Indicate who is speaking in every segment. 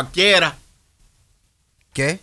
Speaker 1: Cualquiera.
Speaker 2: ¿Qué?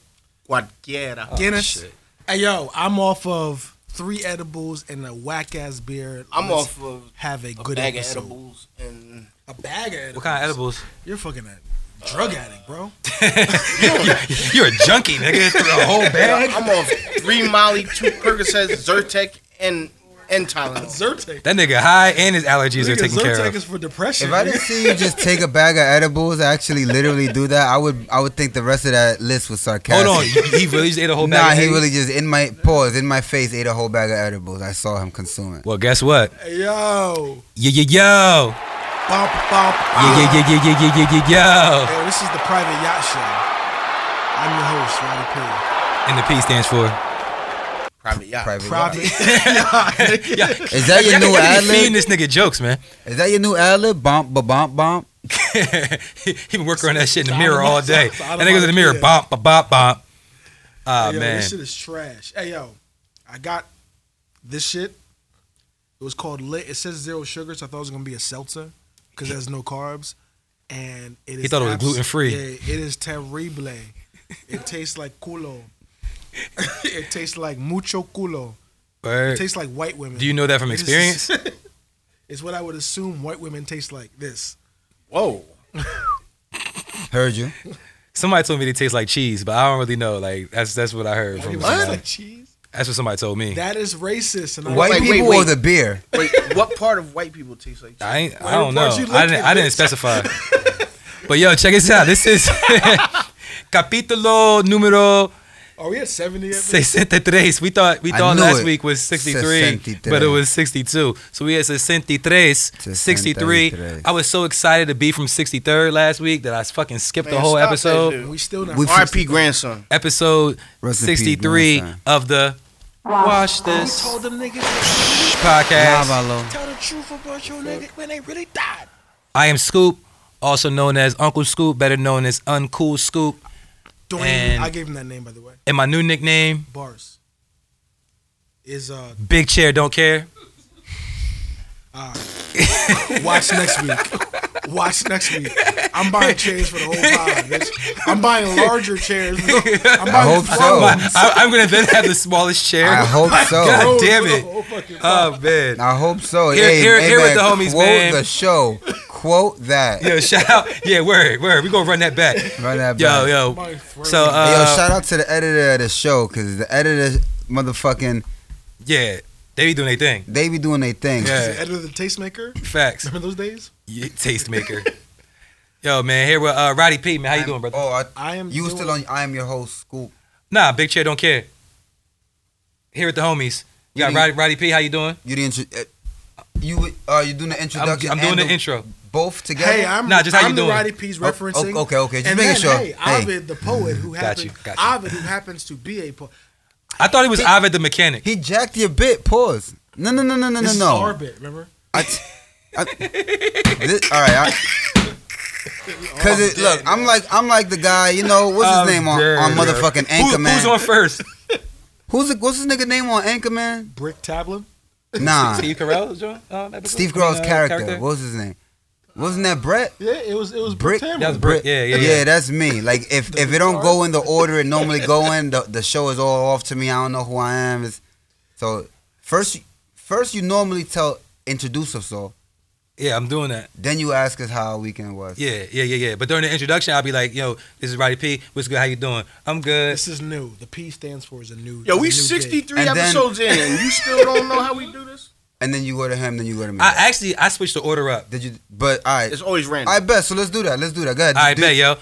Speaker 1: Cualquiera.
Speaker 3: Guinness.
Speaker 4: Oh, shit.
Speaker 3: Hey yo, I'm off of three edibles and a whack ass beer.
Speaker 1: I'm
Speaker 3: Let's
Speaker 1: off of
Speaker 3: have a
Speaker 1: a
Speaker 3: good
Speaker 1: bag
Speaker 3: episode.
Speaker 1: of edibles and
Speaker 3: A bag of edibles.
Speaker 4: What kind of edibles?
Speaker 3: You're fucking a
Speaker 1: Uh,
Speaker 3: drug addict, bro.
Speaker 4: You're a junkie, nigga. Through the whole bag.
Speaker 1: I'm off three Molly, two Percocets, Zyrtec, and and Tylenol.
Speaker 3: Zyrtec.
Speaker 4: That nigga high and his allergies are
Speaker 3: Nigga,
Speaker 4: taken care
Speaker 3: Zyrtec
Speaker 4: of.
Speaker 3: is for depression.
Speaker 2: If I didn't see you just take a bag of edibles, actually literally do that, I would I would think the rest of that list was sarcastic.
Speaker 4: Hold on, you- he really just ate a whole
Speaker 2: Nah,
Speaker 4: bag.
Speaker 2: he
Speaker 4: of
Speaker 2: really
Speaker 4: really.
Speaker 2: just in my pause in my face ate a whole bag of edibles. I saw him consume it.
Speaker 4: Well, guess what?
Speaker 3: Hey, yo.
Speaker 4: Yo, yo, yo,
Speaker 3: Bump, bump,
Speaker 4: yo, yo, yo, yo, yo, yo, yo, yo.
Speaker 3: Yo, this is the private yacht show. I'm your host, Roddy P.
Speaker 4: And the P stands for.
Speaker 1: Private yacht.
Speaker 2: Private.
Speaker 3: Private.
Speaker 4: Yeah,
Speaker 2: Is that your
Speaker 4: Y'all
Speaker 2: new
Speaker 4: be
Speaker 2: ad lib?
Speaker 4: feeding this nigga jokes, man.
Speaker 2: Is that your new ad lib? Bump, ba bump, bump.
Speaker 4: he been working on that shit in the mirror all day.
Speaker 3: It's
Speaker 4: That
Speaker 3: out of
Speaker 4: nigga's in the
Speaker 3: my
Speaker 4: mirror,
Speaker 3: head.
Speaker 4: bop, bop, bop, bop. Ah,
Speaker 3: yo,
Speaker 4: man.
Speaker 3: this shit is trash. Hey yo, I got this shit. It was called lit. It says zero sugar, so I thought it was gonna be a seltzer because there's no carbs. And it is
Speaker 4: He thought it was gluten-free.
Speaker 3: Yeah, it is terrible. It tastes like culo. it tastes like mucho culo. It
Speaker 4: Word.
Speaker 3: tastes like white women.
Speaker 4: Do you know that from
Speaker 3: This is-
Speaker 4: experience?
Speaker 3: it's what I would assume white women taste like. This.
Speaker 1: Whoa.
Speaker 2: Heard you.
Speaker 4: Somebody told me they taste like cheese, but I don't really know. Like that's that's what I heard
Speaker 3: Like,
Speaker 4: from.
Speaker 3: it was
Speaker 4: someone.
Speaker 3: like cheese.
Speaker 4: That's what somebody told me.
Speaker 3: That is racist. And I
Speaker 2: White
Speaker 1: wait, wait,
Speaker 2: people or
Speaker 1: wait.
Speaker 2: the beer?
Speaker 1: Wait, what part of white people taste like?
Speaker 4: I ain't, I
Speaker 3: Where
Speaker 4: don't
Speaker 3: the
Speaker 4: know.
Speaker 3: fuck you
Speaker 4: I didn't, I didn't specify. but yo, check this out. This is capítulo número
Speaker 3: Are we at 70 yet? man?
Speaker 4: 63. We thought we
Speaker 2: I
Speaker 4: thought
Speaker 2: knew
Speaker 4: last
Speaker 2: it.
Speaker 4: week was 63,
Speaker 2: 63.
Speaker 4: but it was 62. So we had 63, 63.
Speaker 2: 63.
Speaker 4: I was so excited to be from 63rd last week that I fucking skipped the
Speaker 1: Man,
Speaker 4: whole
Speaker 1: stop that
Speaker 4: episode.
Speaker 1: shit.
Speaker 3: We still not.
Speaker 2: We
Speaker 1: R.P. grandson.
Speaker 4: Episode
Speaker 2: Rest in peace,
Speaker 4: 63
Speaker 2: grandson.
Speaker 4: of the Wash This
Speaker 3: told them niggas
Speaker 4: podcast.
Speaker 2: Nah, Valo.
Speaker 3: tell the truth about your niggas when they really died.
Speaker 4: I am Scoop, also known as Uncle Scoop, better known as Uncool Scoop,
Speaker 3: Dwayne,
Speaker 4: And-
Speaker 3: I gave him that name by the way.
Speaker 4: and my new nickname.
Speaker 3: Bars is uh.
Speaker 4: Big chair, don't care.
Speaker 3: Watch next week. Watch next week. I'm buying chairs for the whole pod, bitch. I'm buying larger chairs. I'm buying
Speaker 2: hope so.
Speaker 3: thrones.
Speaker 4: I, am gonna then have the smallest chair.
Speaker 2: Oh. I hope so.
Speaker 4: God
Speaker 3: Thrones
Speaker 4: damn
Speaker 3: for the
Speaker 4: it.
Speaker 3: whole fucking pod.
Speaker 4: Oh man.
Speaker 2: I hope so.
Speaker 4: Here-
Speaker 2: hey,
Speaker 4: here-
Speaker 2: hey,
Speaker 4: here with
Speaker 2: man,
Speaker 4: the homies,
Speaker 2: quote
Speaker 4: man.
Speaker 2: the show. Quote that.
Speaker 4: Yo, shout out. Yeah, word, word. We gonna run that back.
Speaker 2: Run that
Speaker 4: Yo,
Speaker 2: back.
Speaker 3: I'm
Speaker 4: yo.
Speaker 3: buying thrones.
Speaker 4: So,
Speaker 2: Hey, yo,
Speaker 4: uh,
Speaker 2: shout out to the editor of the show because the editor, motherfucking,
Speaker 4: yeah, they be doing their thing.
Speaker 2: they be doing their thing.
Speaker 4: Yeah.
Speaker 3: Is it editor of the tastemaker.
Speaker 4: Facts.
Speaker 3: Remember those days?
Speaker 4: Yeah, Tastemaker. Yo, man, here with uh, Roddy P. Man, how you doing, brother?
Speaker 2: Oh, I,
Speaker 3: I am.
Speaker 2: you
Speaker 3: doing-
Speaker 2: still on? I am your host, Scoop.
Speaker 4: Nah, big chair, don't care. Here with the homies. You got
Speaker 2: You-
Speaker 4: Roddy, Roddy P. How you doing?
Speaker 2: You the intro. uh, You uh, you doing the
Speaker 4: I'm,
Speaker 2: introduction?
Speaker 4: I'm doing
Speaker 2: and
Speaker 4: the intro.
Speaker 2: Both together.
Speaker 3: Hey, I'm,
Speaker 4: Nah, just how
Speaker 3: I'm
Speaker 4: you
Speaker 3: the
Speaker 4: doing?
Speaker 3: Roddy P's
Speaker 2: o-
Speaker 3: referencing.
Speaker 2: Oh, okay, okay, just
Speaker 3: and
Speaker 2: making
Speaker 3: then,
Speaker 2: sure.
Speaker 3: Hey,
Speaker 2: Hey.
Speaker 3: Ovid, the poet who
Speaker 4: Got
Speaker 3: happens,
Speaker 4: you, got you.
Speaker 3: Ovid, who happens to be a poet.
Speaker 4: I thought it was Ovid the mechanic.
Speaker 2: He jacked your bit. Pause. No, no, no, no, no, no,
Speaker 3: This is
Speaker 2: no.
Speaker 3: orbit, remember?
Speaker 2: I, I, this, all right. I, Cause it, look, I'm like I'm like the guy, you know, what's his
Speaker 4: I'm
Speaker 2: name on,
Speaker 4: dead,
Speaker 2: on
Speaker 4: bro.
Speaker 2: motherfucking
Speaker 4: Oh, Who-
Speaker 2: Anchorman?
Speaker 4: who's on first?
Speaker 2: Who's the, what's his nigga name on Anchorman?
Speaker 3: Brick Tablin.
Speaker 2: Nah,
Speaker 4: Steve Carell's joint, um, episode?
Speaker 2: Steve Carell's
Speaker 4: Uh,
Speaker 2: character. What was his name? Wasn't that Brett?
Speaker 3: Yeah, it was it was
Speaker 2: Brick?
Speaker 3: Brick
Speaker 4: That
Speaker 3: Tablin.
Speaker 4: was Britt. Yeah, yeah, yeah.
Speaker 2: that's me. Like if if it don't go in the order it normally go in, the, the show is all off to me. I don't know who I am. It's, so first first you normally tell introduce us all.
Speaker 4: yeah, I'm doing that.
Speaker 2: Then you ask us how our weekend was.
Speaker 4: Yeah, yeah, yeah, yeah. But during the introduction, I'll be like, "Yo, this is Roddy P. What's good? How you doing? I'm good."
Speaker 3: This is new. The P stands for is a new.
Speaker 1: Yo, we
Speaker 3: a new day.
Speaker 1: 63
Speaker 2: And then-
Speaker 1: episodes in, and you still don't know how we do this?
Speaker 2: And then you go to him, then you go to me.
Speaker 4: I actually I switched the order up.
Speaker 2: Did you but all right.
Speaker 1: It's always random.
Speaker 2: I bet. So let's do that. Let's do that. Go ahead.
Speaker 4: I
Speaker 2: do-
Speaker 4: bet, yo.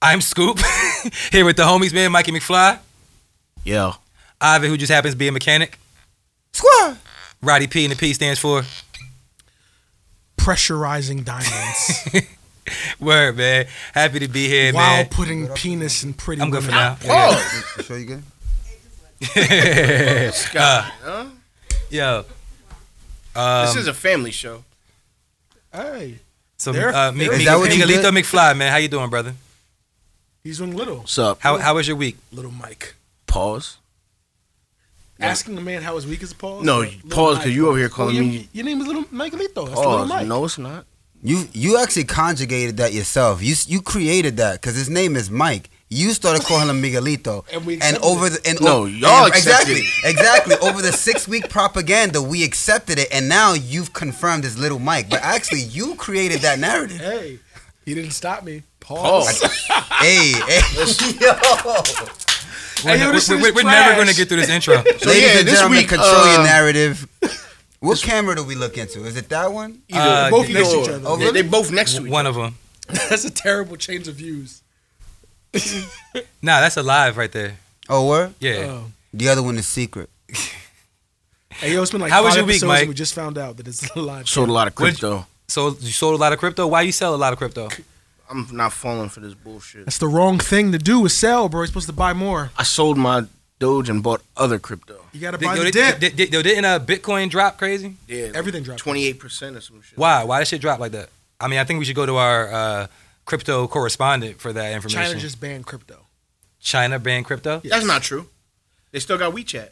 Speaker 4: I'm Scoop here with the homies, man. Mikey McFly,
Speaker 1: yeah.
Speaker 4: Ivan, who just happens to be a mechanic.
Speaker 2: Squad.
Speaker 4: Roddy P. And the P stands for
Speaker 3: pressurizing diamonds
Speaker 4: word, man. Happy to be here,
Speaker 3: while
Speaker 4: man.
Speaker 3: putting penis in pretty.
Speaker 4: I'm good
Speaker 3: women.
Speaker 4: for now.
Speaker 1: Oh,
Speaker 2: You sure you good?
Speaker 4: Uh,
Speaker 1: huh?
Speaker 4: yo. Um,
Speaker 1: this is a family show.
Speaker 3: Hey,
Speaker 4: So,
Speaker 3: There-
Speaker 4: uh, Mi-
Speaker 3: there-
Speaker 4: Mi-
Speaker 2: Is that what you
Speaker 4: Miguelito
Speaker 2: did?
Speaker 4: McFly, man. How you doing, brother?
Speaker 3: he's doing little,
Speaker 1: What's up?
Speaker 4: How how was your week?
Speaker 3: little Mike.
Speaker 1: Pause.
Speaker 3: Asking a man how his week is, pause.
Speaker 1: No,
Speaker 3: Or
Speaker 1: you
Speaker 3: Little
Speaker 1: pause
Speaker 3: Mike?
Speaker 1: because you over here
Speaker 3: Well,
Speaker 1: calling
Speaker 3: your,
Speaker 1: me.
Speaker 3: Your name is little Mike Lito. That's little
Speaker 1: Pause.
Speaker 3: Mike.
Speaker 1: No, it's not.
Speaker 2: You you actually conjugated that yourself. You s- you created that because his name is Mike. You started calling him Miguelito,
Speaker 3: And we accepted
Speaker 2: over the and
Speaker 1: No,
Speaker 2: o-
Speaker 1: y'all
Speaker 2: and-
Speaker 1: accepted
Speaker 2: exactly exactly over the six week propaganda we accepted it, and now you've confirmed his little Mike. But actually, you created that narrative.
Speaker 3: Hey, he didn't stop me. Pause.
Speaker 1: Oh,
Speaker 2: hey, hey, yo.
Speaker 3: Hey, yo, this
Speaker 4: we're
Speaker 3: shit
Speaker 4: we're-
Speaker 3: is
Speaker 4: we're never
Speaker 3: trash.
Speaker 4: going to get through this intro.
Speaker 1: So,
Speaker 2: Ladies
Speaker 1: yeah,
Speaker 2: and
Speaker 1: this
Speaker 2: gentlemen,
Speaker 1: week,
Speaker 2: control your
Speaker 1: uh,
Speaker 2: narrative. What camera do we look into? Is it that one?
Speaker 4: Uh,
Speaker 3: both
Speaker 1: either
Speaker 3: next to
Speaker 1: or.
Speaker 3: each other.
Speaker 2: Oh,
Speaker 1: Yeah,
Speaker 2: really?
Speaker 1: they both next to each
Speaker 4: One of them.
Speaker 3: That's a terrible change of views.
Speaker 4: Nah, that's alive right there.
Speaker 2: Oh, where?
Speaker 4: Yeah.
Speaker 3: Oh.
Speaker 2: The other one is secret.
Speaker 3: Hey, yo, it's been like
Speaker 4: How
Speaker 3: five
Speaker 4: was your week,
Speaker 3: episodes
Speaker 4: Mike?
Speaker 3: and we just found out that it's alive.
Speaker 1: Sold a lot of
Speaker 4: Which-
Speaker 1: crypto.
Speaker 4: So you sold a lot of crypto. Why you sell a lot of crypto?
Speaker 1: I'm not falling for this bullshit.
Speaker 3: That's the wrong thing to do. Is sell, bro. You're supposed to buy more.
Speaker 1: I sold my Doge and bought other crypto.
Speaker 3: You gotta
Speaker 4: Did,
Speaker 3: buy
Speaker 4: yo,
Speaker 3: the dip.
Speaker 4: did, did- did- yo, didn't uh, Bitcoin drop crazy?
Speaker 1: Yeah,
Speaker 3: Everything dropped.
Speaker 1: twenty eight percent or some shit.
Speaker 4: Why? Why did shit drop like that? I mean, I think we should go to our uh, crypto correspondent for that information.
Speaker 3: China just banned crypto.
Speaker 4: China banned crypto.
Speaker 3: Yeah.
Speaker 1: That's not true. They still got WeChat.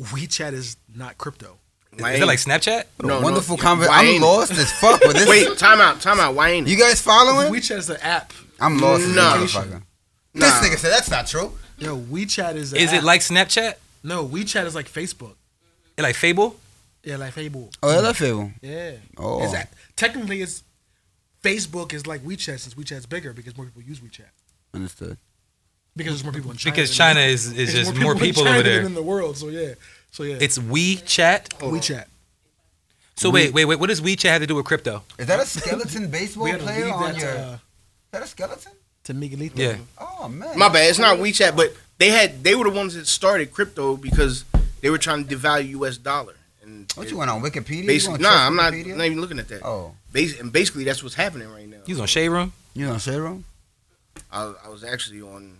Speaker 3: WeChat is not crypto.
Speaker 1: Why
Speaker 4: Is
Speaker 1: ain't-
Speaker 4: it like Snapchat?
Speaker 2: What a
Speaker 1: No, no,
Speaker 2: wonderful
Speaker 1: yeah,
Speaker 2: conversation.
Speaker 1: why
Speaker 2: I'm
Speaker 1: ain't-
Speaker 2: lost as fuck with this.
Speaker 1: Wait, time out, time out. Why ain't
Speaker 2: you guys following?
Speaker 3: WeChat is an app.
Speaker 2: I'm lost as a
Speaker 1: Nah.
Speaker 2: motherfucker.
Speaker 1: Nah.
Speaker 2: This nigga said that's not true.
Speaker 3: Yo, WeChat is. An
Speaker 4: Is
Speaker 3: app.
Speaker 4: it like Snapchat?
Speaker 3: No, WeChat is like Facebook.
Speaker 4: It like Fable?
Speaker 3: Yeah, like Facebook.
Speaker 2: Oh, I love Fable.
Speaker 3: Yeah.
Speaker 2: Oh.
Speaker 3: Is that, technically, it's Facebook is like WeChat since WeChat's bigger because more people use WeChat
Speaker 2: Understood.
Speaker 3: because there's more people in China.
Speaker 4: Because
Speaker 3: than-
Speaker 4: China is,
Speaker 3: there's
Speaker 4: is just more
Speaker 3: in
Speaker 4: people,
Speaker 3: China
Speaker 4: over
Speaker 3: than
Speaker 4: there.
Speaker 3: in the world. So yeah. So yeah.
Speaker 4: It's WeChat.
Speaker 3: WeChat.
Speaker 4: So wait, wait, wait. What does WeChat have to do with crypto?
Speaker 2: Is that a skeleton baseball
Speaker 3: We had to
Speaker 2: player
Speaker 3: leave
Speaker 2: on
Speaker 3: that
Speaker 2: your?
Speaker 3: to,
Speaker 2: Is
Speaker 3: uh,
Speaker 2: that a skeleton?
Speaker 3: to Miguelito.
Speaker 4: Yeah.
Speaker 2: Oh man.
Speaker 1: My bad. It's not WeChat, but they had they were the ones that started crypto because they were trying to devalue U.S. dollar. And
Speaker 2: What
Speaker 1: it-
Speaker 2: you went on Wikipedia? You
Speaker 1: Basically,
Speaker 2: gonna
Speaker 1: nah,
Speaker 2: trust
Speaker 1: I'm not,
Speaker 2: Wikipedia?
Speaker 1: not even looking at that.
Speaker 2: Oh,
Speaker 1: Bas- and basically, that's what's happening right now.
Speaker 4: You was on Shade Room?
Speaker 2: you on shade room?
Speaker 1: I, I was actually on.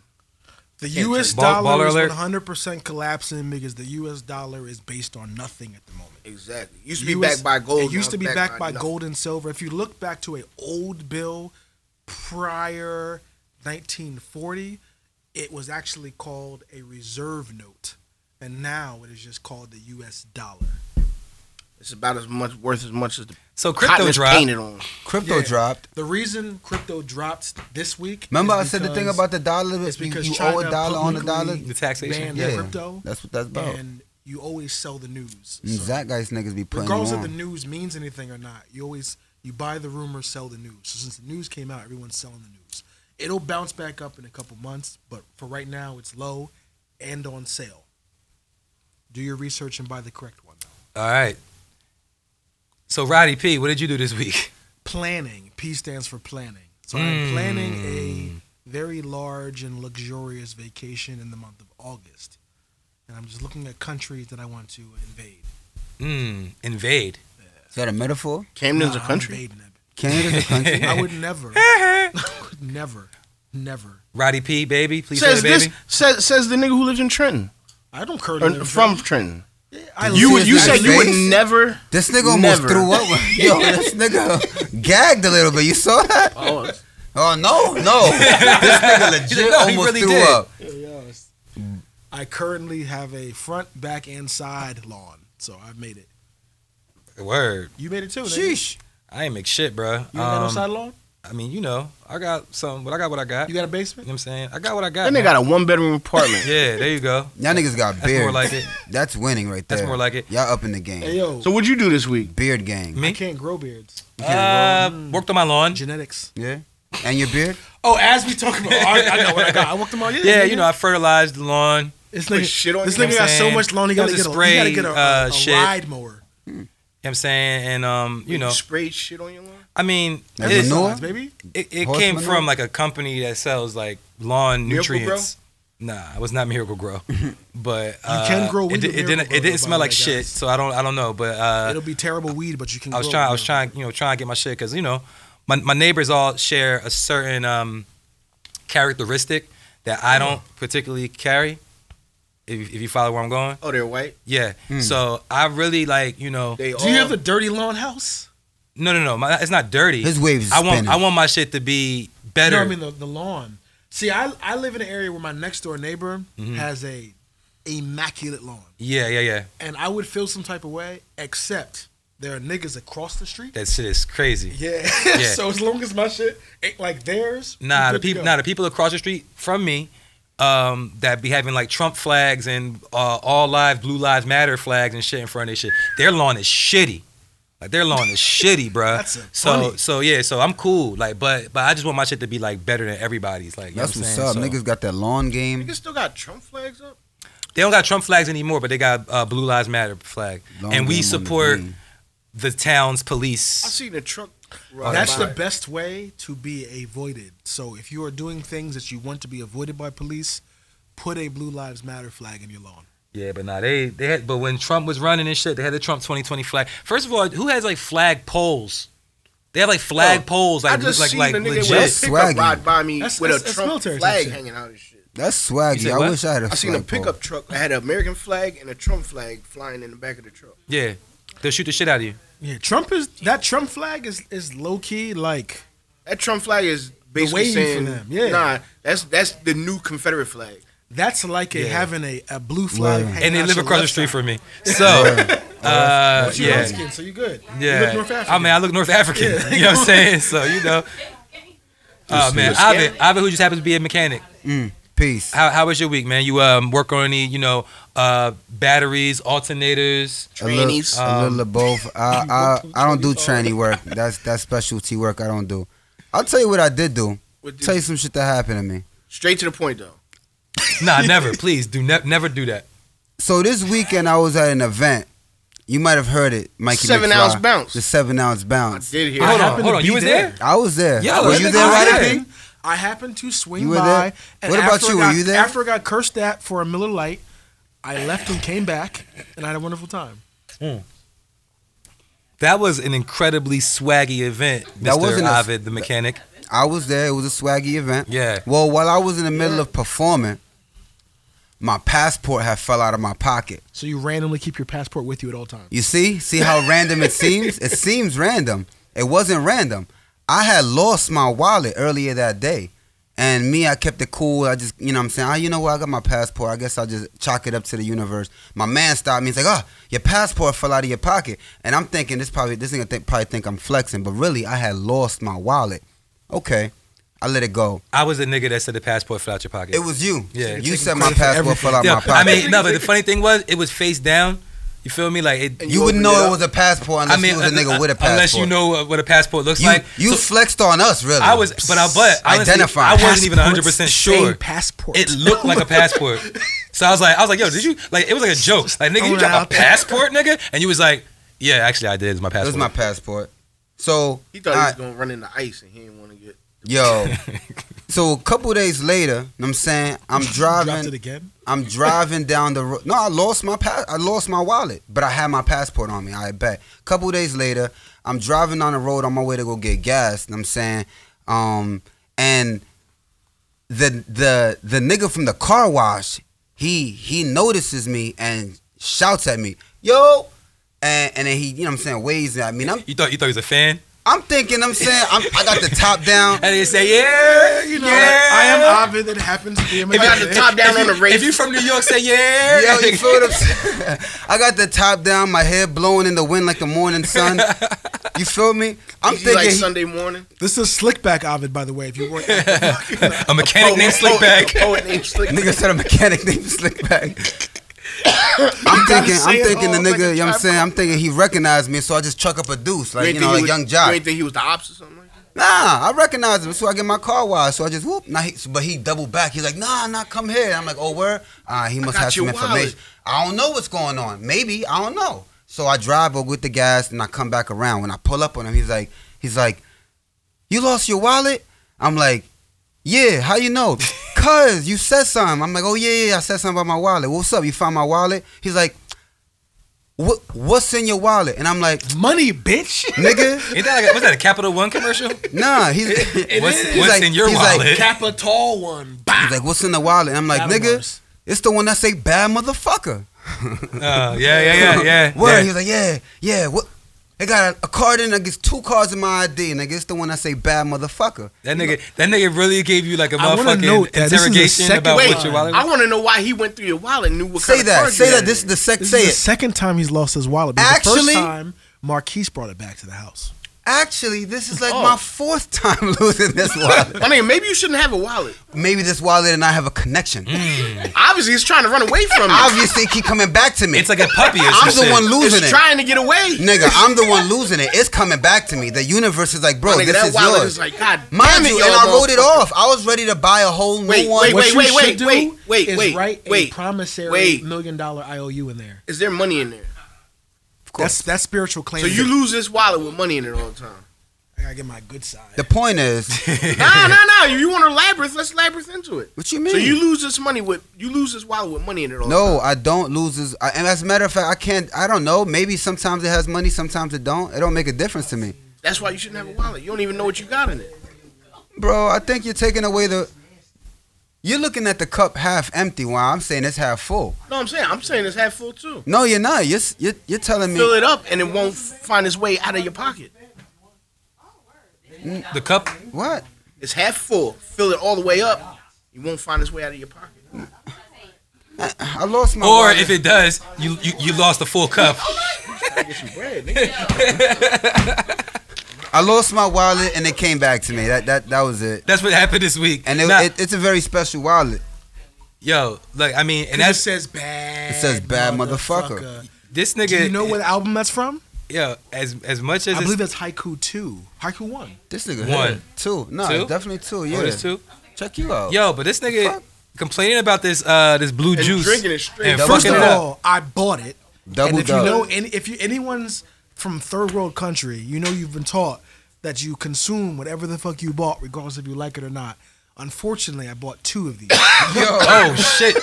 Speaker 3: The
Speaker 1: Can't
Speaker 3: U.S.
Speaker 4: turn- Ball-
Speaker 3: dollar
Speaker 4: baller
Speaker 3: is
Speaker 4: alert.
Speaker 3: 100% collapsing because the U.S. dollar is based on nothing at the moment.
Speaker 1: Exactly. Used to be
Speaker 3: US
Speaker 1: backed by gold.
Speaker 3: It
Speaker 1: now
Speaker 3: used to
Speaker 1: it's
Speaker 3: be backed by,
Speaker 1: nothing.
Speaker 3: gold and silver. If you look back to a old bill prior 1940, it was actually called a reserve note, and now it is just called the U.S. dollar.
Speaker 1: It's about as much worth as much as the
Speaker 4: So
Speaker 1: cotton
Speaker 4: crypto
Speaker 1: is
Speaker 4: dropped.
Speaker 1: painted on.
Speaker 2: Crypto
Speaker 3: Yeah.
Speaker 2: dropped.
Speaker 3: The reason crypto dropped this week.
Speaker 2: Remember, I
Speaker 3: is
Speaker 2: said the thing
Speaker 3: because
Speaker 2: about the dollar.
Speaker 3: it's
Speaker 2: you,
Speaker 3: because
Speaker 2: you
Speaker 3: China
Speaker 2: owe a dollar on the dollar.
Speaker 3: publicly
Speaker 4: The taxation.
Speaker 3: banned
Speaker 2: Yeah,
Speaker 3: crypto,
Speaker 2: that's what that's about.
Speaker 3: and you always sell the news.
Speaker 2: And
Speaker 3: So-
Speaker 2: Zach guys niggas be putting
Speaker 3: regardless
Speaker 2: you
Speaker 3: if
Speaker 2: on.
Speaker 3: the news means anything or not, you always you buy the rumor, sell the news. So since the news came out, everyone's selling the news. It'll bounce back up in a couple months, but for right now, it's low and on sale. Do your research and buy the correct one.
Speaker 4: All right. So Roddy P, what did you do this week?
Speaker 3: Planning. P stands for planning. So I'm planning a very large and luxurious vacation in the month of August, and I'm just looking at countries that I want to invade.
Speaker 4: Mm, invade.
Speaker 2: Is that a metaphor?
Speaker 1: Camden's
Speaker 3: Nah,
Speaker 1: a
Speaker 3: I'm
Speaker 1: country.
Speaker 3: invading it.
Speaker 2: Canada's a country.
Speaker 3: I would never, I would never, never.
Speaker 4: Roddy P, baby, please say
Speaker 1: Says
Speaker 4: the
Speaker 1: this
Speaker 4: baby.
Speaker 1: says says the nigga who lives in Trenton
Speaker 3: I don't currently
Speaker 1: or
Speaker 3: live in
Speaker 1: from Trenton.
Speaker 3: Trenton. I
Speaker 2: see
Speaker 1: You
Speaker 3: live-
Speaker 2: his
Speaker 1: you
Speaker 2: nice
Speaker 1: said you would
Speaker 2: face?
Speaker 1: never.
Speaker 2: This nigga almost
Speaker 1: Never.
Speaker 2: threw up. when- Yo, this nigga gagged a little bit. You saw that?
Speaker 1: Oh,
Speaker 2: Oh no, no. this nigga legit
Speaker 4: He
Speaker 2: almost
Speaker 4: really
Speaker 2: threw
Speaker 4: did.
Speaker 2: up.
Speaker 3: I currently have a front, back, and side lawn, so I've made it.
Speaker 4: Word.
Speaker 3: You made it too. nigga.
Speaker 2: Sheesh.
Speaker 4: I ain't make shit, bro.
Speaker 3: You ain't got no side lawn.
Speaker 4: I mean, you know, I got some, but I got what I got.
Speaker 3: You
Speaker 4: You
Speaker 3: got a
Speaker 4: know
Speaker 3: basement.
Speaker 4: what I'm saying? I got what I got.
Speaker 1: that nigga
Speaker 4: man.
Speaker 1: got a one bedroom apartment.
Speaker 4: Yeah, there you go.
Speaker 2: Y'all niggas got
Speaker 4: That's more
Speaker 2: beard.
Speaker 4: like it.
Speaker 2: That's winning right there.
Speaker 4: That's more like it.
Speaker 2: Y'all up in the game.
Speaker 3: Hey yo,
Speaker 1: So what'd you do this week?
Speaker 2: Beard gang.
Speaker 4: Me?
Speaker 3: I can't grow beards.
Speaker 4: Uh, worked on my lawn.
Speaker 3: Genetics.
Speaker 2: Yeah. And your beard?
Speaker 3: Oh, as we talk about, I, I know what I got. I walked them all. Yeah,
Speaker 4: Yeah,
Speaker 3: nigga.
Speaker 4: you know, I fertilized the lawn.
Speaker 3: this
Speaker 1: put
Speaker 3: nigga,
Speaker 1: shit on
Speaker 3: this
Speaker 1: you,
Speaker 4: you know
Speaker 3: nigga
Speaker 4: what I'm
Speaker 3: got so
Speaker 4: saying?
Speaker 3: much lawn. He
Speaker 4: There
Speaker 3: gotta
Speaker 4: was
Speaker 3: get a,
Speaker 4: a
Speaker 3: he gotta get a,
Speaker 4: spray, uh,
Speaker 3: a
Speaker 4: shit.
Speaker 3: ride mower.
Speaker 4: You know what I'm saying? And, um, you know,
Speaker 1: sprayed shit on your lawn.
Speaker 4: I mean,
Speaker 2: That's
Speaker 4: it,
Speaker 2: manure?
Speaker 3: Besides, baby.
Speaker 4: it, it
Speaker 2: Horse
Speaker 4: came
Speaker 2: manure?
Speaker 4: from like a company that sells like lawn
Speaker 1: Miracle-Gro?
Speaker 4: nutrients. Nah, it was not Miracle Grow, but uh,
Speaker 3: can grow
Speaker 4: It,
Speaker 3: weed
Speaker 4: di-
Speaker 3: with
Speaker 4: it didn't.
Speaker 3: Miracle-Gro,
Speaker 4: It didn't
Speaker 3: though, by
Speaker 4: smell
Speaker 3: the
Speaker 4: like
Speaker 3: way,
Speaker 4: shit,
Speaker 3: guys.
Speaker 4: so I don't. I don't know, but uh,
Speaker 3: It'll be terrible weed, but you can.
Speaker 4: I was
Speaker 3: grow
Speaker 4: trying. I
Speaker 3: it,
Speaker 4: was
Speaker 3: yo.
Speaker 4: trying. You know, trying to get my shit because you know, my my neighbors all share a certain um, characteristic that I
Speaker 3: Mm-hmm.
Speaker 4: don't particularly carry. If, if you follow where I'm going,
Speaker 1: Oh, they're white.
Speaker 4: yeah.
Speaker 3: Mm.
Speaker 4: So I really like you know.
Speaker 1: They
Speaker 3: Do you
Speaker 1: all-
Speaker 3: have a dirty lawn house?
Speaker 4: No, no, no. My, it's not dirty.
Speaker 2: His waves is
Speaker 4: I want.
Speaker 2: spinning.
Speaker 4: I want my shit to be better.
Speaker 3: No, I mean the, the lawn. See, I I live in an area where my next door neighbor
Speaker 4: Mm-hmm.
Speaker 3: has a immaculate lawn,
Speaker 4: yeah, yeah, yeah.
Speaker 3: and I would feel some type of way, except There are niggas across the street.
Speaker 4: That shit is crazy.
Speaker 3: Yeah.
Speaker 4: Yeah.
Speaker 3: so as long as my shit ain't like theirs, we
Speaker 4: Nah, the
Speaker 3: good to
Speaker 4: people,
Speaker 3: go.
Speaker 4: nah, the people across the street from me, um, that be having like Trump flags and uh, all lives, blue lives matter flags and shit in front of their shit. Their lawn is shitty. Like their lawn is shitty, bruh.
Speaker 3: That's a
Speaker 4: so,
Speaker 3: funny.
Speaker 4: so yeah, so I'm cool. Like, but, but I just want my shit to be like better than everybody's. Like, you
Speaker 2: That's
Speaker 4: know what
Speaker 2: what's
Speaker 4: I'm
Speaker 2: up.
Speaker 4: saying? So-
Speaker 2: Niggas got that lawn game.
Speaker 1: Niggas still got Trump flags up.
Speaker 4: They don't got Trump flags anymore, but they got uh, Blue Lives Matter flag,
Speaker 2: Lawn
Speaker 4: and
Speaker 2: game
Speaker 4: we
Speaker 2: on the
Speaker 4: support
Speaker 2: green.
Speaker 4: the town's
Speaker 1: I
Speaker 4: police.
Speaker 1: seen a truck.
Speaker 4: Oh,
Speaker 1: Ride
Speaker 3: That's
Speaker 1: by.
Speaker 3: the best way to be avoided. So if you are doing things that you want to be avoided by police, put a Blue Lives Matter flag in your lawn.
Speaker 4: Yeah, but nah, they they had. But when Trump was running and shit, they had the Trump 2020 flag. First of all, who has like flag poles? They have like flag
Speaker 1: Yo,
Speaker 4: poles,
Speaker 1: I
Speaker 4: like
Speaker 1: just
Speaker 4: like
Speaker 1: seen
Speaker 4: like
Speaker 1: a nigga
Speaker 4: legit.
Speaker 1: with
Speaker 2: That's
Speaker 1: a pickup
Speaker 2: swaggy.
Speaker 1: ride by me
Speaker 3: That's-
Speaker 1: with
Speaker 3: that's-
Speaker 1: a
Speaker 3: that's
Speaker 1: Trump
Speaker 3: military type
Speaker 1: flag
Speaker 3: shit.
Speaker 1: hanging out and shit.
Speaker 2: That's
Speaker 4: You
Speaker 2: swaggy.
Speaker 4: said
Speaker 2: I
Speaker 4: what?
Speaker 2: wish I had a
Speaker 1: I seen a
Speaker 2: flag pole.
Speaker 1: pickup truck. I had an American flag and a Trump flag flying in the back of the truck.
Speaker 4: Yeah, they'll shoot the shit out of you.
Speaker 3: Yeah, Trump is that Trump flag is is low key like
Speaker 1: That Trump flag is basically
Speaker 3: wave for
Speaker 1: saying,
Speaker 3: them, yeah.
Speaker 1: nah, that's that's the new Confederate flag.
Speaker 3: that's like a,
Speaker 4: Yeah.
Speaker 3: having a, a blue flag.
Speaker 2: Yeah.
Speaker 3: hanging
Speaker 4: And they
Speaker 3: out
Speaker 4: live
Speaker 3: your
Speaker 4: across the
Speaker 3: left
Speaker 4: street
Speaker 3: side.
Speaker 4: from me, so uh,
Speaker 3: But you're
Speaker 4: yeah,
Speaker 3: light-skinned, so you good. You look North
Speaker 4: yeah.
Speaker 3: African.
Speaker 4: I mean, I look North African. You know what I'm saying? So you know, oh man, Ovid, Ovid, who just happens to be a mechanic.
Speaker 2: Mm, peace.
Speaker 4: How, how was your week, man? You um work on any, you know, uh batteries, alternators.
Speaker 2: A little,
Speaker 1: Trainees.
Speaker 2: a
Speaker 4: um,
Speaker 2: little of both. I, I, I don't do tranny work. That's that's specialty work. I don't do. I'll tell you what I did do.
Speaker 1: What
Speaker 2: Tell you
Speaker 1: do-
Speaker 2: some shit that happened to me.
Speaker 1: Straight to the point though.
Speaker 4: Nah, never. Please do ne- never do that.
Speaker 2: So this weekend I was at an event. You might have heard it, Mikey.
Speaker 1: Seven
Speaker 2: McFly.
Speaker 1: ounce bounce.
Speaker 2: The seven ounce
Speaker 1: I
Speaker 2: bounce.
Speaker 1: did hear.
Speaker 4: Hold
Speaker 1: that.
Speaker 4: on, hold on. You was there?
Speaker 2: I was there.
Speaker 4: Yo,
Speaker 2: Were
Speaker 4: that
Speaker 2: you
Speaker 4: nigga
Speaker 2: there,
Speaker 4: was
Speaker 2: right?
Speaker 4: there.
Speaker 2: King?
Speaker 3: I happened to swing
Speaker 2: You were
Speaker 3: by.
Speaker 2: there? What about
Speaker 3: after I
Speaker 2: you? Were
Speaker 3: got-
Speaker 2: you there?
Speaker 3: After I got cursed at for a Miller Lite, I left and came back, and I had a wonderful time.
Speaker 4: That was an incredibly swaggy event, Mr.
Speaker 2: That wasn't a-
Speaker 4: Ovid, the mechanic.
Speaker 2: I was there. It was a swaggy event.
Speaker 4: Yeah.
Speaker 2: Well, while I was in the middle of performing, my passport had fell out of my pocket.
Speaker 3: So you randomly keep your passport with you at all times.
Speaker 2: You see? See how random it seems? It seems random. It wasn't random. I had lost my wallet earlier that day. And me, I kept it cool. I just, you know what I'm saying? Oh, you know what? I got my passport. I guess I'll just chalk it up to the universe. My man stopped me. He's like, oh, your passport fell out of your pocket. And I'm thinking, this probably, this nigga think, probably think I'm flexing. But really, I had lost my wallet. Okay. I let it go.
Speaker 4: I was the nigga that said the passport fell out your pocket.
Speaker 2: It was you.
Speaker 4: Yeah.
Speaker 2: You said my
Speaker 3: credit for
Speaker 2: passport fell out
Speaker 4: Yeah,
Speaker 2: my pocket.
Speaker 4: I mean, no, but the funny thing was, it was face down. You feel me? Like it.
Speaker 1: And
Speaker 2: you wouldn't
Speaker 1: opened
Speaker 2: know
Speaker 1: it
Speaker 2: it
Speaker 1: up.
Speaker 2: was a passport
Speaker 4: I
Speaker 2: unless
Speaker 4: mean,
Speaker 2: you was a nigga
Speaker 4: un-
Speaker 2: with a passport.
Speaker 4: unless you know what a passport looks
Speaker 2: You,
Speaker 4: like.
Speaker 2: you
Speaker 4: So-
Speaker 2: flexed on us, really.
Speaker 4: I was, but I but honestly,
Speaker 2: Identify.
Speaker 4: I wasn't even
Speaker 3: Passports
Speaker 4: 100 percent
Speaker 3: say
Speaker 4: sure.
Speaker 3: passport.
Speaker 4: It looked like a passport. So I was like, I was like, yo, did you like? It was like a joke. Like, nigga,
Speaker 3: throwing
Speaker 4: you
Speaker 3: it
Speaker 4: drop
Speaker 3: out
Speaker 4: a
Speaker 3: there.
Speaker 4: passport, nigga, and you was like, yeah, actually, I did. It's my
Speaker 2: It
Speaker 4: passport.
Speaker 2: was my passport. So
Speaker 1: He thought
Speaker 2: I-
Speaker 1: he was gonna run into ice and he didn't want to get.
Speaker 2: yo. so a couple days later, know what I'm saying I'm
Speaker 3: Dropped it
Speaker 2: driving.
Speaker 3: again.
Speaker 2: I'm driving down the road. No, I lost my pass. I lost my wallet, but I had my passport on me. I bet. Couple days later, I'm driving on the road on my way to go get gas. know what I'm saying, um, and the the the nigga from the car wash, he he notices me and shouts at me, yo, and and then he, you know, what I'm saying, waves at me. And I'm
Speaker 4: You thought you thought he was a fan?
Speaker 2: I'm thinking, I'm saying, I'm, I got the top down.
Speaker 4: And he say, yeah,
Speaker 3: You know,
Speaker 4: yeah.
Speaker 3: I am Ovid. It happens to be a
Speaker 4: If you-
Speaker 1: got the top down
Speaker 4: if
Speaker 1: on
Speaker 4: you-
Speaker 1: the race.
Speaker 4: If you from New York, say yeah.
Speaker 2: Yo, you feel what I'm saying? I got the top down, my hair blowing in the wind like the morning sun. You feel me? I'm
Speaker 1: Is he like
Speaker 2: thinking, he-
Speaker 1: Sunday morning.
Speaker 3: This is Slickback Ovid, by the way. If you weren't,
Speaker 4: a mechanic named Slickback.
Speaker 1: Oh, named Slickback.
Speaker 2: nigga said a mechanic named Slickback. I'm thinking,
Speaker 1: say
Speaker 2: I'm
Speaker 1: it
Speaker 2: thinking the
Speaker 1: all like
Speaker 2: nigga,
Speaker 1: a
Speaker 2: you know what I'm
Speaker 1: trap
Speaker 2: saying? I'm thinking he recognized me, so I just chuck up a deuce, like, you
Speaker 1: ain't
Speaker 2: know,
Speaker 1: think
Speaker 2: like
Speaker 1: he
Speaker 2: young
Speaker 1: was-
Speaker 2: jock.
Speaker 1: You ain't think he was the ops or something like that?
Speaker 2: Nah, I recognize him, so I get my car washed. So I just whoop. Now he, but he doubled back. He's like, Nah, nah, come here. I'm like, Oh, where? Uh, he must
Speaker 1: got
Speaker 2: have some
Speaker 1: your
Speaker 2: information.
Speaker 1: wallet.
Speaker 2: I don't know what's going on. Maybe I don't know. So I drive over with the gas, and I come back around. When I pull up on him, he's like, He's like, You lost your wallet? I'm like, Yeah. How you know? Cause you said something. I'm like, Oh yeah, yeah. I said something about my wallet. What's up? You found my wallet? He's like, What? What's in your wallet? And I'm like,
Speaker 3: money, bitch.
Speaker 2: Nigga.
Speaker 4: Ain't that like a, was that a Capital One commercial?
Speaker 2: Nah, he's,
Speaker 4: What's-
Speaker 2: he's
Speaker 4: what's in your
Speaker 2: he's
Speaker 4: wallet?
Speaker 3: Capital one.
Speaker 2: He's like, what's in the wallet? And I'm like,
Speaker 3: Battle
Speaker 2: nigga,
Speaker 3: Mars.
Speaker 2: it's the one that say bad motherfucker.
Speaker 4: Uh, yeah, yeah, yeah, yeah.
Speaker 2: Word.
Speaker 4: yeah.
Speaker 2: He was like, yeah, yeah. What? They got a, a card in. I guess two cards in my ID, and I guess the one that say bad motherfucker.
Speaker 4: That nigga, that nigga really gave you like a
Speaker 3: I wanna note
Speaker 4: motherfucking
Speaker 3: that this is the
Speaker 4: interrogation
Speaker 3: second
Speaker 4: about
Speaker 3: Wait,
Speaker 4: what your wallet.
Speaker 1: I want to know why he went through your wallet and knew what
Speaker 2: Say
Speaker 1: kind of
Speaker 2: that.
Speaker 1: card
Speaker 2: Say
Speaker 1: you
Speaker 2: that.
Speaker 1: had.
Speaker 2: This is the sec.
Speaker 3: This
Speaker 2: Say
Speaker 3: is the
Speaker 2: it.
Speaker 3: second time he's lost his wallet. because the first
Speaker 2: Actually-
Speaker 3: time Marquise brought it back to the house.
Speaker 2: Actually, this is like
Speaker 1: Oh.
Speaker 2: my fourth time losing this wallet.
Speaker 1: My nigga, maybe you shouldn't have a wallet.
Speaker 2: Maybe this wallet and I have a connection.
Speaker 4: Mm.
Speaker 1: Obviously, it's trying to run away from you.
Speaker 2: Obviously, it keep coming back to me.
Speaker 4: It's like a puppy or some
Speaker 2: I'm the
Speaker 4: shit.
Speaker 2: one losing
Speaker 1: it's
Speaker 2: it.
Speaker 1: trying to get away.
Speaker 2: Nigga, I'm the one losing it. It's coming back to me. The universe is like, bro,
Speaker 1: My nigga,
Speaker 2: this
Speaker 1: that
Speaker 2: is
Speaker 1: wallet
Speaker 2: yours.
Speaker 1: is like, God damn
Speaker 2: Mind
Speaker 1: it,
Speaker 2: you,
Speaker 1: y'all
Speaker 2: and I wrote it
Speaker 1: motherfuckers.
Speaker 2: off. I was ready to buy a whole new
Speaker 1: Wait,
Speaker 2: one.
Speaker 1: wait,
Speaker 3: What
Speaker 1: wait,
Speaker 3: you
Speaker 1: wait,
Speaker 3: should
Speaker 1: wait,
Speaker 3: do
Speaker 1: wait, wait,
Speaker 3: is
Speaker 1: wait,
Speaker 3: write a
Speaker 1: wait,
Speaker 3: promissory
Speaker 1: wait.
Speaker 3: million dollar IOU in there.
Speaker 1: Is there money in there?
Speaker 2: Of
Speaker 3: That's
Speaker 2: course.
Speaker 3: that's spiritual claim.
Speaker 1: So you lose this wallet with money in it all the time.
Speaker 3: I gotta get my good side.
Speaker 2: The point is,
Speaker 1: nah, nah, nah. You want to labyrinth? Let's labyrinth into it.
Speaker 2: what you mean?
Speaker 1: So you lose this money with you lose this wallet with money in it all. the
Speaker 2: no, I don't lose this. I, and as a matter of fact, I can't. I don't know. Maybe sometimes it has money, sometimes it don't. It don't make a difference to me,
Speaker 1: time. That's why you shouldn't have a wallet. You don't even know what you got in it.
Speaker 2: bro. I think you're taking away the. You're looking at the cup half empty, while I'm saying it's half full.
Speaker 1: No, I'm saying I'm saying it's half full too.
Speaker 2: No, you're not. You're s- you're, you're telling me
Speaker 1: Fill it up and it won't find its way out of your pocket.
Speaker 4: The cup.
Speaker 2: what?
Speaker 1: It's half full. Fill it all the way up. You won't find its way out of your pocket.
Speaker 2: I lost my.
Speaker 4: Or
Speaker 2: wallet.
Speaker 4: if it does, you you, you lost the full cup.
Speaker 1: Get some bread, nigga.
Speaker 2: I lost my wallet and it came back to me. That that that was it.
Speaker 4: That's what happened this week.
Speaker 2: And it,
Speaker 4: Nah,
Speaker 2: it, it's a very special wallet.
Speaker 4: yo, look, I mean, and
Speaker 3: And that
Speaker 4: that's
Speaker 3: says bad.
Speaker 2: It says bad motherfucker.
Speaker 4: this nigga.
Speaker 3: Do you know what album that's from?
Speaker 4: Yo, as as much as
Speaker 3: I
Speaker 4: it's-
Speaker 3: believe that's Haiku Two. Haiku One.
Speaker 2: This nigga
Speaker 4: One.
Speaker 2: hit. two. No,
Speaker 4: Two?
Speaker 2: it's definitely two. Yeah,
Speaker 4: oh, this too.
Speaker 2: check you out.
Speaker 4: Yo, but this nigga
Speaker 2: Fuck.
Speaker 4: complaining about this uh this blue
Speaker 1: And
Speaker 4: juice.
Speaker 1: drinking it straight.
Speaker 4: And
Speaker 2: Double
Speaker 3: First
Speaker 4: fucking
Speaker 3: of
Speaker 4: it up.
Speaker 3: all, I bought it.
Speaker 2: Double
Speaker 3: and if
Speaker 2: dub.
Speaker 3: you know any, if you anyone's from third world country, you know you've been taught that you consume whatever the fuck you bought, regardless if you like it or not. Unfortunately, I bought two of these.
Speaker 4: Oh shit.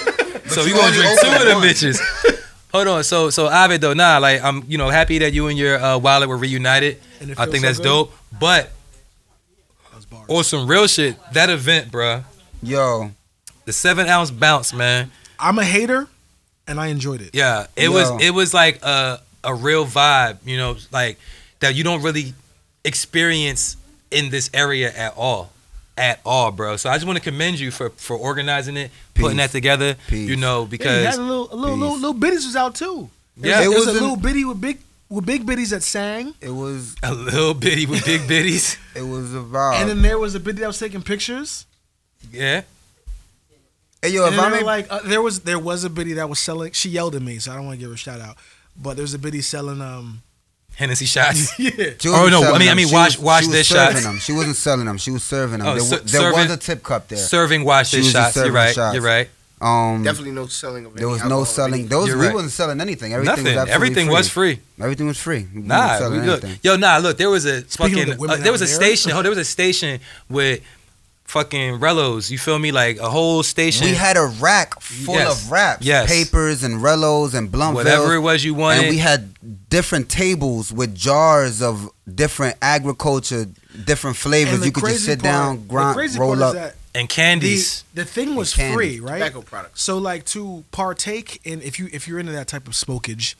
Speaker 4: so
Speaker 2: you
Speaker 4: you gonna
Speaker 2: only
Speaker 4: drink two of
Speaker 2: opened
Speaker 4: them
Speaker 2: one.
Speaker 4: bitches. Hold on, so so Avid though, nah, like I'm you know happy that you and your uh, wallet were reunited.
Speaker 3: And it
Speaker 4: I
Speaker 3: feels
Speaker 4: think
Speaker 3: so
Speaker 4: that's
Speaker 3: good.
Speaker 4: dope. But
Speaker 3: That was bars.
Speaker 4: on some real shit, that event, bruh,
Speaker 2: Yo,
Speaker 4: the seven ounce bounce, man.
Speaker 3: I'm a hater, and I enjoyed it.
Speaker 4: Yeah, it was
Speaker 2: Yo.
Speaker 4: it was like a a real vibe, you know, like that you don't really experience in this area at all, at all, bro. So I just want to commend you for for organizing it, putting
Speaker 2: Peace.
Speaker 4: that together,
Speaker 2: Peace.
Speaker 4: you know,
Speaker 3: Yeah, you
Speaker 4: because
Speaker 3: had a little, a little, little,
Speaker 2: Peace.
Speaker 3: little bitties was out too.
Speaker 4: Yeah.
Speaker 3: it
Speaker 2: It
Speaker 3: was,
Speaker 2: was
Speaker 3: a
Speaker 2: an-
Speaker 3: little bitty with big, with big bitties that sang,
Speaker 2: it was
Speaker 4: a little bitty with big bitties,
Speaker 2: it was a vibe.
Speaker 3: and then there was a bitty that was taking pictures.
Speaker 4: yeah.
Speaker 2: hey, yo,
Speaker 3: And
Speaker 2: if
Speaker 3: then
Speaker 2: I
Speaker 3: they
Speaker 2: may,
Speaker 3: were like uh, there was there was a biddy that was selling. She yelled at me, so I don't want to give her a shout out. But there was a biddy selling um
Speaker 4: Hennessy shots.
Speaker 3: yeah
Speaker 2: she
Speaker 4: oh,
Speaker 2: wasn't
Speaker 4: no,
Speaker 2: selling
Speaker 4: I mean- I
Speaker 2: them.
Speaker 4: mean,
Speaker 2: She
Speaker 4: wash-
Speaker 2: was-
Speaker 4: wash
Speaker 2: she was
Speaker 4: this
Speaker 2: serving
Speaker 4: shot.
Speaker 2: Them. She wasn't selling them. She was serving them.
Speaker 4: Oh,
Speaker 2: there
Speaker 4: ser-
Speaker 2: wa- there was
Speaker 4: serving-
Speaker 2: a tip cup there.
Speaker 4: Serving wash
Speaker 2: She
Speaker 4: this
Speaker 2: was just
Speaker 4: shots. You're
Speaker 2: serving
Speaker 4: right.
Speaker 2: shots.
Speaker 4: You're right.
Speaker 2: Um,
Speaker 1: Definitely no selling of it.
Speaker 2: there was no selling. Those
Speaker 4: You're
Speaker 2: we
Speaker 4: right.
Speaker 2: wasn't selling anything. Everything
Speaker 4: Nothing.
Speaker 2: was absolutely
Speaker 4: Everything
Speaker 2: free.
Speaker 4: was free.
Speaker 2: Everything was free. We weren't
Speaker 4: Nah,
Speaker 2: selling
Speaker 4: we look.
Speaker 2: anything.
Speaker 4: Yo, nah, look. There was a
Speaker 3: Speaking of the
Speaker 4: fucking.
Speaker 3: women
Speaker 4: uh, there was a
Speaker 3: out there.
Speaker 4: station. Oh, there was a station with fucking Rellos. You feel me? Like a whole station.
Speaker 2: We had a rack full
Speaker 4: Yes.
Speaker 2: of wraps,
Speaker 4: Yes.
Speaker 2: papers, and rellos and blunt
Speaker 4: whatever it was you wanted.
Speaker 2: and we had different tables with jars of different agriculture, different flavors. you could just sit down,
Speaker 3: the
Speaker 2: grind,
Speaker 3: crazy part
Speaker 2: roll
Speaker 3: is
Speaker 2: up.
Speaker 3: that
Speaker 4: and
Speaker 3: the,
Speaker 4: candies.
Speaker 3: the thing was
Speaker 2: candy.
Speaker 3: free, right?
Speaker 1: tobacco products.
Speaker 3: So like to partake in if you if you're into that type of smokage,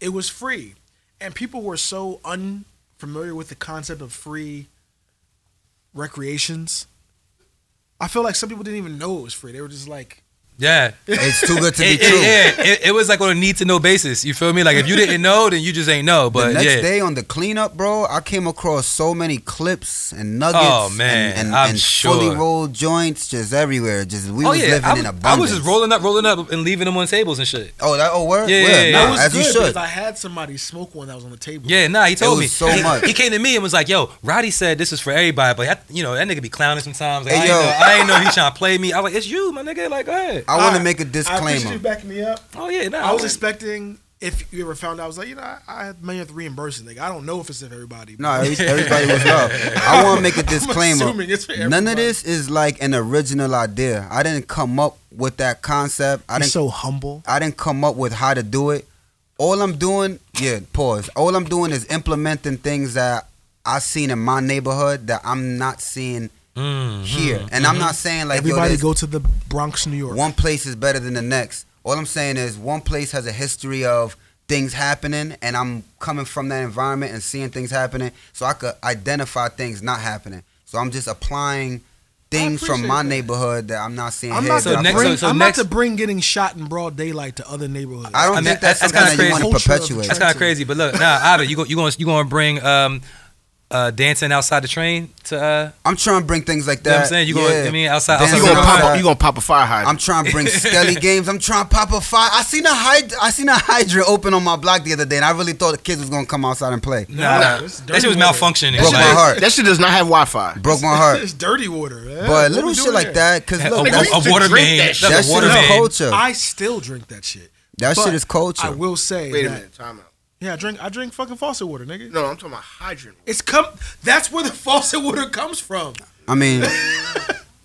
Speaker 3: it was free, and people were so unfamiliar with the concept of free recreations. I feel like some people didn't even know it was free. They were just like,
Speaker 4: yeah,
Speaker 2: It's too good to be
Speaker 4: it,
Speaker 2: true.
Speaker 4: it, yeah. It, it was like on a need to know basis. You feel me? Like if you didn't know, then you just ain't know. But
Speaker 2: the next
Speaker 4: yeah,
Speaker 2: day on the cleanup, bro, I came across so many clips and nuggets.
Speaker 4: Oh, man,
Speaker 2: and, and,
Speaker 4: I'm
Speaker 2: and
Speaker 4: sure. Oh,
Speaker 2: fully rolled joints just everywhere. Just we was living
Speaker 4: I,
Speaker 2: in
Speaker 4: was-
Speaker 2: abundance.
Speaker 4: I was just rolling up, rolling up, and leaving them on tables and shit.
Speaker 2: Oh, that oh, word,
Speaker 4: Yeah,
Speaker 2: Word.
Speaker 4: yeah, yeah.
Speaker 2: Nah,
Speaker 3: "That was
Speaker 2: as
Speaker 3: good."
Speaker 2: you
Speaker 3: because
Speaker 2: should.
Speaker 3: I had somebody smoke one that was on the table.
Speaker 4: Yeah, nah, he told
Speaker 2: was
Speaker 4: me
Speaker 2: so
Speaker 4: he,
Speaker 2: much.
Speaker 4: He came to me and was like, "Yo, Roddy said this is for everybody, but I, you know that nigga be clowning sometimes. Like,
Speaker 2: Hey,
Speaker 4: I,
Speaker 2: yo.
Speaker 4: ain't know, I ain't know he trying to play me. I was like, it's you, my nigga. Like, go ahead.
Speaker 2: I want
Speaker 3: Alright,
Speaker 2: to make a
Speaker 3: I appreciate you
Speaker 2: disclaimer.
Speaker 3: backing me up.
Speaker 4: Oh yeah, nah.
Speaker 3: I was
Speaker 4: like-
Speaker 3: expecting if you ever found out, I was like, you know, I, I had many to reimburse it. Like, I don't know if it's if everybody.
Speaker 2: No, every- everybody was love. I want to make a disclaimer.
Speaker 3: assuming it's for
Speaker 2: None
Speaker 3: everybody.
Speaker 2: of this is like an original idea. I didn't come up with that concept. I
Speaker 3: I'm
Speaker 2: didn't
Speaker 3: so humble.
Speaker 2: I didn't come up with how to do it. All I'm doing, yeah, pause. All I'm doing is implementing things that I seen in my neighborhood that I'm not seeing
Speaker 4: Mm.
Speaker 3: Mm-hmm.
Speaker 2: here. And I'm not saying like yo,
Speaker 3: everybody
Speaker 2: there's-
Speaker 3: go to the Bronx, New York.
Speaker 2: one place is better than the next. All I'm saying is one place has a history of things happening, and I'm coming from that environment and seeing things happening, so I could identify things not happening. So I'm just applying things from my
Speaker 3: appreciate that.
Speaker 2: neighborhood that I'm not seeing
Speaker 3: I'm
Speaker 2: here.
Speaker 3: not,
Speaker 4: So
Speaker 2: that
Speaker 3: to
Speaker 2: I
Speaker 4: next-
Speaker 2: fuck
Speaker 3: bring,
Speaker 2: with.
Speaker 4: so
Speaker 3: I'm
Speaker 4: next-
Speaker 3: not to bring getting shot in broad daylight to other neighborhoods.
Speaker 2: I don't
Speaker 4: I mean,
Speaker 2: think
Speaker 4: that's-
Speaker 2: that's,
Speaker 4: that's
Speaker 2: something
Speaker 4: kinda
Speaker 2: that you
Speaker 3: crazy.
Speaker 2: want to
Speaker 3: Culture of
Speaker 2: perpetuate.
Speaker 4: That's kind of
Speaker 3: Culture.
Speaker 4: crazy, but look, nah, Ivan, you go, you going you going to bring um, uh, dancing outside the train to uh,
Speaker 2: I'm trying to bring things like
Speaker 4: You know
Speaker 2: that.
Speaker 4: what I'm saying? You gonna- I mean, outside-
Speaker 2: Dancing
Speaker 4: outside-
Speaker 1: You gonna pop?
Speaker 2: outside.
Speaker 1: A, you gonna pop a fire hydrant?
Speaker 2: I'm trying to bring skelly games. I'm trying to pop a fire. I seen a hyd- I seen a hydrant open on my block the other day, and I really thought the kids was gonna come outside and play.
Speaker 4: nah,
Speaker 3: Nah,
Speaker 4: nah.
Speaker 3: it's
Speaker 4: that shit was
Speaker 3: dirty water.
Speaker 4: malfunctioning.
Speaker 2: Broke my
Speaker 4: Like,
Speaker 2: heart.
Speaker 1: That shit does not have Wi-Fi.
Speaker 2: Broke my heart.
Speaker 3: it's dirty water. eh? What
Speaker 2: But little
Speaker 3: we
Speaker 2: shit
Speaker 3: doing
Speaker 2: like
Speaker 3: here?
Speaker 2: that, cause
Speaker 4: A,
Speaker 2: look,
Speaker 1: we
Speaker 2: that's,
Speaker 1: used
Speaker 4: a, a
Speaker 1: to
Speaker 4: water
Speaker 1: drink
Speaker 4: main.
Speaker 1: that
Speaker 4: That's
Speaker 1: shit.
Speaker 2: that
Speaker 4: a
Speaker 2: shit
Speaker 4: water
Speaker 2: is
Speaker 4: main.
Speaker 2: culture.
Speaker 3: I still drink that shit.
Speaker 2: That
Speaker 3: But
Speaker 2: shit is culture.
Speaker 3: I will say
Speaker 1: Wait a
Speaker 3: that-
Speaker 1: minute, time out.
Speaker 3: Yeah, I drink I drink fucking faucet water, nigga.
Speaker 1: No, I'm talking about hydrant.
Speaker 3: It's come that's where the faucet water comes from.
Speaker 2: I mean,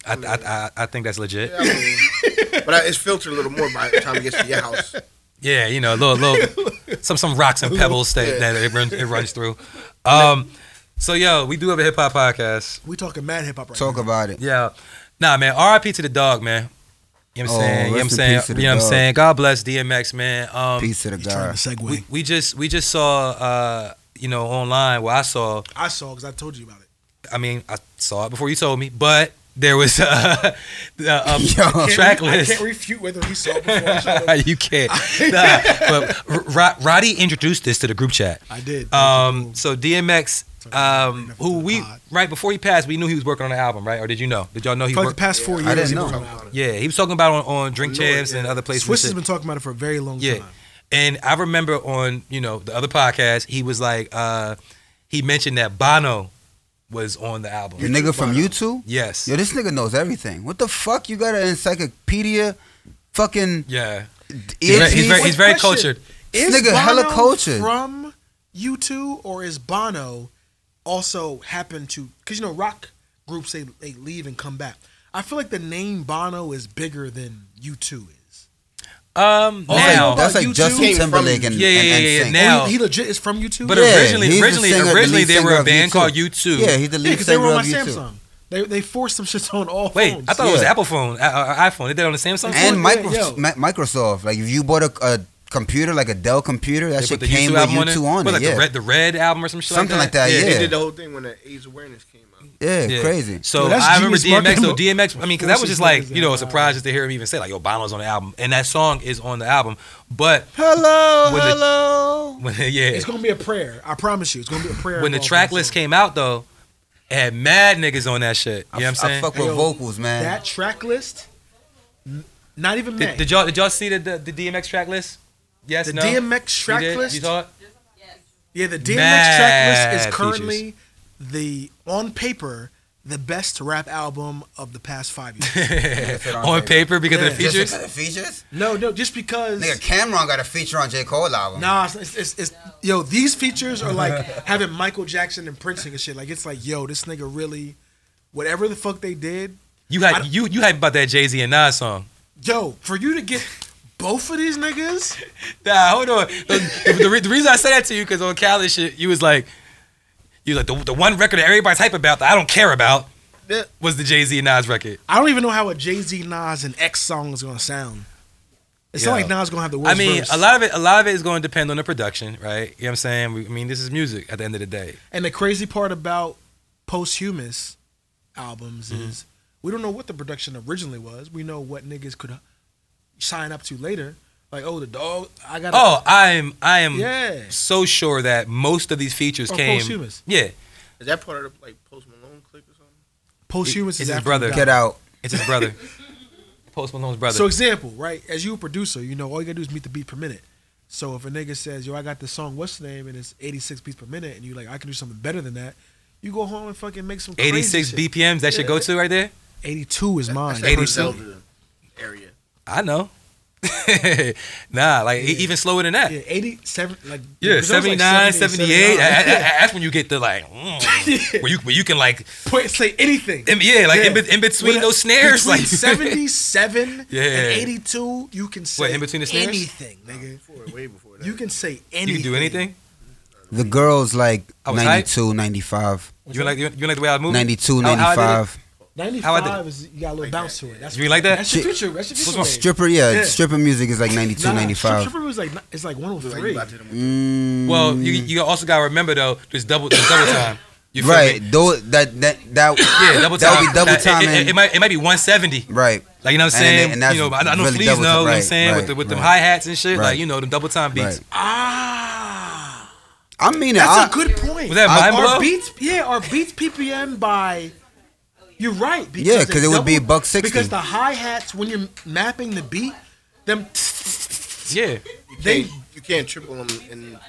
Speaker 4: I, I, I, I think that's legit.
Speaker 1: I mean, but I, it's filtered a little more by the time it gets to your house.
Speaker 4: Yeah, you know, a little, little some some rocks and pebbles that, that it, run, it runs through. Um, so yo, we do have a hip hop podcast.
Speaker 3: We talking mad hip hop right
Speaker 2: talk
Speaker 3: now.
Speaker 2: about it.
Speaker 4: Yeah, nah, man. R.I.P. to the dog, man. You know what I'm
Speaker 2: Oh,
Speaker 4: saying? You know what I'm
Speaker 2: rest in
Speaker 4: saying?
Speaker 2: peace to
Speaker 4: You
Speaker 2: the
Speaker 4: know what I'm
Speaker 2: dog.
Speaker 4: saying? God bless DMX, man. Um,
Speaker 2: Peace to the
Speaker 3: He's trying
Speaker 2: God.
Speaker 3: to segue.
Speaker 4: we, we just we just saw uh, you know online where I saw
Speaker 3: I saw because I told you about it.
Speaker 4: I mean, I saw it before you told me, but there was uh, a,
Speaker 2: Yo.
Speaker 4: a track
Speaker 3: I
Speaker 4: list.
Speaker 3: can't refute whether we saw it before. I showed it.
Speaker 4: you can't. Nah, but R- Rod- Roddy introduced this to the group chat.
Speaker 3: I did.
Speaker 4: Um, so DMX,
Speaker 3: about
Speaker 4: um,
Speaker 3: bringing up
Speaker 4: who
Speaker 3: the
Speaker 4: we
Speaker 3: pod.
Speaker 4: right before he passed, we knew he was working on an album, right? Or did you know? Did y'all know he
Speaker 3: for like the
Speaker 4: worked?
Speaker 3: past four
Speaker 2: I
Speaker 3: years,
Speaker 2: didn't
Speaker 3: he
Speaker 2: know.
Speaker 3: was around.
Speaker 4: Yeah, he was talking about it on, on Drink
Speaker 2: Oh,
Speaker 1: Lord,
Speaker 4: Champs and
Speaker 1: yeah.
Speaker 4: other places.
Speaker 3: Swiss
Speaker 4: and
Speaker 3: has
Speaker 4: shit.
Speaker 3: been talking about it for a very long
Speaker 4: Yeah.
Speaker 3: time.
Speaker 4: And I remember on, you know, the other podcast, he was like, uh, he mentioned that Bono was on the album.
Speaker 2: The nigga from YouTube.
Speaker 4: Yes.
Speaker 2: Yo, this nigga knows everything. What the fuck? You got an encyclopedia? Fucking.
Speaker 4: Yeah. He's
Speaker 2: ear
Speaker 4: very, he's
Speaker 2: piece?
Speaker 4: very, he's very
Speaker 3: Question.
Speaker 4: cultured.
Speaker 3: Is
Speaker 2: Nigga, hella
Speaker 3: Bono
Speaker 2: cultured.
Speaker 3: from U two, or is Bono also happen to? Because you know, rock groups they they leave and come back. I feel like the name Bono is bigger than U two is.
Speaker 4: Um,
Speaker 3: Also,
Speaker 2: That's
Speaker 4: now,
Speaker 2: like, that's like
Speaker 3: YouTube
Speaker 2: Justin
Speaker 1: came from-
Speaker 2: Timberlake and,
Speaker 4: Yeah, yeah,
Speaker 2: and, and
Speaker 4: yeah, yeah,
Speaker 2: Sync.
Speaker 4: now-
Speaker 3: Oh, he, he legit is from U two.
Speaker 4: but
Speaker 2: Yeah,
Speaker 4: originally,
Speaker 2: he's the
Speaker 4: originally,
Speaker 2: singer- the lead
Speaker 4: originally, they
Speaker 2: singer
Speaker 4: were a
Speaker 2: of
Speaker 4: band
Speaker 2: U2.
Speaker 4: called U2.
Speaker 2: Yeah, he's the lead
Speaker 3: yeah, because they were
Speaker 2: singer
Speaker 3: on my
Speaker 2: of YouTube.
Speaker 3: Samsung. They they forced some shit on all
Speaker 4: Wait,
Speaker 3: phones.
Speaker 4: I thought it was
Speaker 2: Yeah.
Speaker 4: Apple phone, uh, or iPhone. They did it on the Samsung.
Speaker 2: And
Speaker 3: Yeah,
Speaker 2: micro,
Speaker 3: yo.
Speaker 2: Mi- Microsoft. Like if you bought a, a computer, like a Dell computer, that
Speaker 4: they
Speaker 2: shit
Speaker 4: put the
Speaker 2: came
Speaker 4: U2
Speaker 2: with
Speaker 4: album on it.
Speaker 2: YouTube on
Speaker 4: What,
Speaker 2: it.
Speaker 4: like
Speaker 2: yeah,
Speaker 4: the red, the red album or some shit
Speaker 2: something like that. Yeah,
Speaker 1: They did the whole thing when the AIDS awareness came out.
Speaker 2: yeah,
Speaker 4: Yeah.
Speaker 2: crazy.
Speaker 4: So
Speaker 3: Yo, that's
Speaker 4: I remember
Speaker 3: genius
Speaker 4: DMX. So
Speaker 3: marketing.
Speaker 4: DMX, I mean, because that was just like you know a
Speaker 3: Wow.
Speaker 4: surprise just to hear him even say like, "Yo, Bono's on the album," and that song is on the album. But
Speaker 2: Hello,
Speaker 4: When the-
Speaker 2: hello.
Speaker 4: when yeah,
Speaker 3: It's gonna be a prayer. I promise you, it's gonna be a prayer.
Speaker 4: when the
Speaker 3: involved in
Speaker 4: track
Speaker 3: that
Speaker 4: list
Speaker 3: song.
Speaker 4: came out though, it had mad niggas on that shit. You know what I'm
Speaker 2: I
Speaker 4: saying?
Speaker 2: fuck with
Speaker 3: Yo,
Speaker 2: vocals, man.
Speaker 3: that track list, n- not even
Speaker 4: Did,
Speaker 3: mad.
Speaker 4: did y'all did y'all see the, the, the DMX track list? Yes,
Speaker 3: The
Speaker 4: no.
Speaker 3: DMX track
Speaker 4: you did?
Speaker 3: list.
Speaker 4: You saw it?
Speaker 3: yeah, the DMX
Speaker 4: Mad
Speaker 3: track list is
Speaker 4: features.
Speaker 3: currently the on paper the best rap album of the past five years.
Speaker 4: on paper because of the
Speaker 2: Just
Speaker 4: features.
Speaker 2: because of features.
Speaker 3: no, no, just because.
Speaker 2: Nigga, Cameron got a feature on J Cole album.
Speaker 3: Nah, it's, it's, it's, it's yo. These features are like having Michael Jackson and Prince and shit. Like it's like yo, this nigga really, whatever the fuck they did,
Speaker 4: You
Speaker 3: I
Speaker 4: had
Speaker 3: don't-
Speaker 4: you you hype about that Jay Z and Nas song.
Speaker 3: yo, for you to get both of these niggas.
Speaker 4: Nah, hold on. The, the- the re- the reason I said that to you because on Cal and shit, you was like, you was like the, the one record that everybody's hype about that I don't care about
Speaker 1: Yeah.
Speaker 4: was the Jay Z and Nas record.
Speaker 3: I don't even know how a Jay Z, Nas, and X song is gonna sound. It's not
Speaker 4: Yeah.
Speaker 3: like Nas gonna have the worst
Speaker 4: I mean,
Speaker 3: verse.
Speaker 4: a lot of it, a lot of it is going to depend on the production, right? You know what I'm saying? We, I mean, this is music at the end of the day.
Speaker 3: And the crazy part about posthumous albums
Speaker 4: Mm-hmm.
Speaker 3: is we don't know what the production originally was. We know what niggas could sign up to later. Like, oh, the dog, I got.
Speaker 4: Oh, I'm I am
Speaker 3: yeah.
Speaker 4: so sure that most of these features
Speaker 3: Or
Speaker 4: came.
Speaker 3: posthumous.
Speaker 4: Yeah,
Speaker 1: Is that part of the like Post Malone clip or something?
Speaker 3: Posthumous
Speaker 4: It's
Speaker 3: is
Speaker 4: his
Speaker 3: after
Speaker 4: brother.
Speaker 3: you die.
Speaker 2: Get out.
Speaker 4: it's his brother, Post Malone's brother.
Speaker 3: So, example, right? As you a producer, you know all you gotta do is meet the beat per minute. So if a nigga says, "Yo, I got this song, what's the name?" and it's 86 beats per minute, and you like, "I can do something better than that," you go home and fucking make some. crazy
Speaker 4: 86
Speaker 3: shit.
Speaker 4: BPMs that should go to right there.
Speaker 3: 82 is mine.
Speaker 1: That's that
Speaker 4: 80
Speaker 1: Zelda area.
Speaker 4: I know. nah, like e- even slower than that.
Speaker 3: Yeah, 87, like
Speaker 4: Yeah,
Speaker 3: Brazil's like
Speaker 4: 79, 78.
Speaker 3: 79.
Speaker 4: I- I- I- That's when you get the like, mm, where you where you can like,
Speaker 3: Point, say anything.
Speaker 4: in- yeah, like in,
Speaker 3: Yeah.
Speaker 4: be- in between
Speaker 3: With-
Speaker 4: those snares,
Speaker 3: between
Speaker 4: like
Speaker 3: 77
Speaker 4: Yeah.
Speaker 3: and 82, you can say
Speaker 4: in between the snares? Oh,
Speaker 3: anything, nigga.
Speaker 1: Before, way before that.
Speaker 3: You can say
Speaker 4: You
Speaker 3: anything.
Speaker 4: can do anything.
Speaker 2: The girls like
Speaker 4: I was hype.
Speaker 2: 92, 95.
Speaker 4: You like you, you like the way I move?
Speaker 2: 92,
Speaker 4: How- how I did it?
Speaker 2: 95.
Speaker 4: How I
Speaker 3: 95 is, you got a little bounce to it. That's
Speaker 4: You like that?
Speaker 3: That's your future. That's your future. wave.
Speaker 2: Stripper, yeah,
Speaker 3: Yeah.
Speaker 2: stripper music is like 92,
Speaker 3: Nah,
Speaker 2: 95.
Speaker 3: Stripper was like, it's like
Speaker 1: Like
Speaker 3: 103.
Speaker 1: you about to them-
Speaker 2: Mm,
Speaker 4: Well, you, you also gotta remember though, there's double there's double time. You feel
Speaker 2: right.
Speaker 4: me?
Speaker 2: Though that that that
Speaker 4: Yeah, double
Speaker 2: that
Speaker 4: time.
Speaker 2: would be double
Speaker 4: Like, it-
Speaker 2: time.
Speaker 4: It, it,
Speaker 2: and-
Speaker 4: might it might be 170.
Speaker 2: right.
Speaker 4: Like you know
Speaker 2: And
Speaker 4: what I'm
Speaker 2: then-
Speaker 4: saying?
Speaker 2: and that's
Speaker 4: you know, I, I know
Speaker 2: really
Speaker 4: Fleas
Speaker 2: double
Speaker 4: know
Speaker 2: time.
Speaker 4: what I'm
Speaker 2: Right,
Speaker 4: saying with
Speaker 2: right,
Speaker 4: the, with them
Speaker 2: right.
Speaker 4: hi hats and shit.
Speaker 2: Right.
Speaker 4: Like you know them double time beats.
Speaker 2: Right.
Speaker 3: Ah,
Speaker 2: I mean, it,
Speaker 3: that's
Speaker 2: I,
Speaker 3: a good point.
Speaker 4: Was that
Speaker 2: I-
Speaker 4: mind blow?
Speaker 3: Our beats, yeah, our beats PPM by. You're right. Because
Speaker 2: Yeah,
Speaker 3: they
Speaker 2: 'cause it would be
Speaker 3: double-
Speaker 2: buck 60.
Speaker 3: Because the hi hats, when you're mapping the beat, them
Speaker 4: Yeah,
Speaker 1: They you can't triple them in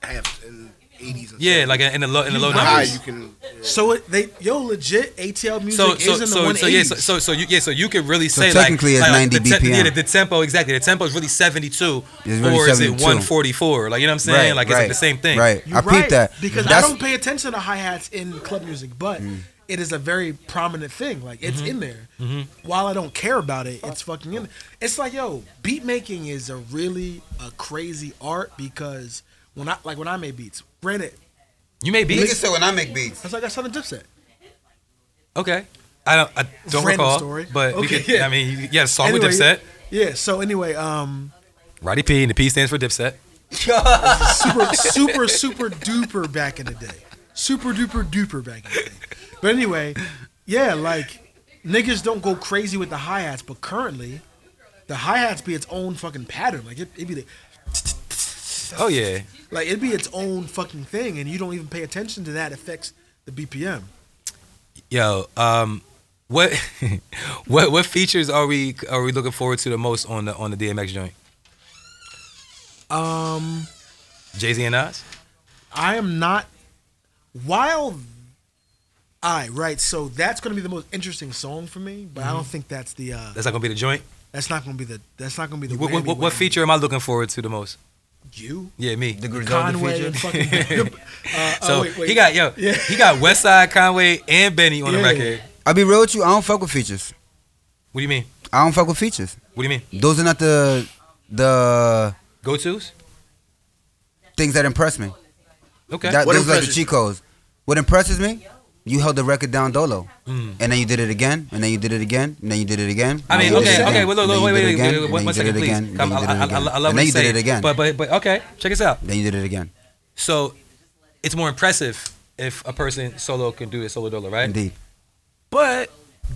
Speaker 1: half in eighties.
Speaker 4: yeah, like in the low in the low
Speaker 1: high
Speaker 4: numbers.
Speaker 1: you can.
Speaker 3: so it, they yo legit ATL music
Speaker 4: So so
Speaker 3: is in the
Speaker 4: so,
Speaker 3: 180s.
Speaker 4: so yeah so, so so you yeah so you could really
Speaker 2: So
Speaker 4: say
Speaker 2: technically it's
Speaker 4: like, like
Speaker 2: 90
Speaker 4: the te-
Speaker 2: BPM.
Speaker 4: yeah, the, the tempo exactly the tempo is really 72
Speaker 2: It's really
Speaker 4: or is it
Speaker 2: 72.
Speaker 4: 144 like you know what I'm saying like it's like the same thing
Speaker 2: Right.
Speaker 3: You're
Speaker 2: I
Speaker 3: right,
Speaker 2: peeped that
Speaker 3: because
Speaker 2: That's- Mm.
Speaker 3: I don't pay attention to hi hats in club music, but it is a very prominent thing. Like it's
Speaker 4: Mm-hmm.
Speaker 3: in there. While I don't care about it, it's fucking in. there. It's like yo, beat making is a really a crazy art because when I like when I make beats, granted,
Speaker 4: you may be
Speaker 2: Niggas say when I make beats.
Speaker 3: that's like I saw the Dipset.
Speaker 4: okay I don't I don't
Speaker 3: Random
Speaker 4: recall
Speaker 3: story.
Speaker 4: but we
Speaker 3: Okay,
Speaker 4: could
Speaker 3: yeah.
Speaker 4: I mean you- yeah the song
Speaker 3: Anyway,
Speaker 4: with Dipset
Speaker 3: Yeah. So anyway, um,
Speaker 4: Roddy P and the P stands for Dipset
Speaker 3: super super super duper back in the day. Super duper duper back in the day. But anyway, yeah, like niggas don't go crazy with the hi hats, but currently the hi hats be its own fucking pattern. Like it, it be the,
Speaker 4: oh yeah
Speaker 3: like it be its own fucking thing, and you don't even pay attention to that affects the BPM.
Speaker 4: Yo, um, what what what features are we are we looking forward to the most on the on the DMX joint?
Speaker 3: Um,
Speaker 4: Jay Z and Nas.
Speaker 3: I am not while. I right, so that's gonna be the most interesting song for me, but I
Speaker 4: Mm-hmm.
Speaker 3: don't think that's the uh,
Speaker 4: That's not gonna be the joint.
Speaker 3: that's not gonna be the that's not gonna be the
Speaker 4: What, what,
Speaker 3: whammy
Speaker 4: what, what
Speaker 3: whammy.
Speaker 4: feature am I looking forward to the most?
Speaker 3: you
Speaker 4: Yeah, me.
Speaker 2: The Griselda
Speaker 3: Conway
Speaker 2: feature.
Speaker 3: and fucking. uh,
Speaker 4: So
Speaker 3: oh, wait, wait.
Speaker 4: he got yo,
Speaker 3: Yeah.
Speaker 4: he got Westside Conway and Benny on the
Speaker 3: Yeah.
Speaker 4: record.
Speaker 2: I'll be real with you. I don't fuck with features.
Speaker 4: What do you mean?
Speaker 2: I don't fuck with features.
Speaker 4: What do you mean?
Speaker 2: Those are not the the
Speaker 4: Go tos?
Speaker 2: things that impress me.
Speaker 4: Okay.
Speaker 2: That,
Speaker 1: What
Speaker 2: those are like the
Speaker 1: impresses
Speaker 2: cheat codes. What impresses me? You held the record down dolo, and then you did it again, and then you did it again, and then you did it again.
Speaker 4: Hmm. I
Speaker 2: and
Speaker 4: mean,
Speaker 2: then you did
Speaker 4: okay,
Speaker 2: it again,
Speaker 4: okay, well, look,
Speaker 2: and then
Speaker 4: look,
Speaker 2: you
Speaker 4: wait,
Speaker 2: did
Speaker 4: wait,
Speaker 2: it
Speaker 4: wait,
Speaker 2: again,
Speaker 4: wait,
Speaker 2: and then
Speaker 4: wait,
Speaker 2: you
Speaker 4: one
Speaker 2: did
Speaker 4: second,
Speaker 2: it again,
Speaker 4: please.
Speaker 2: and
Speaker 4: Come,
Speaker 2: then
Speaker 4: I,
Speaker 2: you did
Speaker 4: I,
Speaker 2: it
Speaker 4: I,
Speaker 2: again.
Speaker 4: I love
Speaker 2: And then
Speaker 4: what you
Speaker 2: you did
Speaker 4: say,
Speaker 2: it again.
Speaker 4: But but but okay, check this out.
Speaker 2: Then you did it again.
Speaker 4: So it's more impressive if a person solo can do a solo dolo, right?
Speaker 2: Indeed.
Speaker 4: But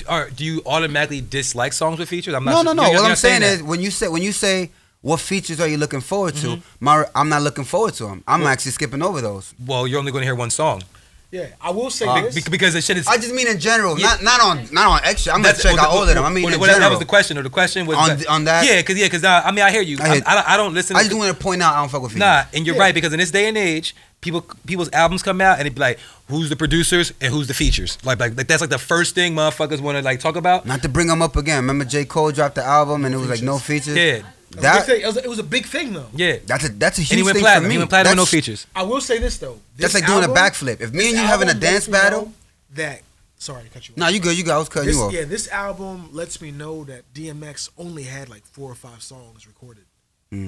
Speaker 4: are, do you automatically dislike songs with features? I'm not.
Speaker 2: No,
Speaker 4: sure-
Speaker 2: no, no.
Speaker 4: you're- you're
Speaker 2: What I'm
Speaker 4: not
Speaker 2: saying
Speaker 4: that.
Speaker 2: is when you say when you say what features are you looking forward to,
Speaker 4: Mm-hmm.
Speaker 2: my I'm not looking forward to them. I'm actually skipping over those.
Speaker 4: well, you're only going to hear one song
Speaker 3: yeah, I will say
Speaker 4: Be-
Speaker 3: this.
Speaker 4: be- Uh, because the shit is.
Speaker 2: I just mean in general,
Speaker 4: Yeah.
Speaker 2: not not on not on extra. I'm gonna
Speaker 4: that's-
Speaker 2: check
Speaker 4: well,
Speaker 2: out all of them. I mean
Speaker 4: well,
Speaker 2: in
Speaker 4: well, that- that
Speaker 2: general.
Speaker 4: was the question, or the question was
Speaker 2: On th- on that-
Speaker 4: Yeah, because yeah, because I, I mean, I hear you.
Speaker 2: I
Speaker 4: I,
Speaker 2: hear-
Speaker 4: I, don't- I don't listen.
Speaker 2: I
Speaker 4: to,
Speaker 2: just want to point out I don't fuck with features.
Speaker 4: nah, and you're
Speaker 3: Yeah.
Speaker 4: right because in this day and age, people people's albums come out and it be like, who's the producers and who's the features? Like like, like that's like the first thing motherfuckers want to like talk about.
Speaker 2: Not to bring them up again. Remember J Cole dropped the album and it was like no features.
Speaker 4: Yeah,
Speaker 3: It was a big
Speaker 2: That
Speaker 3: thing. it, was a, it was a big thing though.
Speaker 4: yeah.
Speaker 2: that's a that's a huge
Speaker 4: And he went
Speaker 2: thing for
Speaker 4: platinum.
Speaker 2: me.
Speaker 4: He went platinum with no
Speaker 2: That's-
Speaker 4: features.
Speaker 3: I will say this though.
Speaker 2: That's
Speaker 3: This
Speaker 2: like doing
Speaker 3: album-
Speaker 2: a backflip. If me and
Speaker 3: this
Speaker 2: you having a
Speaker 3: album lets
Speaker 2: dance
Speaker 3: me know
Speaker 2: battle,
Speaker 3: That sorry, to cut you. off.
Speaker 2: nah, you good, you good. I was cutting
Speaker 3: This-
Speaker 2: you off.
Speaker 3: yeah, this album lets me know that DMX only had like four or five songs recorded.
Speaker 4: Hmm.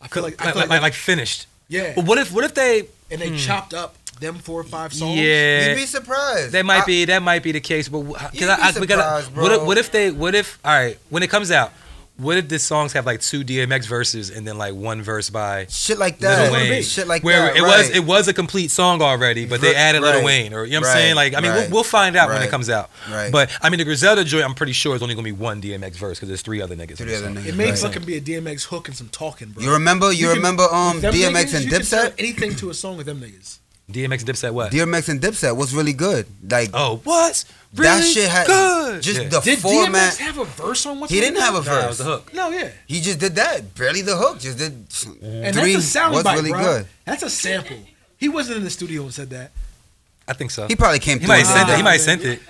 Speaker 3: I feel like, Eh. I
Speaker 4: Like,
Speaker 3: feel
Speaker 4: like, like, like finished.
Speaker 3: yeah,
Speaker 4: But what if what if they
Speaker 3: and they chopped up them four or five songs.
Speaker 2: You'd
Speaker 4: hmm. yeah
Speaker 2: be surprised.
Speaker 4: That might
Speaker 2: I-
Speaker 4: be that might be the case, but wh-
Speaker 2: You'd
Speaker 4: cause I, I,
Speaker 2: be
Speaker 4: because I-
Speaker 2: surprised,
Speaker 4: what if
Speaker 2: bro.
Speaker 4: what if they what if all right when it comes out, what if the songs have like two DMX verses and then like one verse by
Speaker 2: shit like
Speaker 4: Lil
Speaker 2: that.
Speaker 4: Wayne,
Speaker 2: Shit like
Speaker 4: where
Speaker 2: that.
Speaker 4: it
Speaker 2: right.
Speaker 4: was it was a complete song already, but they
Speaker 2: Right,
Speaker 4: added Lil
Speaker 2: right,
Speaker 4: Wayne or you know what I'm
Speaker 2: right,
Speaker 4: saying like I mean
Speaker 2: right,
Speaker 4: we'll, we'll find out when it
Speaker 2: right,
Speaker 4: comes out,
Speaker 2: right.
Speaker 4: but I mean the Griselda joint I'm pretty sure is only gonna be one DMX verse because there's three other niggas.
Speaker 2: Three other niggas,
Speaker 3: It may
Speaker 2: right.
Speaker 3: fucking be a DMX hook and some talking, bro.
Speaker 2: You remember? You,
Speaker 3: can-
Speaker 2: remember? Um,
Speaker 3: with them
Speaker 2: DMX
Speaker 3: niggas,
Speaker 2: and
Speaker 3: you can turn
Speaker 2: Dipset.
Speaker 3: Anything to a song with them niggas.
Speaker 4: DMX and Dipset what?
Speaker 2: DMX and Dipset was really good. Like
Speaker 4: oh what? Really
Speaker 2: that shit had
Speaker 4: good.
Speaker 2: just
Speaker 4: Yeah.
Speaker 2: the
Speaker 3: Did DMX
Speaker 2: format.
Speaker 3: have a verse on what's
Speaker 2: He
Speaker 3: My
Speaker 2: didn't
Speaker 3: Name?
Speaker 2: have a
Speaker 4: Nah, it
Speaker 2: verse.
Speaker 4: was the hook.
Speaker 3: No, yeah.
Speaker 2: He just did that. Barely the hook. Just did.
Speaker 3: And
Speaker 2: three
Speaker 3: that's a soundbite,
Speaker 2: was really
Speaker 3: bro.
Speaker 2: good.
Speaker 3: That's a sample. He wasn't in the studio and said that.
Speaker 4: I think so.
Speaker 2: He probably came
Speaker 4: He
Speaker 2: through.
Speaker 4: might
Speaker 2: and did
Speaker 4: sent it. He
Speaker 2: that.
Speaker 4: might sent it.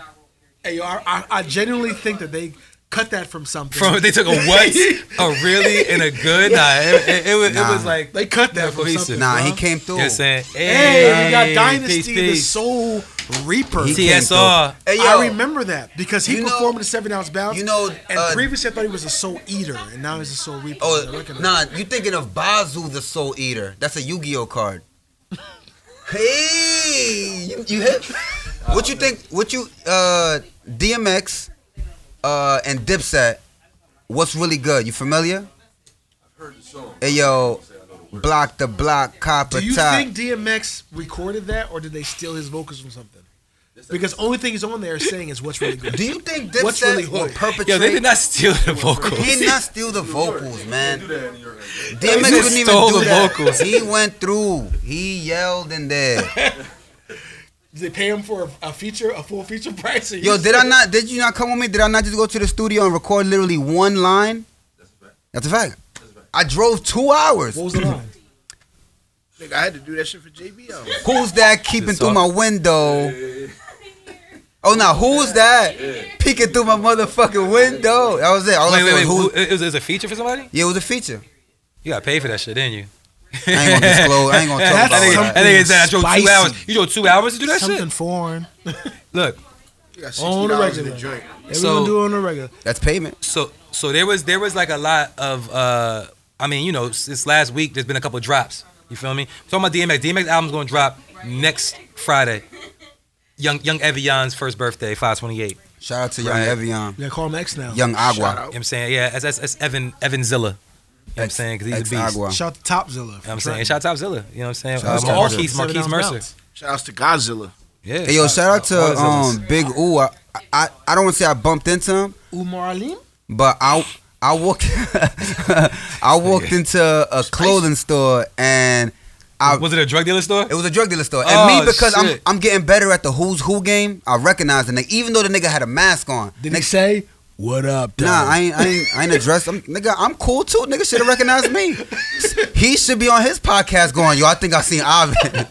Speaker 3: Hey, yo, I, I, I genuinely think that they cut that from something.
Speaker 4: From they took a what, a really, and a good. Nah, it, it, it was it
Speaker 2: Nah.
Speaker 4: was like
Speaker 3: they cut that from
Speaker 4: cohesive.
Speaker 3: something.
Speaker 2: Nah, he
Speaker 3: bruh.
Speaker 2: came through.
Speaker 4: you know what I'm saying.
Speaker 3: Hey, we got
Speaker 4: peace,
Speaker 3: Dynasty, the
Speaker 4: peace.
Speaker 3: Soul Reaper.
Speaker 2: He came
Speaker 4: TSR.
Speaker 2: through. Hey, yo,
Speaker 3: I remember that because he
Speaker 2: You know-
Speaker 3: performed the seven ounce bounce.
Speaker 2: you know,
Speaker 3: and
Speaker 2: uh,
Speaker 3: previously I thought he was a Soul Eater, and now he's a Soul Reaper. I
Speaker 2: Oh,
Speaker 3: recognize-
Speaker 2: nah, you thinking of Bazoo the Soul Eater. That's a Yu-Gi-Oh card. hey, you, you hit? What you think? What you uh DMX uh and Dipset? What's really good? You familiar? Hey yo, block the block, copper
Speaker 3: Do you
Speaker 2: top.
Speaker 3: think DMX recorded that, or did they steal his vocals from something? Because only thing he's on there saying is what's really good.
Speaker 2: Do you think
Speaker 3: What's
Speaker 2: Dipset
Speaker 3: really
Speaker 2: will
Speaker 3: hood?
Speaker 2: perpetrate?
Speaker 4: Yo, they did not steal the vocals.
Speaker 2: He did not steal the vocals, man.
Speaker 5: do that in New York.
Speaker 2: DMX
Speaker 4: He
Speaker 2: couldn't
Speaker 4: just
Speaker 2: even
Speaker 4: stole
Speaker 2: do
Speaker 4: the
Speaker 2: that.
Speaker 4: vocals.
Speaker 2: He went through. He yelled in there.
Speaker 3: Did they pay him for a, a feature, a full feature price? Or
Speaker 2: Yo,
Speaker 3: you-
Speaker 2: did I not? Did you not come with me? Did I not just go to the studio and record literally one line? That's a fact. I drove two hours.
Speaker 3: What was the line?
Speaker 1: Nigga, I had to do that shit for JBL.
Speaker 2: Who's that keeping
Speaker 4: This
Speaker 2: through
Speaker 4: song.
Speaker 2: my window? Oh, now who's that peeking through my motherfucking window? That was it. All I
Speaker 4: Wait, wait,
Speaker 2: said
Speaker 4: wait.
Speaker 2: was,
Speaker 4: Who,
Speaker 2: who-
Speaker 4: it, was, it was a feature for somebody?
Speaker 2: Yeah, it was a feature.
Speaker 4: You got paid for that shit, didn't you?
Speaker 2: I ain't gonna disclose. I ain't gonna talk
Speaker 4: That
Speaker 2: about
Speaker 4: nigga,
Speaker 2: it.
Speaker 4: that nigga said I drove
Speaker 3: Something
Speaker 4: two hours. You drove two hours to do that
Speaker 3: Something
Speaker 4: shit?
Speaker 3: foreign.
Speaker 4: Look,
Speaker 1: You got
Speaker 3: On
Speaker 1: $60
Speaker 3: the
Speaker 1: in
Speaker 3: regular.
Speaker 1: the joint.
Speaker 3: Everyone
Speaker 4: So-
Speaker 3: do it on the regular.
Speaker 2: That's payment.
Speaker 4: so so there was there was like a lot of uh I mean, you know, since last week there's been a couple drops. You feel me? talking about DMX. DMX album's gonna drop next Friday. Young Young Evian's first birthday, 528. You know
Speaker 2: Shout out to Young
Speaker 4: Right.
Speaker 2: Evian,
Speaker 3: You gotta call him X now.
Speaker 2: Young
Speaker 1: Shout
Speaker 2: Agua.
Speaker 1: out.
Speaker 4: what I'm saying? Yeah, that's, that's, that's Evan Evanzilla. You know what I'm
Speaker 2: Ex-
Speaker 4: saying? Because he's a beast. You know
Speaker 2: ex-Agua.
Speaker 3: Shout to Topzilla.
Speaker 4: what I'm saying? Shout out Zilla. You know what I'm saying?
Speaker 2: Shout
Speaker 4: Uh,
Speaker 2: out to
Speaker 4: Marquise,
Speaker 3: Topzilla.
Speaker 4: Marquise
Speaker 3: Seven
Speaker 4: Mercer.
Speaker 3: Ounce
Speaker 1: Shout outs to Godzilla.
Speaker 4: Yeah.
Speaker 2: Hey, yo, shout out
Speaker 4: all the
Speaker 2: to
Speaker 4: Zillas.
Speaker 2: um, Big Ooh. I, I, I don't want to say I bumped into him,
Speaker 3: Umar Alim.
Speaker 2: but I I walked I walked into a clothing store and I
Speaker 4: Was it a drug dealer store?
Speaker 2: it was a drug dealer store. And
Speaker 4: Oh,
Speaker 2: me because I'm
Speaker 4: shit.
Speaker 2: I'm getting better at the who's who game. I recognize the nigga even though the nigga had a mask on.
Speaker 3: Did
Speaker 2: Nigga,
Speaker 3: he say what up? dog?"
Speaker 2: Nah, I ain't, I ain't, I ain't addressed him. Nigga, I'm cool too. Nigga should have recognized me. He should be on his podcast going, yo, I think I seen Ivan.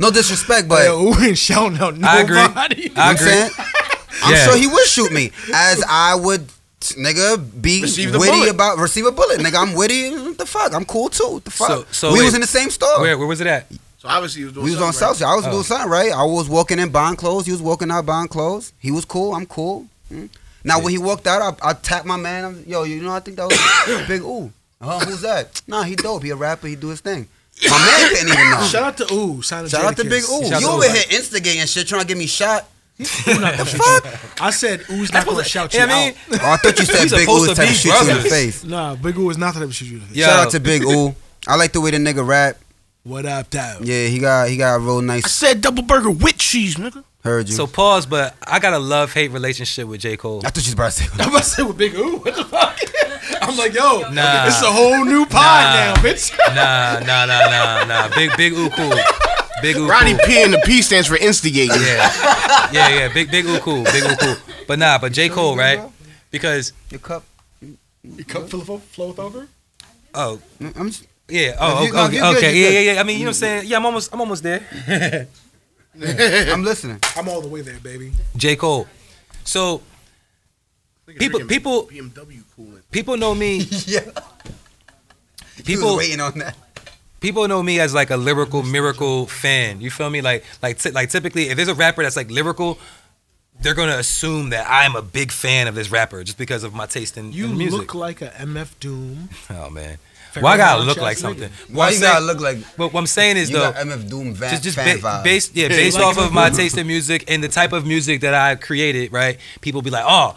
Speaker 2: no disrespect, but
Speaker 3: Yo, we ain't shouting out
Speaker 4: I agree.
Speaker 3: nobody.
Speaker 4: I
Speaker 2: I'm
Speaker 4: agree.
Speaker 2: saying? I'm
Speaker 4: Yeah.
Speaker 2: sure he would shoot me, as I would, nigga, be
Speaker 1: Receive the
Speaker 2: witty
Speaker 1: bullet.
Speaker 2: about receive a bullet. Nigga, I'm witty. What the fuck? I'm cool too. What the fuck?
Speaker 4: So- so
Speaker 2: we
Speaker 4: wait.
Speaker 2: was in the same store.
Speaker 4: Where, where was it at?
Speaker 1: So obviously he was doing
Speaker 2: we was on
Speaker 1: something
Speaker 2: South Side. I was
Speaker 4: Oh.
Speaker 2: doing something right. I was walking in bond clothes. He was walking out bond clothes. He was cool. I'm cool. Mm. Now when he walked out, I, I tapped my man. I'm, Yo, you know I think that was big. Ooh, huh, who's that? Nah, he dope. He a rapper. He do his thing. My man didn't even know.
Speaker 3: Shout out to Ooh. Shout
Speaker 2: Shout out to Big Ooh.
Speaker 4: Shout out
Speaker 2: You
Speaker 4: to
Speaker 2: over
Speaker 4: Ooh.
Speaker 2: here instigating shit, trying to get me shot.
Speaker 3: the fuck? I said Ooh's not gonna shout you
Speaker 4: I mean,
Speaker 3: out.
Speaker 2: Oh, I thought you said
Speaker 4: We
Speaker 2: Big
Speaker 4: supposed
Speaker 2: Ooh
Speaker 4: to
Speaker 2: type
Speaker 4: be
Speaker 2: of shoot you in the
Speaker 4: brothers.
Speaker 2: face.
Speaker 3: Nah, Big Ooh is not gonna shoot you. in the face.
Speaker 4: Yo.
Speaker 2: Shout out to Big Ooh. I like the way the nigga rap.
Speaker 3: What up, dog?
Speaker 2: Yeah, he got he got a real
Speaker 1: I
Speaker 2: nice.
Speaker 1: said double burger with cheese, nigga.
Speaker 2: Heard you.
Speaker 4: So pause, but I got a love hate relationship with J. Cole.
Speaker 2: I thought you was about to say.
Speaker 3: I'm about to say with Big Ooh. What the fuck? I'm like, yo,
Speaker 4: Nah.
Speaker 3: it's a whole new pod now, bitch.
Speaker 4: Nah, nah, nah, nah, nah. Big, big ooh cool. Big ooh
Speaker 1: Ronnie
Speaker 4: cool.
Speaker 1: P and the P stands for instigating.
Speaker 4: Yeah, yeah, yeah. Big, big ooh cool. Big ooh cool. But nah, but J. Cole, right? Because
Speaker 2: Your cup.
Speaker 3: You cup full of floweth over.
Speaker 4: oh
Speaker 2: Mm, I'm just,
Speaker 4: yeah, oh
Speaker 2: You- no,
Speaker 4: okay,
Speaker 2: you good,
Speaker 4: okay,
Speaker 2: you
Speaker 4: yeah,
Speaker 2: good.
Speaker 4: yeah, yeah. I mean, you know what I'm saying? Yeah, I'm almost, I'm almost there.
Speaker 2: I'm listening.
Speaker 3: I'm all the way there, baby.
Speaker 4: J. Cole. So People- people-
Speaker 1: BMW cooling.
Speaker 4: people know me.
Speaker 2: yeah. People
Speaker 4: People-
Speaker 2: waiting on that.
Speaker 4: people know me as like a lyrical miracle fan. You feel me? Like like ty- like typically, if there's a rapper that's like lyrical, they're gonna assume that I'm a big fan of this rapper just because of my taste in,
Speaker 3: You
Speaker 4: in music.
Speaker 3: look like a MF Doom.
Speaker 4: oh man, why I gotta
Speaker 3: Ferrari
Speaker 4: look like
Speaker 3: Chelsea.
Speaker 4: something?
Speaker 2: Why
Speaker 4: What
Speaker 2: you
Speaker 4: I'm
Speaker 2: gotta
Speaker 4: saying-
Speaker 2: look like?
Speaker 4: What, what I'm saying is
Speaker 2: you
Speaker 4: though,
Speaker 2: got MF Doom va-
Speaker 4: just just
Speaker 2: fan
Speaker 4: ba-
Speaker 2: vibes.
Speaker 4: based yeah, based
Speaker 3: like
Speaker 4: off
Speaker 3: MF
Speaker 4: of my taste in music and the type of music that I created, right? People be like, oh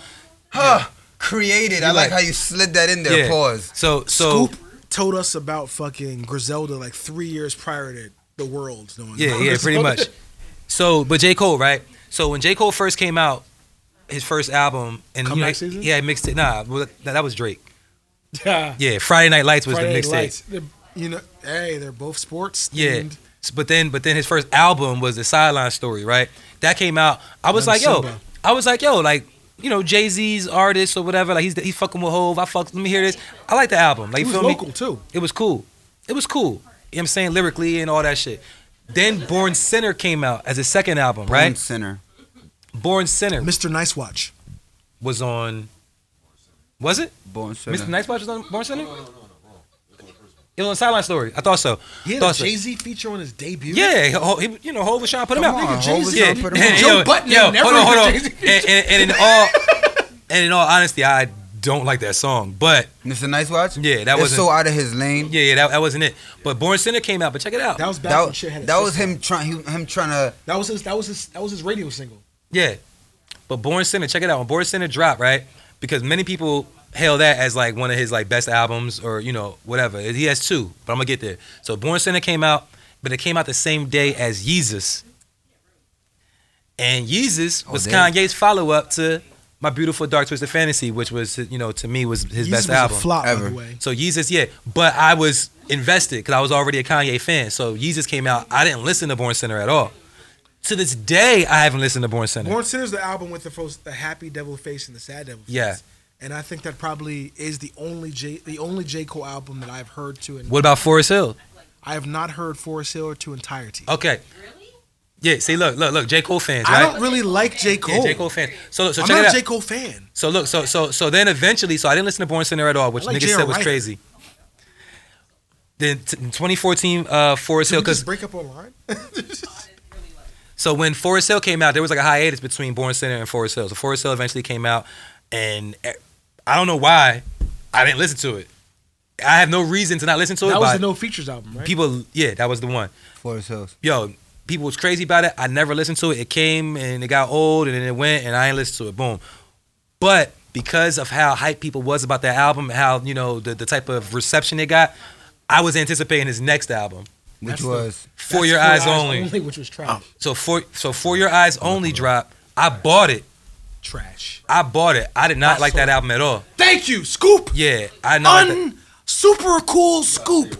Speaker 2: Huh. Created. I
Speaker 4: You
Speaker 2: like,
Speaker 4: like-
Speaker 2: how you slid that in there.
Speaker 4: yeah.
Speaker 2: Pause.
Speaker 4: So so
Speaker 3: Scoop told us about fucking Griselda like three years prior to the world knowing.
Speaker 4: Yeah,
Speaker 3: about
Speaker 4: yeah,
Speaker 3: this.
Speaker 4: pretty much. So, but J. Cole, right? So when J. Cole first came out, his first album, and you know,
Speaker 3: Comeback Season?
Speaker 4: yeah, mixed it. Nah, well, that, that was Drake.
Speaker 3: Yeah.
Speaker 4: Yeah, Friday Night Lights was
Speaker 3: Friday Night
Speaker 4: the
Speaker 3: Lights.
Speaker 4: mixtape.
Speaker 3: They're- You know, hey, they're both sports.
Speaker 4: Yeah,
Speaker 3: themed.
Speaker 4: S- but then, but then his first album was the Sideline Story, right? That came out. I was
Speaker 3: Young
Speaker 4: like, yo,
Speaker 3: Simba.
Speaker 4: I was like, yo, like. You know Jay Z's artist or whatever, like he's he's fucking with Hove. I fuck. Let me hear this. I like the album. Like
Speaker 3: He
Speaker 4: you
Speaker 3: was
Speaker 4: feel me?
Speaker 3: local too.
Speaker 4: It was cool. It was cool. You know what I'm saying lyrically and all that shit. Then Born Sinner came out as his second album,
Speaker 2: Born
Speaker 4: right?
Speaker 2: Center.
Speaker 4: Born Sinner.
Speaker 3: Mr. Nice Watch.
Speaker 4: was on. Was it?
Speaker 2: Born Center.
Speaker 4: Mr. Nightwatch was on Born Center? It was on Sideline Story. I thought so.
Speaker 3: He had
Speaker 4: thought
Speaker 3: a Jay Z feature on his debut.
Speaker 4: Yeah, he- Ho- he, you know, Hov and Sean put him
Speaker 2: Come on,
Speaker 4: out.
Speaker 2: Nigga, Hov and Jay-Z. Sean
Speaker 4: yeah.
Speaker 2: put him out.
Speaker 4: And-
Speaker 3: Joe
Speaker 4: yo,
Speaker 3: Button
Speaker 4: yo,
Speaker 3: never
Speaker 4: hold on, hold
Speaker 3: heard
Speaker 4: on.
Speaker 3: Jay-Z.
Speaker 4: And, and, and in all, and in all honesty, I don't like that song. But
Speaker 2: Mr. Nice Watch.
Speaker 4: Yeah, that
Speaker 2: It's
Speaker 4: wasn't-
Speaker 2: so out of his lane.
Speaker 4: yeah, yeah, that, that wasn't it. But Born Sinner came out. But check it out.
Speaker 3: That was back
Speaker 2: That,
Speaker 3: when shit had a
Speaker 2: was- that was
Speaker 3: system.
Speaker 2: him trying. Him trying to.
Speaker 3: That was his. That was his. That was his radio single.
Speaker 4: Yeah. But Born Sinner, check it out. When Born Sinner dropped, right? Because many people hail that as like one of his like best albums or you know whatever. He has two, but I'm gonna get there. So Born Center came out, but it came out the same day as Yeezus. And Yeezus
Speaker 3: Oh,
Speaker 4: was
Speaker 2: damn.
Speaker 4: Kanye's follow up to My Beautiful Dark Twisted Fantasy, which was you know to me was his
Speaker 3: Yeezus
Speaker 4: best
Speaker 3: was
Speaker 4: album.
Speaker 3: A flop, by
Speaker 2: ever.
Speaker 3: the way.
Speaker 4: So Yeezus, yeah, but I was invested because I was already a Kanye fan. So Yeezus came out. I didn't listen to Born Center at all. To this day, I haven't listened to Born Center.
Speaker 3: Born Sinner's the album with the first, the happy devil face and the sad devil face.
Speaker 4: Yeah.
Speaker 3: And I think that probably is the only J the only J Cole album that I've heard to, and
Speaker 4: what about Forest Hill?
Speaker 3: I have not heard Forest Hill to entirety.
Speaker 4: Okay. Yeah. See, look, look, look. J Cole fans,
Speaker 3: I
Speaker 4: right?
Speaker 3: don't really like J Cole.
Speaker 4: Yeah, J Cole fans. So, look, so
Speaker 3: I'm
Speaker 4: check
Speaker 3: not
Speaker 4: it
Speaker 3: a
Speaker 4: out.
Speaker 3: J Cole fan.
Speaker 4: So look, so so so then eventually, so I didn't listen to Born Center at all, which
Speaker 3: I like
Speaker 4: niggas
Speaker 3: J.R.
Speaker 4: said was
Speaker 3: Ryder.
Speaker 4: crazy. Then t- in 2014, uh, Forest
Speaker 3: Did
Speaker 4: Hill,
Speaker 3: we just
Speaker 4: because
Speaker 3: break up online?
Speaker 4: so when Forest Hill came out, there was like a hiatus between Born Center and Forest Hill. So Forest Hill eventually came out, and eh, I don't know why I didn't listen to it. I have no reason to not listen to it.
Speaker 3: that was
Speaker 4: but
Speaker 3: the No Features album, right?
Speaker 4: people, yeah, that was the one.
Speaker 2: Forest Hills.
Speaker 4: yo, people was crazy about it. I never listened to it. It came and it got old and then it went and I ain't listened to it. Boom. But because of how hype people was about that album, and how you know the, the type of reception it got, I was anticipating his next album,
Speaker 2: Which
Speaker 3: That's the-
Speaker 2: was
Speaker 4: For Your Eyes, Only.
Speaker 3: which was
Speaker 2: Oh.
Speaker 3: trash.
Speaker 4: So for so for your eyes only drop, I bought it.
Speaker 3: Trash.
Speaker 4: I bought it. I did not like that album at all.
Speaker 3: Thank you, Scoop.
Speaker 4: Yeah, I did not. like that.
Speaker 3: Un super cool Scoop.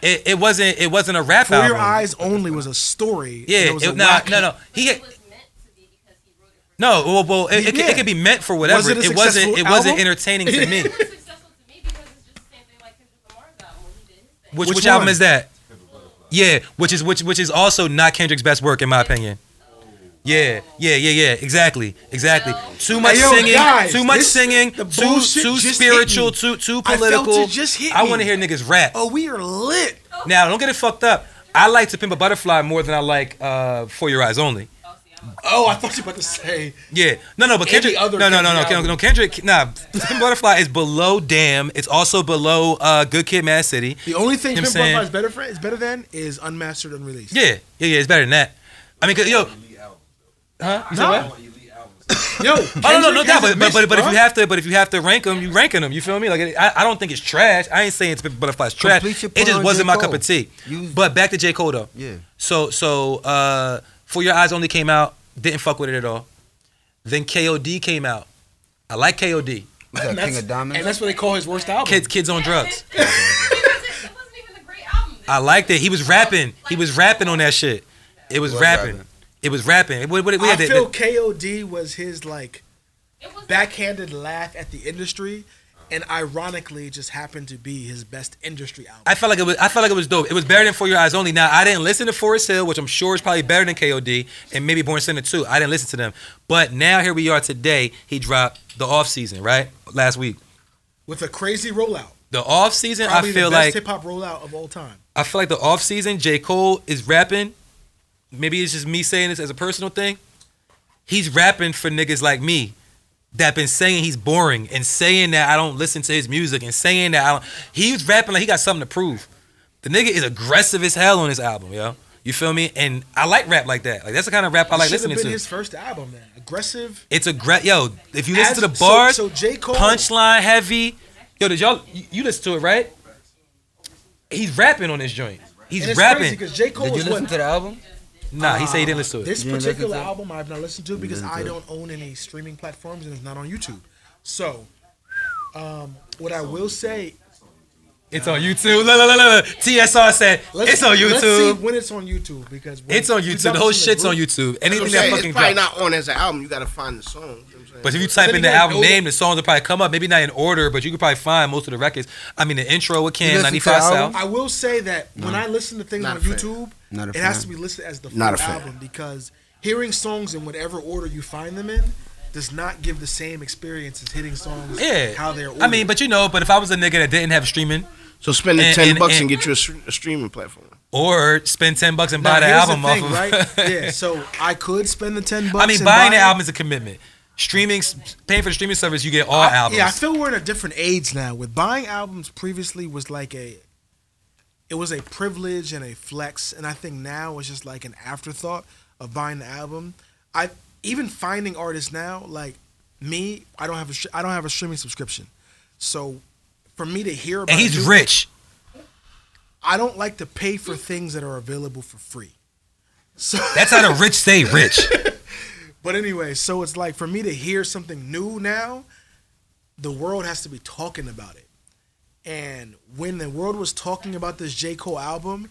Speaker 4: It, it wasn't it wasn't a rap
Speaker 3: For
Speaker 4: album.
Speaker 3: Your Eyes Only was a story. and
Speaker 4: Yeah,
Speaker 3: it was
Speaker 4: it-
Speaker 3: a
Speaker 4: nah,
Speaker 3: wacky-
Speaker 4: no, no, he
Speaker 5: It was meant to be because he wrote it for
Speaker 4: no. Well, well it, it, could-
Speaker 3: Yeah.
Speaker 4: it could be meant for whatever.
Speaker 3: Was it a
Speaker 4: wasn't.
Speaker 3: successful
Speaker 4: It wasn't
Speaker 3: album?
Speaker 4: entertaining to me.
Speaker 5: It was successful to me because it's just the same thing like Kendrick Lamar's album when he did his thing.
Speaker 4: Which,
Speaker 3: Which
Speaker 4: which, album
Speaker 3: one?
Speaker 4: is that? Yeah, which is which which is also not Kendrick's best work in my opinion. Yeah, yeah, yeah, yeah. Exactly, exactly. Too much
Speaker 3: Hey, yo,
Speaker 4: singing,
Speaker 3: guys,
Speaker 4: too much
Speaker 3: this-
Speaker 4: singing,
Speaker 3: the
Speaker 4: too
Speaker 3: bullshit
Speaker 4: too
Speaker 3: just hit
Speaker 4: spiritual,
Speaker 3: me.
Speaker 4: too too
Speaker 3: I felt
Speaker 4: political.
Speaker 3: it just hit
Speaker 4: I
Speaker 3: me.
Speaker 4: want to hear niggas rap.
Speaker 3: Oh, we are lit.
Speaker 4: Now, don't get it fucked up. I like to pimp a butterfly more than I like uh, for your eyes only.
Speaker 3: Oh, I thought you were about to say.
Speaker 4: Yeah, no, no, but
Speaker 3: Any
Speaker 4: Kendrick,
Speaker 3: other
Speaker 4: no, no, no,
Speaker 3: Kendrick
Speaker 4: no, no, Kendrick, nah, Pimp Butterfly is below Damn. It's also below uh, Good Kid, Mad City.
Speaker 3: The only thing
Speaker 4: Him
Speaker 3: Pimp
Speaker 4: saying-
Speaker 3: Butterfly is better, for, is better than is Unmastered Unreleased.
Speaker 4: Yeah, yeah, yeah. It's better than that. I mean, 'cause, yo, huh? You said what?
Speaker 3: Yo,
Speaker 4: Oh no, no, no
Speaker 3: Kendrick
Speaker 4: doubt.
Speaker 3: has
Speaker 4: But, but, but, but if
Speaker 3: missed,
Speaker 4: you
Speaker 3: bruh.
Speaker 4: have to, but if you have to rank them, you ranking them. You feel me? Like it, I, I don't think it's trash. I ain't saying it's Butterfly's trash.
Speaker 2: Complete your
Speaker 4: It
Speaker 2: point
Speaker 4: just
Speaker 2: on
Speaker 4: wasn't
Speaker 2: J.
Speaker 4: my cup
Speaker 2: Cole.
Speaker 4: of tea.
Speaker 2: Use-
Speaker 4: But back to J Cole though.
Speaker 2: yeah.
Speaker 4: So so uh, for your eyes only came out. Didn't fuck with it at all. Then KOD came out. I like KOD.
Speaker 2: Was that King of Diamonds?
Speaker 3: and that's what they call his worst album.
Speaker 4: Kids Kids on Drugs.
Speaker 5: It wasn't- it wasn't even a great album.
Speaker 4: I liked it. He was rapping. He was rapping on that shit. It was
Speaker 2: Was
Speaker 4: rapping.
Speaker 2: rapping.
Speaker 4: It was rapping. What, what, we
Speaker 3: I
Speaker 4: had the-
Speaker 3: feel
Speaker 4: the-
Speaker 3: KOD was his like
Speaker 5: It was
Speaker 3: backhanded laugh at the industry, and ironically, it just happened to be his best industry album.
Speaker 4: I felt like it was. I felt like it was dope. It was better than For Your Eyes Only. Now I didn't listen to Forest Hill, which I'm sure is probably better than K.O.D. and maybe Born Sinner too. I didn't listen to them, but now here we are today. He dropped the off season right last week.
Speaker 3: with a crazy rollout.
Speaker 4: The off season,
Speaker 3: Probably
Speaker 4: I feel
Speaker 3: the best
Speaker 4: like
Speaker 3: hip hop rollout of all time.
Speaker 4: I feel like the off season. J Cole is rapping. Maybe it's just me saying this as a personal thing. He's rapping for niggas like me that been saying he's boring and saying that I don't listen to his music and saying that I don't. He was rapping like he got something to prove. The nigga is aggressive as hell on this album, yo. You feel me? And I like rap like that. Like that's the kind of rap I like
Speaker 3: Should have
Speaker 4: listening
Speaker 3: been
Speaker 4: to.
Speaker 3: his first album, man. Aggressive.
Speaker 4: It's a great yo. If you
Speaker 3: As-
Speaker 4: listen to the bars,
Speaker 3: So, so J Cole.
Speaker 4: punchline heavy. Yo, did y'all you, you listen to it right? He's rapping on this joint.
Speaker 3: and
Speaker 4: He's
Speaker 3: it's
Speaker 4: rapping.
Speaker 3: because J Cole
Speaker 2: Did you
Speaker 3: was
Speaker 2: listen
Speaker 3: what
Speaker 2: to the album?
Speaker 4: Nah, he said he
Speaker 3: Ah.
Speaker 4: didn't listen to it.
Speaker 3: This
Speaker 2: You didn't
Speaker 3: particular
Speaker 2: listen to it?
Speaker 3: album I've not listened to because
Speaker 2: listen
Speaker 3: I
Speaker 2: to
Speaker 3: don't own any streaming platforms and it's not on YouTube. So, um, what I will say,
Speaker 4: It's on YouTube. Look, look, look, look. TSR said
Speaker 3: let's,
Speaker 4: it's on
Speaker 3: Let's see
Speaker 4: YouTube.
Speaker 3: when it's on YouTube because when-
Speaker 4: It's on
Speaker 3: we
Speaker 4: YouTube.
Speaker 3: got
Speaker 4: The whole
Speaker 3: this in
Speaker 4: shit's on
Speaker 3: group.
Speaker 4: YouTube.
Speaker 1: That's what
Speaker 4: Anything
Speaker 1: I'm
Speaker 4: that
Speaker 1: saying.
Speaker 4: fucking
Speaker 1: It's probably
Speaker 4: drops.
Speaker 1: not on as an album. You got to find the song. You know what I'm
Speaker 4: But if
Speaker 1: saying?
Speaker 4: you type
Speaker 3: Then
Speaker 4: in the
Speaker 3: again,
Speaker 4: album
Speaker 3: older-
Speaker 4: name, the songs will probably come up. Maybe not in order, but you could probably find most of the records. I mean, the intro with
Speaker 2: You
Speaker 4: Cam,
Speaker 2: listen to
Speaker 4: 95
Speaker 2: the
Speaker 4: South.
Speaker 2: album?
Speaker 3: I will say that when I listen to things
Speaker 1: Not
Speaker 3: on
Speaker 1: a fan.
Speaker 3: YouTube,
Speaker 2: Not a
Speaker 3: it has
Speaker 2: fan.
Speaker 3: to be listed as the full
Speaker 1: Not a fan.
Speaker 3: album because hearing songs in whatever order you find them in does not give the same experience as hitting songs
Speaker 4: Yeah.
Speaker 3: how they're ordered.
Speaker 4: I mean, but you know, but if I was a nigga that didn't have streaming
Speaker 1: so spend the
Speaker 4: And-
Speaker 1: ten
Speaker 4: and-
Speaker 1: bucks and,
Speaker 4: and-
Speaker 1: get you a, str- a streaming platform.
Speaker 4: or spend 10 bucks and
Speaker 3: Now,
Speaker 4: buy the
Speaker 3: here's
Speaker 4: album
Speaker 3: thing,
Speaker 4: off of.
Speaker 3: right? yeah, so I could spend the ten bucks.
Speaker 4: I mean,
Speaker 3: and
Speaker 4: buying
Speaker 3: buy
Speaker 4: the
Speaker 3: it.
Speaker 4: album is a commitment. Streaming, paying for the streaming service, you get all
Speaker 3: I-
Speaker 4: albums.
Speaker 3: Yeah, I feel we're in a different age now. With buying albums previously was like a it was a privilege and a flex, and I think now it's just like an afterthought of buying the album. I even finding artists now, like me, I don't have a sh- I don't have a streaming subscription, so for me to hear about
Speaker 4: And he's
Speaker 3: new-
Speaker 4: rich.
Speaker 3: I don't like to pay for things that are available for free. So,
Speaker 4: That's how the rich stay rich.
Speaker 3: but anyway, so it's like for me to hear something new now, the world has to be talking about it. And when the world was talking about this J Cole album,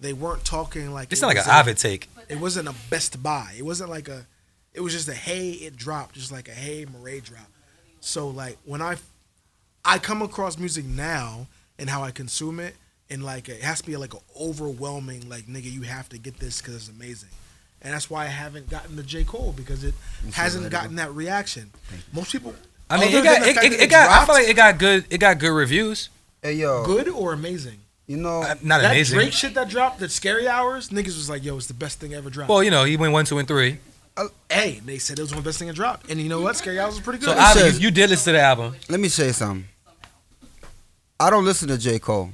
Speaker 3: they weren't talking like
Speaker 4: It's
Speaker 3: it
Speaker 4: not like
Speaker 3: was
Speaker 4: an
Speaker 3: a-
Speaker 4: Ovid take.
Speaker 3: It wasn't a Best Buy. It wasn't like a. It was just a hey, it dropped, just like a hey, Marae drop. So like when I, I come across music now and how I consume it, and like it has to be like an overwhelming like nigga, you have to get this because it's amazing, and that's why I haven't gotten the J Cole because it hasn't gotten that reaction. Most people.
Speaker 4: I mean,
Speaker 3: other
Speaker 4: it got
Speaker 3: than the
Speaker 4: it,
Speaker 3: fact
Speaker 4: it,
Speaker 3: that
Speaker 4: it got. I
Speaker 3: dropped,
Speaker 4: feel like it got good. It got good reviews.
Speaker 2: Hey yo,
Speaker 3: good or amazing.
Speaker 2: you know,
Speaker 4: Uh, Not
Speaker 3: Oh, that
Speaker 4: Oh. amazing.
Speaker 3: Drake shit that dropped, that Scary Hours, niggas was like, yo, it's the best thing ever dropped.
Speaker 4: Well, you know, he went one, two, and three.
Speaker 3: hey, they said it was one of the best thing that dropped, and you know what? Scary Hours was pretty good.
Speaker 4: So Ovid,
Speaker 2: says-
Speaker 4: you, you did listen to the album.
Speaker 2: let me say something. I don't listen to J Cole.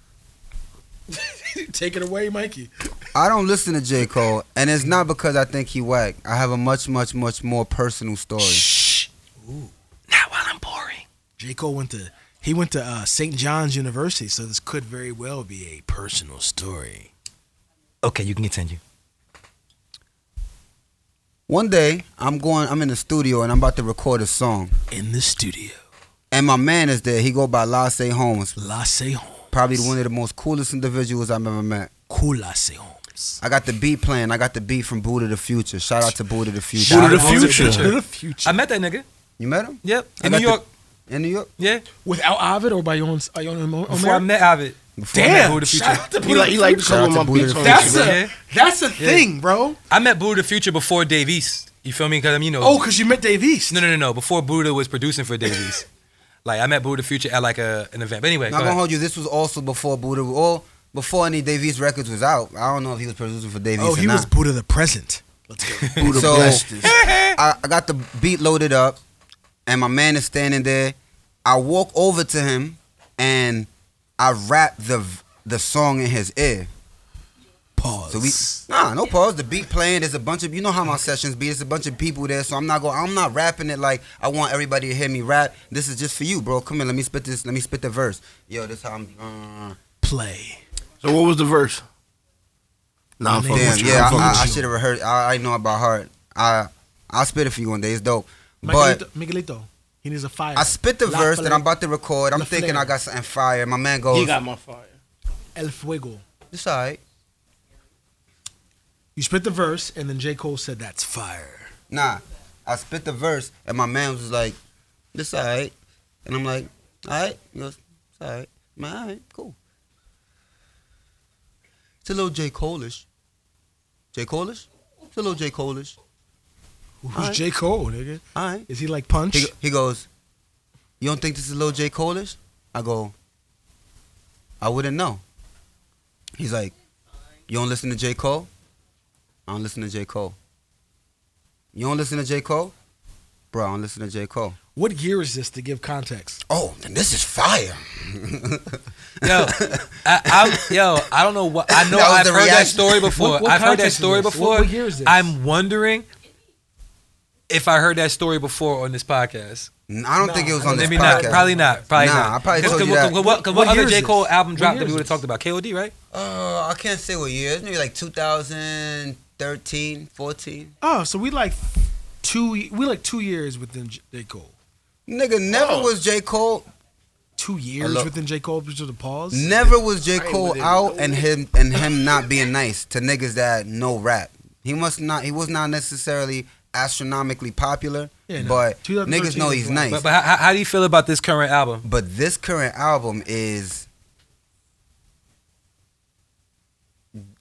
Speaker 3: Take it away, Mikey.
Speaker 2: I don't listen to J Cole, and it's not because I think he whack. I have a much, much, much more personal story.
Speaker 4: Shh. Not while I'm boring.
Speaker 3: J. Cole went to he went to uh, St. John's University, so this could very well be a personal story.
Speaker 4: Okay, you can continue.
Speaker 2: One day, I'm going. I'm in the studio, and I'm about to record a song.
Speaker 3: In the studio,
Speaker 2: And my man is there. He go by Lasse Holmes,
Speaker 3: Lasse Holmes,
Speaker 2: probably one of the most coolest individuals I've ever met.
Speaker 3: cool Lasse Holmes.
Speaker 2: I got the beat playing. I got the beat from Buddha the Future. Shout out to Buddha the Future.
Speaker 4: Buddha
Speaker 1: the Future.
Speaker 3: Buddha the future.
Speaker 4: I met that nigga.
Speaker 2: You met him
Speaker 4: Yep.
Speaker 2: I
Speaker 4: In
Speaker 2: got
Speaker 4: New York.
Speaker 2: in New York?
Speaker 4: yeah.
Speaker 3: Without Ovid or by your own, uh, your own Omer?
Speaker 4: Before I met Ovid.
Speaker 2: Before I met
Speaker 3: Damn,
Speaker 4: Buddha the
Speaker 3: shout
Speaker 4: Future.
Speaker 3: out to
Speaker 1: He
Speaker 3: Buddha
Speaker 1: like he
Speaker 3: the
Speaker 1: like
Speaker 3: Future.
Speaker 1: some of my
Speaker 2: Shout out to Buddha
Speaker 1: beats
Speaker 2: the
Speaker 1: on
Speaker 3: That's
Speaker 1: YouTube.
Speaker 3: a
Speaker 4: Yeah.
Speaker 3: that's a thing, bro.
Speaker 4: I met Buddha the Future before Dave East. You feel me? Because I'm, you know.
Speaker 3: Oh, cause you met Dave East.
Speaker 4: No, no, no, no. Before Buddha was producing for Dave East. like I met Buddha the Future at like a, an event. But anyway,
Speaker 2: Not
Speaker 4: go
Speaker 2: gonna
Speaker 4: ahead.
Speaker 2: hold you. This was also before Buddha or before any Davies records was out. I don't know if he was producing for Davies
Speaker 3: Oh,
Speaker 2: or
Speaker 3: he
Speaker 2: not.
Speaker 3: was Buddha the present. Let's go.
Speaker 1: Buddha
Speaker 2: So-
Speaker 1: blessed us.
Speaker 2: I, I got the beat loaded up, and my man is standing there. I walk over to him, and I rap the the song in his ear.
Speaker 3: Pause.
Speaker 2: So we nah, no pause. The beat playing. There's a bunch of you know how my sessions be. There's a bunch of people there, so I'm not going. I'm not rapping it like I want everybody to hear me rap. This is just for you, bro. Come here, let me spit this. Let me spit the verse. Yo, this how I'm. Uh,
Speaker 3: play.
Speaker 1: So what was the verse? Nah, I'm
Speaker 3: Damn,
Speaker 1: fucking
Speaker 2: Damn,
Speaker 1: with you.
Speaker 2: yeah,
Speaker 1: I'm
Speaker 2: I,
Speaker 1: fucking
Speaker 2: I,
Speaker 1: with you.
Speaker 2: should have rehearsed. I, I know about heart. I I'll spit it for you one day. It's dope. But
Speaker 3: Miguelito, Miguelito, he needs a fire.
Speaker 2: I spit the
Speaker 3: La
Speaker 2: verse that I'm
Speaker 3: palabra.
Speaker 2: about to record. I'm
Speaker 3: La
Speaker 2: thinking
Speaker 3: Flair.
Speaker 2: I got something fire. My man goes,
Speaker 1: He got my fire.
Speaker 3: El Fuego.
Speaker 2: "It's alright."
Speaker 3: You spit the verse, and then J. Cole said, That's fire.
Speaker 2: Nah, I spit the verse, and my man was like, "This alright," and I'm like, "Alright." He goes, "It's alright." I'm like, "Alright, cool." It's a little J Coleish. J Coleish. It's a little J Coleish.
Speaker 3: Who's
Speaker 2: Alright.
Speaker 3: J. Cole, nigga?
Speaker 2: Alright.
Speaker 3: Is he like Punch?
Speaker 2: He, he goes, You don't think this is Lil J. Coleish? I go, I wouldn't know. He's like, You don't listen to J. Cole? I don't listen to J. Cole. You don't listen to J. Cole? Bro, I don't listen to J. Cole.
Speaker 3: what year is this to give context?
Speaker 2: Oh, then this is fire.
Speaker 4: Yo, I, I, yo, I don't know what I know.
Speaker 2: That was
Speaker 4: I've
Speaker 2: the
Speaker 4: heard that
Speaker 2: reaction.
Speaker 4: story before.
Speaker 3: What- what
Speaker 4: I've heard that
Speaker 3: context is
Speaker 4: story
Speaker 3: this?
Speaker 4: before.
Speaker 3: What- what year is this?
Speaker 4: I'm wondering if I heard that story before on this podcast.
Speaker 2: N- I don't
Speaker 3: Nah,
Speaker 2: think it was
Speaker 3: I
Speaker 2: on this
Speaker 4: Maybe
Speaker 2: podcast.
Speaker 4: not. Probably not. Probably
Speaker 2: Nah,
Speaker 4: not.
Speaker 2: I probably
Speaker 4: Cause,
Speaker 2: told
Speaker 4: cause
Speaker 2: you
Speaker 4: what-
Speaker 2: that.
Speaker 4: Cause, what, cause what
Speaker 3: What year
Speaker 4: other
Speaker 3: is
Speaker 4: J
Speaker 3: this?
Speaker 4: Cole album
Speaker 3: What
Speaker 4: dropped
Speaker 3: year
Speaker 4: that we
Speaker 3: is
Speaker 4: would have
Speaker 3: this?
Speaker 4: talked about? KOD, right?
Speaker 2: Uh, I can't say what year. It's maybe like 2013, 14.
Speaker 3: Oh, so we like two we like two years within J. J. Cole.
Speaker 2: Nigga, never
Speaker 1: Oh.
Speaker 2: was J. Cole
Speaker 3: Two years
Speaker 2: Hello.
Speaker 3: within J. Cole because of the pause?
Speaker 2: Never was
Speaker 1: I
Speaker 2: J.
Speaker 1: ain't
Speaker 2: Cole
Speaker 1: with it.
Speaker 2: out and him and him not being nice to niggas that know rap. He must not he was not necessarily astronomically popular,
Speaker 3: Yeah, no.
Speaker 2: but
Speaker 3: 2013
Speaker 2: niggas know he's
Speaker 3: was
Speaker 2: nice. But,
Speaker 4: But, but how- how, how do you feel about this current album?
Speaker 2: this current album is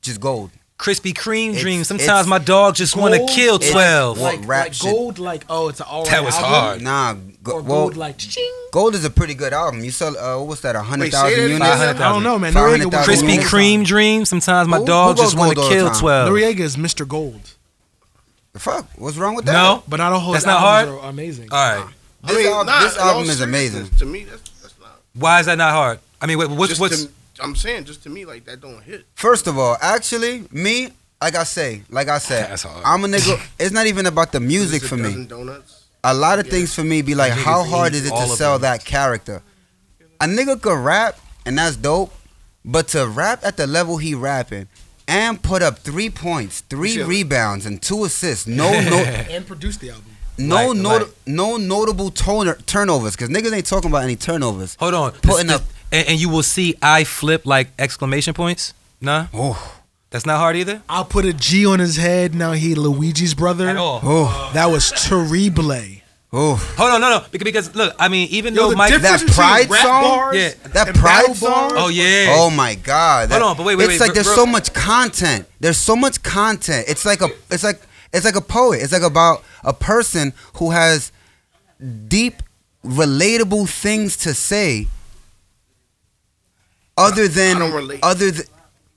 Speaker 2: just gold.
Speaker 4: Crispy Cream
Speaker 2: It's-
Speaker 4: Dreams.
Speaker 2: it's
Speaker 4: Sometimes my dog just want to
Speaker 3: Gold,
Speaker 4: kill
Speaker 2: it's-
Speaker 4: twelve.
Speaker 2: what
Speaker 3: Like,
Speaker 2: rap
Speaker 3: like
Speaker 2: shit-
Speaker 3: gold, like, oh, it's an all right
Speaker 4: That was
Speaker 3: album?
Speaker 4: hard.
Speaker 2: Nah, go,
Speaker 3: Or
Speaker 2: well,
Speaker 3: gold, like, ching.
Speaker 2: gold is a pretty good album. You sell uh, what was that? hundred thousand
Speaker 1: that
Speaker 2: units.
Speaker 1: again?
Speaker 3: I don't know, man.
Speaker 2: 500,000
Speaker 3: Noriega was
Speaker 2: Crispy
Speaker 4: Crispy
Speaker 2: Gold.
Speaker 4: Cream Dreams. Sometimes my
Speaker 2: Who-
Speaker 4: dog
Speaker 2: who
Speaker 4: just
Speaker 2: goes gold
Speaker 4: want to
Speaker 2: all the
Speaker 4: kill
Speaker 2: time?
Speaker 4: twelve.
Speaker 3: Noriega is Mr. Gold.
Speaker 2: The fuck, what's wrong with that?
Speaker 4: No.
Speaker 3: But not all his
Speaker 4: That's not
Speaker 3: albums
Speaker 4: hard?
Speaker 3: are amazing.
Speaker 4: All right.
Speaker 1: I
Speaker 2: This al-
Speaker 1: nah,
Speaker 2: this
Speaker 1: in all
Speaker 2: album is
Speaker 1: seriousness,
Speaker 2: amazing.
Speaker 1: To me, that's that's not.
Speaker 4: Why is that not hard? I mean, what- what's
Speaker 1: just
Speaker 4: what's
Speaker 1: to- I'm saying just to me like that don't hit.
Speaker 2: First of all, actually, me, like I say, like I said,
Speaker 4: That's hard.
Speaker 2: Uh, I'm a nigga. It's not even about the music
Speaker 1: Just a
Speaker 2: for me.
Speaker 1: dozen Donuts.
Speaker 2: a lot of things for me be like,
Speaker 4: Niggas
Speaker 2: how hard
Speaker 4: eat
Speaker 2: is it
Speaker 4: all
Speaker 2: to
Speaker 4: of
Speaker 2: sell
Speaker 4: them.
Speaker 2: that character? A nigga could rap, and that's dope, but to rap at the level he rapping and put up three points, three
Speaker 1: Chill.
Speaker 2: rebounds, and two assists, no no
Speaker 3: and produced the album.
Speaker 2: no
Speaker 4: Like-
Speaker 2: no
Speaker 4: like-
Speaker 2: no notable toner, turnovers, because niggas ain't talking about any turnovers.
Speaker 4: Hold on.
Speaker 2: Putting
Speaker 4: This-
Speaker 2: up-
Speaker 4: and, and you will see I flip like exclamation points. Nah,
Speaker 2: Oh,
Speaker 4: that's not hard either.
Speaker 3: I'll put a G on his head. Now he Luigi's brother.
Speaker 4: At all.
Speaker 2: oh,
Speaker 3: That was terrible.
Speaker 2: oh.
Speaker 4: Hold on, no, no. Because, because look, I mean, even
Speaker 3: Yo,
Speaker 4: though
Speaker 3: the
Speaker 4: Mike.
Speaker 3: difference-
Speaker 2: That
Speaker 3: Difference
Speaker 2: pride
Speaker 3: between rap
Speaker 2: song,
Speaker 3: bars
Speaker 4: Yeah.
Speaker 2: that
Speaker 3: and
Speaker 2: pride
Speaker 3: battle
Speaker 2: song.
Speaker 3: bars
Speaker 4: oh, yeah.
Speaker 2: Oh my god!
Speaker 4: Hold on, but wait, wait,
Speaker 2: It's
Speaker 4: wait,
Speaker 2: like
Speaker 4: bro-
Speaker 2: there's
Speaker 4: bro-
Speaker 2: so much content. There's so much content. It's like a, it's like, it's like a poet. It's like about a person who has deep, relatable things to say. Other than,
Speaker 1: don't relate.
Speaker 2: other than,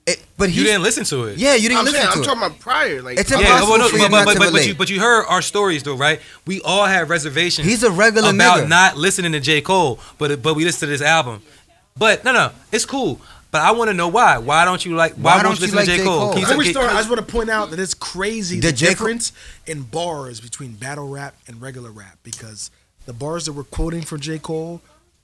Speaker 2: it, but he,
Speaker 4: you didn't listen to it.
Speaker 2: yeah, you didn't
Speaker 1: I'm
Speaker 2: listen
Speaker 1: saying,
Speaker 2: to
Speaker 1: I'm
Speaker 2: it.
Speaker 1: talking about prior. Like,
Speaker 2: It's
Speaker 1: I'm
Speaker 2: impossible
Speaker 1: not-
Speaker 4: well,
Speaker 2: for you
Speaker 4: but,
Speaker 2: not
Speaker 4: but,
Speaker 2: to
Speaker 4: but, but, you,
Speaker 2: relate.
Speaker 4: but you heard our stories though, right? We all had reservations.
Speaker 2: He's a regular
Speaker 4: about
Speaker 2: nigga.
Speaker 4: not listening to J. Cole, but but we listened to this album. But no, no, it's cool. But I want to know why. Why don't you like? Why,
Speaker 2: Why
Speaker 4: won't
Speaker 2: don't you
Speaker 4: you listen to
Speaker 2: like
Speaker 4: J.
Speaker 2: J.
Speaker 4: Cole?
Speaker 2: Cole?
Speaker 4: Can you
Speaker 3: Before
Speaker 4: say-
Speaker 3: we
Speaker 4: can-
Speaker 3: start, I just want to point out that it's crazy the,
Speaker 2: Did J. Cole-
Speaker 3: difference in bars between battle rap and regular rap because the bars that we're quoting from J. Cole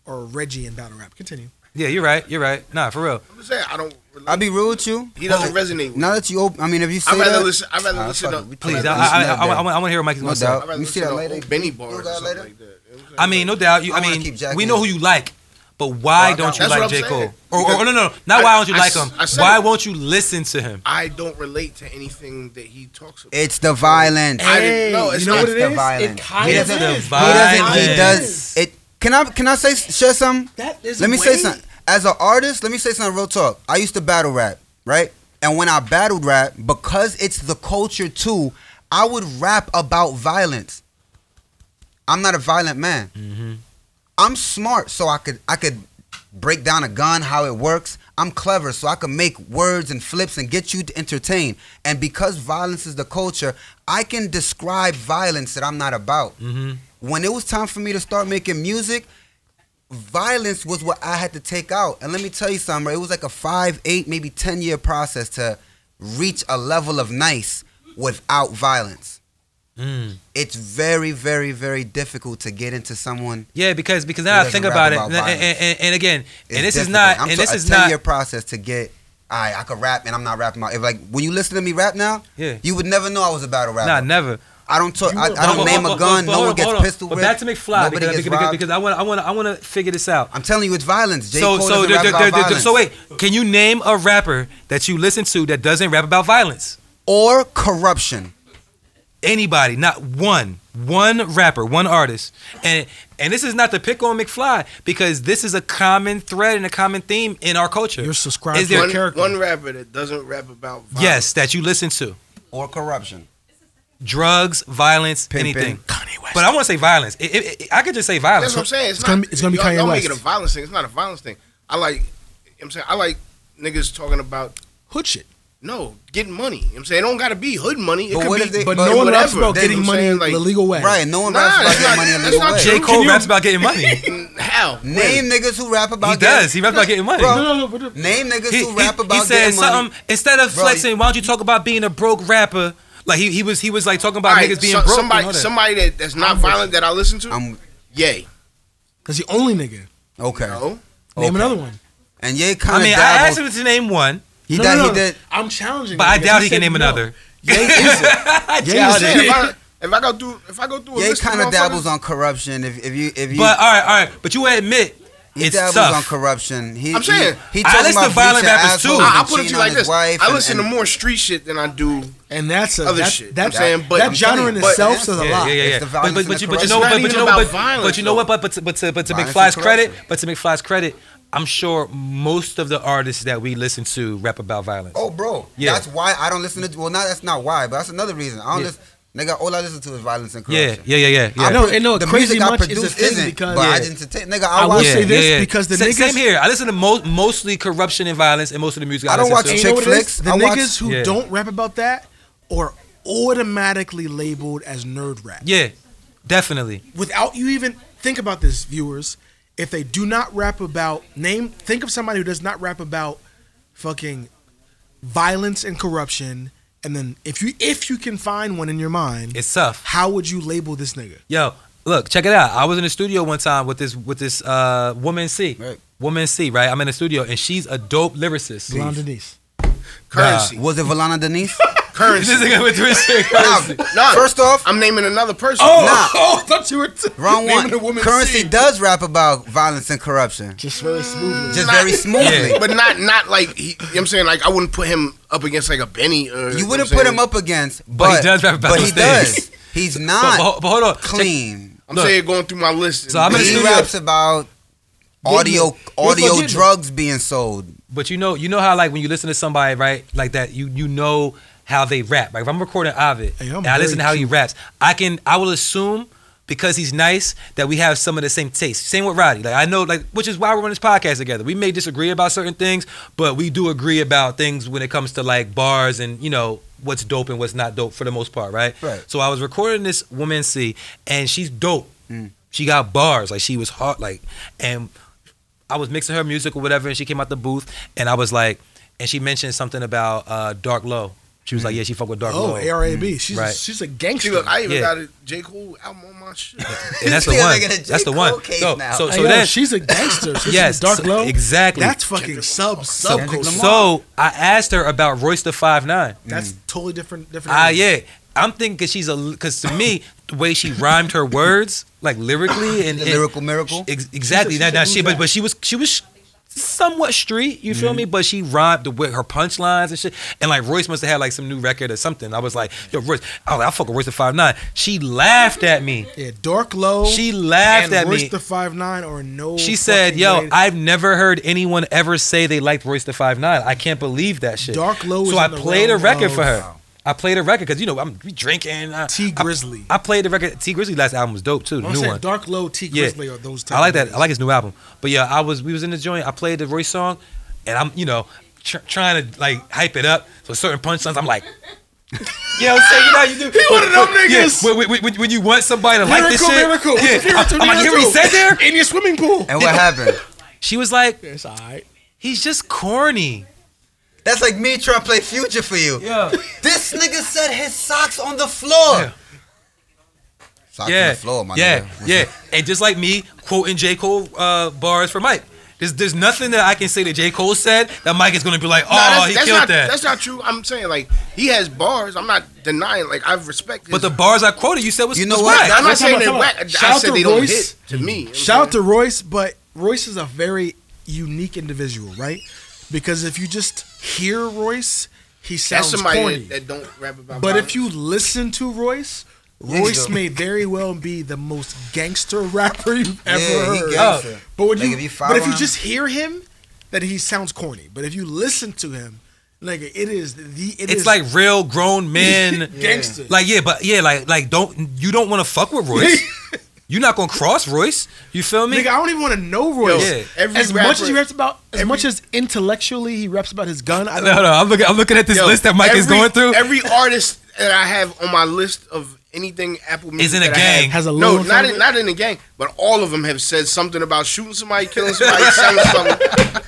Speaker 3: are Reggie and battle rap. Continue.
Speaker 4: yeah, you're right. You're right. Nah, for real.
Speaker 1: I'm saying, I don't. relate.
Speaker 2: I'll be real with you.
Speaker 1: He doesn't resonate with
Speaker 2: Now
Speaker 1: me.
Speaker 2: that you open, I mean, if you say
Speaker 1: I'd rather
Speaker 2: that,
Speaker 1: listen. I'd rather
Speaker 2: Ah,
Speaker 1: listen
Speaker 2: fuck
Speaker 1: to.
Speaker 2: it. We
Speaker 4: Please,
Speaker 2: Yeah, listen
Speaker 4: I, I,
Speaker 2: to
Speaker 4: I,
Speaker 2: that
Speaker 4: I,
Speaker 2: day.
Speaker 4: want to hear what Mike's
Speaker 2: No
Speaker 4: going to say.
Speaker 2: doubt.
Speaker 1: I'd rather
Speaker 2: You see
Speaker 1: listen
Speaker 2: that
Speaker 1: to
Speaker 2: later?
Speaker 1: old Benny Bar
Speaker 2: You
Speaker 1: or
Speaker 2: got
Speaker 1: something
Speaker 2: later?
Speaker 1: like that. You know what I'm
Speaker 4: I
Speaker 1: saying?
Speaker 4: mean, no doubt. You, I
Speaker 2: I wanna
Speaker 4: mean,
Speaker 2: keep jacking
Speaker 4: we know
Speaker 2: it.
Speaker 4: who you like, but
Speaker 2: Well,
Speaker 4: why
Speaker 2: I
Speaker 4: don't
Speaker 2: got
Speaker 4: you
Speaker 1: Oh, you. That's
Speaker 4: like
Speaker 1: what
Speaker 4: J.
Speaker 1: I'm
Speaker 4: Cole?
Speaker 1: saying.
Speaker 4: Or, or,
Speaker 1: Because
Speaker 4: or no, no, not why
Speaker 1: I-
Speaker 4: don't you
Speaker 1: I s-
Speaker 4: like him?
Speaker 1: I said
Speaker 4: Why
Speaker 1: it.
Speaker 4: won't you listen to him?
Speaker 1: I don't relate to anything that he talks about.
Speaker 2: it's the violence.
Speaker 1: I didn't- no, it's
Speaker 3: you know
Speaker 1: not
Speaker 3: what it
Speaker 2: the
Speaker 3: is?
Speaker 2: violence.
Speaker 3: It kind
Speaker 4: It's
Speaker 3: of
Speaker 4: the
Speaker 3: is.
Speaker 2: He doesn't. He
Speaker 4: Violence.
Speaker 2: does. It. Can I? Can I say share some?
Speaker 3: That is
Speaker 2: Let me
Speaker 3: a
Speaker 2: say
Speaker 3: way-
Speaker 2: something. As an artist, let me say something real talk. I used to battle rap, right? And when I battled rap, because it's the culture too, I would rap about violence. I'm not a violent man. I'm smart, so I could I could break down a gun, how it works. I'm clever, so I can make words and flips and get you to entertain. And because violence is the culture, I can describe violence that I'm not about.
Speaker 1: Mm-hmm.
Speaker 2: When it was time for me to start making music, violence was what I had to take out. And let me tell you something, bro, it was like a five, eight, maybe 10 year process to reach a level of nice without violence.
Speaker 4: Mm-hmm.
Speaker 1: Mm-hmm.
Speaker 2: It's very, very, very difficult to get into someone.
Speaker 4: Yeah, because because now I
Speaker 2: doesn't
Speaker 4: think
Speaker 2: rap
Speaker 4: about it,
Speaker 2: about
Speaker 4: and, and,
Speaker 2: violence.
Speaker 4: and, and again,
Speaker 2: It's
Speaker 4: and this is
Speaker 2: difficult.
Speaker 4: not,
Speaker 2: I'm
Speaker 4: and
Speaker 2: ta-
Speaker 4: this
Speaker 2: a
Speaker 4: is not.
Speaker 2: year process to get. All right, I could rap and I'm not rapping about. If like when you listen to me rap now,
Speaker 4: Yeah.
Speaker 2: you would never know I was a battle rapper.
Speaker 4: Nah, never.
Speaker 2: I don't talk.
Speaker 3: You
Speaker 2: I,
Speaker 3: were-
Speaker 2: I don't
Speaker 4: But-
Speaker 2: name
Speaker 4: but-
Speaker 2: a
Speaker 4: but-
Speaker 2: gun.
Speaker 4: but
Speaker 2: no
Speaker 4: hold
Speaker 2: one gets
Speaker 4: hold
Speaker 2: pistol
Speaker 4: But
Speaker 2: whipped.
Speaker 4: back to McFly
Speaker 2: Nobody
Speaker 4: because,
Speaker 2: gets
Speaker 4: because, because,
Speaker 2: robbed.
Speaker 4: because I want I want I want to figure this out.
Speaker 2: I'm telling you, it's violence. J. Cole doesn't rap
Speaker 4: there- there-
Speaker 2: about
Speaker 4: there- there-
Speaker 2: violence.
Speaker 4: so wait, can you name a rapper that you listen to that doesn't rap about violence?
Speaker 2: or corruption.
Speaker 4: Anybody, not one, one rapper, one artist, and and this is not to pick on McFly because this is a common thread and a common theme in our culture.
Speaker 3: You're subscribed to
Speaker 4: Is there-
Speaker 3: a
Speaker 1: one,
Speaker 3: character.
Speaker 1: one rapper that doesn't rap about violence.
Speaker 4: Yes, that you listen to.
Speaker 2: or corruption.
Speaker 4: Drugs, violence,
Speaker 2: Pimpin'.
Speaker 4: anything. But I want to say violence. It- it- it- I could just say
Speaker 1: That's
Speaker 4: violence.
Speaker 1: what I'm saying. It's,
Speaker 3: It's
Speaker 1: not,
Speaker 3: gonna be- it's gonna be
Speaker 1: y'all,
Speaker 3: Kanye
Speaker 1: y'all
Speaker 3: West.
Speaker 1: make it a violence thing. It's not a violence thing. I like. You know what I'm saying I like niggas talking about
Speaker 3: Hood shit.
Speaker 1: no getting money. You know what I'm saying it don't gotta be hood money. It
Speaker 2: But
Speaker 1: could
Speaker 2: what
Speaker 1: be
Speaker 2: if they-
Speaker 3: But
Speaker 2: But
Speaker 3: no one raps
Speaker 1: whatever.
Speaker 3: about
Speaker 1: Then
Speaker 3: getting
Speaker 1: I'm
Speaker 3: money
Speaker 1: saying,
Speaker 3: in
Speaker 1: like-
Speaker 3: the legal way.
Speaker 2: Right, no one
Speaker 1: Nah,
Speaker 2: raps about
Speaker 1: that's
Speaker 2: getting
Speaker 1: not-
Speaker 2: money in a
Speaker 1: that's
Speaker 2: legal
Speaker 1: not
Speaker 2: way.
Speaker 4: J.
Speaker 1: true.
Speaker 4: Cole
Speaker 1: Can you-
Speaker 4: raps about getting money.
Speaker 1: How?
Speaker 2: Name niggas who rap about
Speaker 4: He does. He
Speaker 2: Getting,
Speaker 4: raps about getting money.
Speaker 2: Bro,
Speaker 3: No, no, no. But the-
Speaker 2: name niggas
Speaker 4: he,
Speaker 2: who rap
Speaker 4: he- he
Speaker 2: about
Speaker 4: said
Speaker 2: getting money.
Speaker 4: something instead of
Speaker 2: Bro,
Speaker 4: flexing. why don't you talk about being a broke rapper? Like he, he was he was like talking about
Speaker 1: All right,
Speaker 4: niggas being
Speaker 1: so-
Speaker 4: broke. and all
Speaker 1: somebody,
Speaker 4: that.
Speaker 1: somebody that, that's not violent that I listen to.
Speaker 2: I'm
Speaker 1: yay.
Speaker 3: That's the only nigga.
Speaker 2: okay.
Speaker 1: No.
Speaker 3: Name
Speaker 2: Okay.
Speaker 3: another one.
Speaker 2: And Ye kind
Speaker 4: I
Speaker 2: of
Speaker 4: mean, I asked him to name one,
Speaker 2: He
Speaker 3: No,
Speaker 2: did.
Speaker 3: no,
Speaker 2: He
Speaker 3: no.
Speaker 2: did.
Speaker 3: I'm challenging.
Speaker 4: but
Speaker 3: him
Speaker 4: I
Speaker 3: because
Speaker 4: doubt
Speaker 3: he
Speaker 4: he can
Speaker 3: said
Speaker 4: name
Speaker 3: no.
Speaker 4: another.
Speaker 3: Ye is it.
Speaker 4: I
Speaker 3: Yeah,
Speaker 1: I'm
Speaker 4: doubt
Speaker 1: saying,
Speaker 4: it.
Speaker 1: if, I, if I go through, if I go through, a
Speaker 2: Ye
Speaker 1: list of
Speaker 2: kind of dabbles
Speaker 1: motherfuckers-
Speaker 2: on corruption. If if you if you
Speaker 4: But all right, all right. But you admit
Speaker 2: he
Speaker 4: it's
Speaker 2: dabbles on
Speaker 4: tough.
Speaker 2: corruption. He,
Speaker 1: I'm saying,
Speaker 2: he, he
Speaker 4: I
Speaker 2: talking
Speaker 4: listen to
Speaker 2: about
Speaker 4: violent
Speaker 2: reaching
Speaker 4: rappers, too.
Speaker 2: assholes
Speaker 4: I-
Speaker 2: and
Speaker 1: I, will put it to
Speaker 2: cheating
Speaker 1: you
Speaker 2: on
Speaker 1: like
Speaker 2: his
Speaker 1: this:
Speaker 2: wife
Speaker 1: I
Speaker 2: and-
Speaker 1: listen
Speaker 2: and-
Speaker 1: to more street shit than I do.
Speaker 3: And that's a
Speaker 1: Other
Speaker 3: that,
Speaker 1: shit.
Speaker 3: That,
Speaker 1: I'm saying, but-
Speaker 3: that
Speaker 1: I'm
Speaker 3: genre
Speaker 1: telling
Speaker 3: in
Speaker 1: you,
Speaker 3: itself
Speaker 2: but-
Speaker 3: says a
Speaker 2: Yeah,
Speaker 3: lot.
Speaker 4: Yeah, yeah, yeah.
Speaker 2: It's the
Speaker 4: but,
Speaker 2: violence
Speaker 4: but,
Speaker 2: and
Speaker 4: but,
Speaker 2: the
Speaker 4: you, but you
Speaker 1: corruption.
Speaker 4: know what?
Speaker 1: It's
Speaker 4: But
Speaker 1: not
Speaker 4: you
Speaker 1: even
Speaker 4: know what?
Speaker 1: about
Speaker 4: But,
Speaker 1: violence,
Speaker 4: but you know
Speaker 1: though.
Speaker 4: what? But, but to, but to, but to
Speaker 2: Violence
Speaker 4: McFly's
Speaker 2: and
Speaker 4: credit,
Speaker 2: corruption.
Speaker 4: but to McFly's credit, I'm sure most of the artists that we listen to rap about violence.
Speaker 2: Oh, bro.
Speaker 4: Yeah.
Speaker 2: That's why I don't listen to. Well, not that's not why, but that's another reason. I don't
Speaker 4: Yeah.
Speaker 2: listen. Nigga, all I listen to is violence and corruption.
Speaker 4: yeah, yeah, yeah, yeah. yeah.
Speaker 2: I
Speaker 3: know,
Speaker 2: put-
Speaker 3: and no,
Speaker 2: the
Speaker 3: Crazy
Speaker 2: music I
Speaker 3: Much is a
Speaker 2: produce
Speaker 3: thing
Speaker 2: isn't,
Speaker 3: because-
Speaker 2: but I
Speaker 3: Yeah.
Speaker 2: didn't entertain. Nigga,
Speaker 3: I
Speaker 2: I
Speaker 3: will
Speaker 2: watch.
Speaker 3: say this because the
Speaker 4: Sa-
Speaker 3: niggas-
Speaker 4: same here. I listen to mo- mostly corruption and violence, and most of the music I,
Speaker 2: I don't
Speaker 4: listen
Speaker 2: watch
Speaker 4: to.
Speaker 3: And
Speaker 2: Chick
Speaker 3: you know what it
Speaker 2: flicks,
Speaker 3: is? The
Speaker 2: I watch-
Speaker 3: niggas who
Speaker 4: Yeah.
Speaker 3: don't rap about that are automatically labeled as nerd rap.
Speaker 4: Yeah, definitely.
Speaker 3: Without you even think about this, viewers, if they do not rap about name, think of somebody who does not rap about fucking violence and corruption. And then if you if you can find one in your mind,
Speaker 4: It's tough.
Speaker 3: how would you label this nigga?
Speaker 4: Yo, look, check it out. I was in the studio one time with this with this uh, woman C.
Speaker 2: Right.
Speaker 4: Woman C, right? I'm in the studio and she's a dope lyricist.
Speaker 3: Blonde Denise.
Speaker 1: Currency.
Speaker 2: Was it Valana Denise?
Speaker 4: This
Speaker 1: Currency.
Speaker 4: nigga with this shit crazy.
Speaker 1: Nah,
Speaker 2: First off,
Speaker 1: I'm naming another person.
Speaker 2: Nah.
Speaker 3: oh, I thought you were t-
Speaker 2: wrong
Speaker 3: naming
Speaker 2: one.
Speaker 3: a woman
Speaker 2: Currency
Speaker 3: C.
Speaker 2: does rap about violence and corruption,
Speaker 3: Just very smoothly.
Speaker 2: just very smoothly.
Speaker 1: But not not like he, you know what I'm saying. Like I wouldn't put him up against like a Benny. Or,
Speaker 2: You wouldn't put him up against, but,
Speaker 4: he does rap about
Speaker 2: But
Speaker 4: those
Speaker 2: he
Speaker 4: things.
Speaker 2: does. He's
Speaker 4: But,
Speaker 2: not
Speaker 4: but- but hold on. Check-
Speaker 2: clean.
Speaker 1: I'm
Speaker 4: Look.
Speaker 1: saying going through my list.
Speaker 4: So I'm in the
Speaker 2: he
Speaker 4: studio.
Speaker 2: raps about
Speaker 3: Getting
Speaker 2: audio
Speaker 3: it. He's
Speaker 2: audio
Speaker 3: legit.
Speaker 2: drugs being sold.
Speaker 4: But you know, you know how like when you listen to somebody, right, like that, you you know how they rap. Like if I'm recording Ovid
Speaker 3: Hey, I'm
Speaker 4: and I listen
Speaker 3: very
Speaker 4: to how he raps, I can I will assume because he's nice that we have some of the same taste. Same with Roddy. Like I know like which is why we're on this podcast together. We may disagree about certain things, but we do agree about things when it comes to like bars and, you know, what's dope and what's not dope for the most part, right?
Speaker 2: Right.
Speaker 4: So I was recording this woman C and she's dope.
Speaker 3: Mm.
Speaker 4: She got bars. Like she was hard like and I was mixing her music or whatever, and she came out the booth, and I was like, and she mentioned something about uh, Dark Low. She was like, yeah, she fuck with Dark
Speaker 3: Oh,
Speaker 4: Low.
Speaker 3: ARAB. She's
Speaker 4: Right.
Speaker 3: a, she's a gangster.
Speaker 1: She look, I even
Speaker 4: Yeah.
Speaker 1: got a J Cole album on my shit.
Speaker 4: and that's the
Speaker 2: Yeah,
Speaker 4: one.
Speaker 2: they got a J.
Speaker 4: That's the
Speaker 2: Cole
Speaker 4: one.
Speaker 2: case
Speaker 4: So,
Speaker 2: now.
Speaker 4: so,
Speaker 3: Hey,
Speaker 4: so
Speaker 3: yo,
Speaker 4: then,
Speaker 3: she's a gangster. She's
Speaker 4: yes,
Speaker 3: yes, dark
Speaker 4: so-
Speaker 3: low.
Speaker 4: exactly.
Speaker 3: That's fucking sub sub
Speaker 2: Kendrick
Speaker 3: culture.
Speaker 2: Lamar.
Speaker 4: so I asked her about Royce the Five Nine.
Speaker 3: That's totally different. Different.
Speaker 4: Ah, yeah. I'm thinking because she's a because to me the way she rhymed her words like lyrically and, and
Speaker 2: Lyrical miracle.
Speaker 4: Ex- exactly.
Speaker 3: she's
Speaker 4: now,
Speaker 3: a
Speaker 4: now she,
Speaker 3: loser.
Speaker 4: but,
Speaker 3: Mm-hmm.
Speaker 4: but she was she was somewhat street. You feel me? But she rhymed the, with her punchlines and shit. And like Royce must have had like some new record or something. I was like, yo, Royce. I was like, I fuck with Royce at five nine. She laughed at me.
Speaker 3: Yeah, dark low.
Speaker 4: She laughed
Speaker 3: and
Speaker 4: at
Speaker 3: Royce
Speaker 4: me.
Speaker 3: the five nine or no.
Speaker 4: She said,
Speaker 3: fucking
Speaker 4: "Yo,
Speaker 3: way.
Speaker 4: I've never heard anyone ever say they liked Royce the Five Nine. I can't believe that shit."
Speaker 3: Dark Low is
Speaker 4: So I
Speaker 3: in the
Speaker 4: played a
Speaker 3: realm
Speaker 4: record
Speaker 3: of-
Speaker 4: for her. I played a record because you know I'm we drinking. I,
Speaker 3: T Grizzly.
Speaker 4: I played the record. T Grizzly last album was dope too. The
Speaker 3: I'm
Speaker 4: new
Speaker 3: saying
Speaker 4: one.
Speaker 3: dark low T
Speaker 4: Yeah.
Speaker 3: Grizzly or those. Type
Speaker 4: I like that.
Speaker 3: of
Speaker 4: I like his new album. But yeah, I was we was in the joint. I played the Royce song, and I'm you know tr- trying to like hype it up. So certain punchlines, I'm like. You know what I'm saying? You know how you do. He
Speaker 3: one of them niggas.
Speaker 4: Yeah, when, when- when, when you want somebody to like this
Speaker 3: Miracle, miracle.
Speaker 4: shit,
Speaker 3: What's your
Speaker 4: yeah.
Speaker 3: favorite
Speaker 4: I'm, I'm like,
Speaker 3: tornado?
Speaker 4: hear what he said there.
Speaker 3: in your swimming pool.
Speaker 2: And what happened?
Speaker 4: She was like,
Speaker 3: It's alright.
Speaker 4: He's just corny.
Speaker 2: That's like me trying to play future for you.
Speaker 4: Yeah.
Speaker 2: This nigga said his socks on the floor.
Speaker 4: Yeah.
Speaker 2: Socks on
Speaker 4: Yeah.
Speaker 2: the floor, my
Speaker 4: yeah.
Speaker 2: nigga.
Speaker 4: Yeah. And just like me quoting J. Cole uh, bars for Mike. There's, there's nothing that I can say that J. Cole said that Mike is gonna be like, oh,
Speaker 1: Nah, that's,
Speaker 4: he
Speaker 1: that's
Speaker 4: killed
Speaker 1: not,
Speaker 4: that.
Speaker 1: That's not true. I'm saying like he has bars. I'm not denying. Like I've respected.
Speaker 4: But the bars I quoted, you said was,
Speaker 2: You know
Speaker 4: was
Speaker 2: what?
Speaker 4: whack.
Speaker 1: I'm not
Speaker 3: Wait,
Speaker 1: saying
Speaker 3: come on,
Speaker 1: they're
Speaker 3: come on.
Speaker 1: whack. I
Speaker 3: Shout
Speaker 1: said
Speaker 3: to
Speaker 1: they don't
Speaker 3: Royce.
Speaker 1: hit to me. You know what I'm
Speaker 3: Shout out
Speaker 1: saying?
Speaker 3: to Royce, but Royce is a very unique individual, right? Because if you just hear Royce, he
Speaker 1: that's
Speaker 3: sounds
Speaker 1: somebody
Speaker 3: corny.
Speaker 1: that don't rap about.
Speaker 3: But if
Speaker 1: violence.
Speaker 3: you listen to Royce,
Speaker 2: Yeah,
Speaker 3: Royce
Speaker 2: he do.
Speaker 3: may very well be the most gangster rapper you've ever
Speaker 2: Yeah, he
Speaker 3: heard.
Speaker 2: gangster.
Speaker 3: But when
Speaker 2: Like,
Speaker 3: you,
Speaker 2: if you follow
Speaker 3: but if you
Speaker 2: him-
Speaker 3: just hear him, that he sounds corny. But if you listen to him, like it is the it
Speaker 4: it's
Speaker 3: is
Speaker 4: like real grown men.
Speaker 3: gangster.
Speaker 4: Like yeah, but yeah, like like don't you don't want to fuck with Royce. You're not gonna cross Royce. You feel me?
Speaker 3: Nigga, I don't even want to know Royce.
Speaker 4: Yeah.
Speaker 1: Every
Speaker 3: as much
Speaker 1: rapper-
Speaker 3: as he raps about, as much as intellectually he raps about his gun, I
Speaker 4: No,
Speaker 3: don't
Speaker 4: no, I'm looking. I'm looking at this
Speaker 1: Yo,
Speaker 4: list that Mike is
Speaker 1: every-
Speaker 4: going through.
Speaker 1: Every artist that I have on my list of anything Apple Music
Speaker 4: in a
Speaker 1: that I have-
Speaker 4: gang.
Speaker 3: has a
Speaker 1: No,
Speaker 3: low.
Speaker 1: not in, not in the gang, but all of them have said something about shooting somebody, killing somebody, selling something.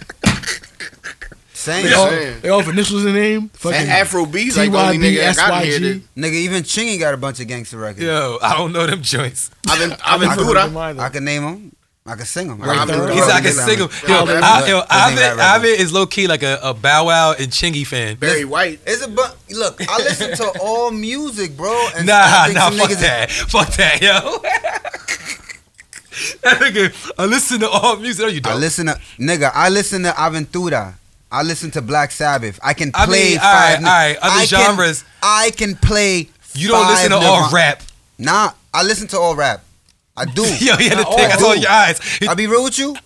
Speaker 2: Same.
Speaker 3: They all,
Speaker 1: saying.
Speaker 3: they all have initials in the name. Fucking
Speaker 1: And Afro B's like the only nigga that got me here. That,
Speaker 3: TYBSYG.
Speaker 2: Nigga, even Chingy got a bunch of gangster records.
Speaker 4: Yo, I don't know them joints.
Speaker 1: I've been, I've been
Speaker 3: I
Speaker 1: through
Speaker 3: don't
Speaker 1: that.
Speaker 3: remember either.
Speaker 2: I can name them. I can sing them.
Speaker 1: Right there.
Speaker 4: He's
Speaker 1: Bro,
Speaker 4: like a
Speaker 1: nigga,
Speaker 4: single.
Speaker 1: I'm-
Speaker 4: Yo,
Speaker 1: I'm-
Speaker 4: I, yo,
Speaker 2: Cause they rap
Speaker 4: Ovid,
Speaker 2: records.
Speaker 4: Ovid is low key like a, a Bow Wow and Chingy fan.
Speaker 1: Barry White.
Speaker 2: It's a bu- look. I listen to all music, bro. And I
Speaker 4: Nah,
Speaker 2: think
Speaker 4: nah,
Speaker 2: some
Speaker 4: fuck
Speaker 2: niggas-
Speaker 4: that, fuck that, yo. that nigga, I listen to all music. No, you
Speaker 2: I
Speaker 4: don't.
Speaker 2: listen to nigga. I listen to Aventura. I listen to Black Sabbath. I can
Speaker 4: I mean,
Speaker 2: play
Speaker 4: all right,
Speaker 2: five.
Speaker 4: all right, other
Speaker 2: I can-
Speaker 4: genres.
Speaker 2: I can play.
Speaker 4: you don't listen to
Speaker 2: five
Speaker 4: all
Speaker 2: Nirvana-
Speaker 4: rap.
Speaker 2: Nah, I listen to all rap. I do.
Speaker 4: Yo, he had to
Speaker 3: Not
Speaker 4: take
Speaker 2: all.
Speaker 4: us all
Speaker 2: Dude.
Speaker 4: your eyes. He-
Speaker 2: I'll be real with you.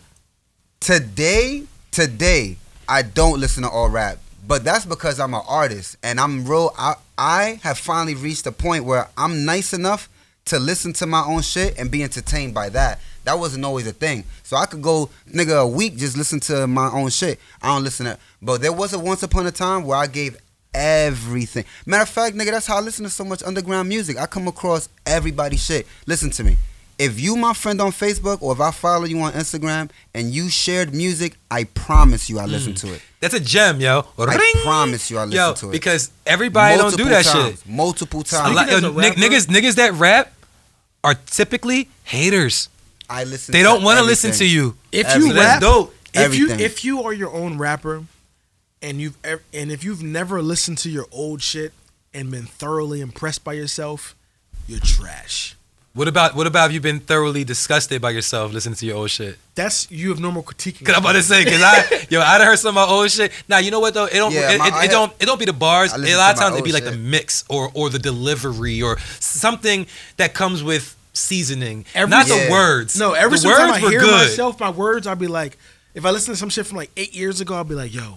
Speaker 2: Today, today, I don't listen to all rap, but that's because I'm an artist and I'm real. I, I have finally reached a point where I'm nice enough to listen to my own shit and be entertained by that. That wasn't always a thing. So I could go, nigga, a week just listen to my own shit. I don't listen to. But there was a once upon a time where I gave everything. Matter of fact, nigga, that's how I listen to so much underground music. I come across everybody's shit. Listen to me. If you my friend on Facebook or if I follow you on Instagram and you shared music, I promise you I listen to it.
Speaker 4: That's a gem, yo.
Speaker 2: I promise you I listen
Speaker 4: Mm. yo,
Speaker 2: to it.
Speaker 4: because everybody don't do that
Speaker 2: times,
Speaker 4: shit.
Speaker 2: Multiple
Speaker 4: A
Speaker 2: times.
Speaker 4: lot, yo,
Speaker 3: as a
Speaker 4: nig-
Speaker 3: rapper-
Speaker 4: niggas, niggas that rap are typically haters.
Speaker 2: I listen.
Speaker 4: They don't want to listen to
Speaker 2: everything.
Speaker 4: you.
Speaker 3: If
Speaker 2: Every-
Speaker 4: So
Speaker 3: you
Speaker 4: that's
Speaker 3: rap,
Speaker 4: dope.
Speaker 3: if you
Speaker 2: Everything.
Speaker 3: if you are your own rapper, and you've ev- and if you've never listened to your old shit and been thoroughly impressed by yourself, you're trash.
Speaker 4: What about what about if you've been thoroughly disgusted by yourself listening to your old shit?
Speaker 3: That's you have normal critiquing.
Speaker 4: Cause I'm about to say, cause I yo, I'd heard some of my old shit. Now you know what though? It don't
Speaker 2: Yeah,
Speaker 4: it,
Speaker 2: my-
Speaker 4: it-
Speaker 2: I
Speaker 4: it don't it don't be the bars.
Speaker 2: I
Speaker 4: A
Speaker 2: listen
Speaker 4: lot of
Speaker 2: to my
Speaker 4: times it be
Speaker 2: old
Speaker 4: like the
Speaker 2: shit.
Speaker 4: mix or or the delivery or something that comes with seasoning.
Speaker 3: Every-
Speaker 4: Not
Speaker 2: Yeah.
Speaker 4: the words.
Speaker 3: No, every
Speaker 4: the
Speaker 3: single time I
Speaker 4: were
Speaker 3: hear myself, my words, I'll be like, if I listen to some shit from like eight years ago, I'll be like, yo,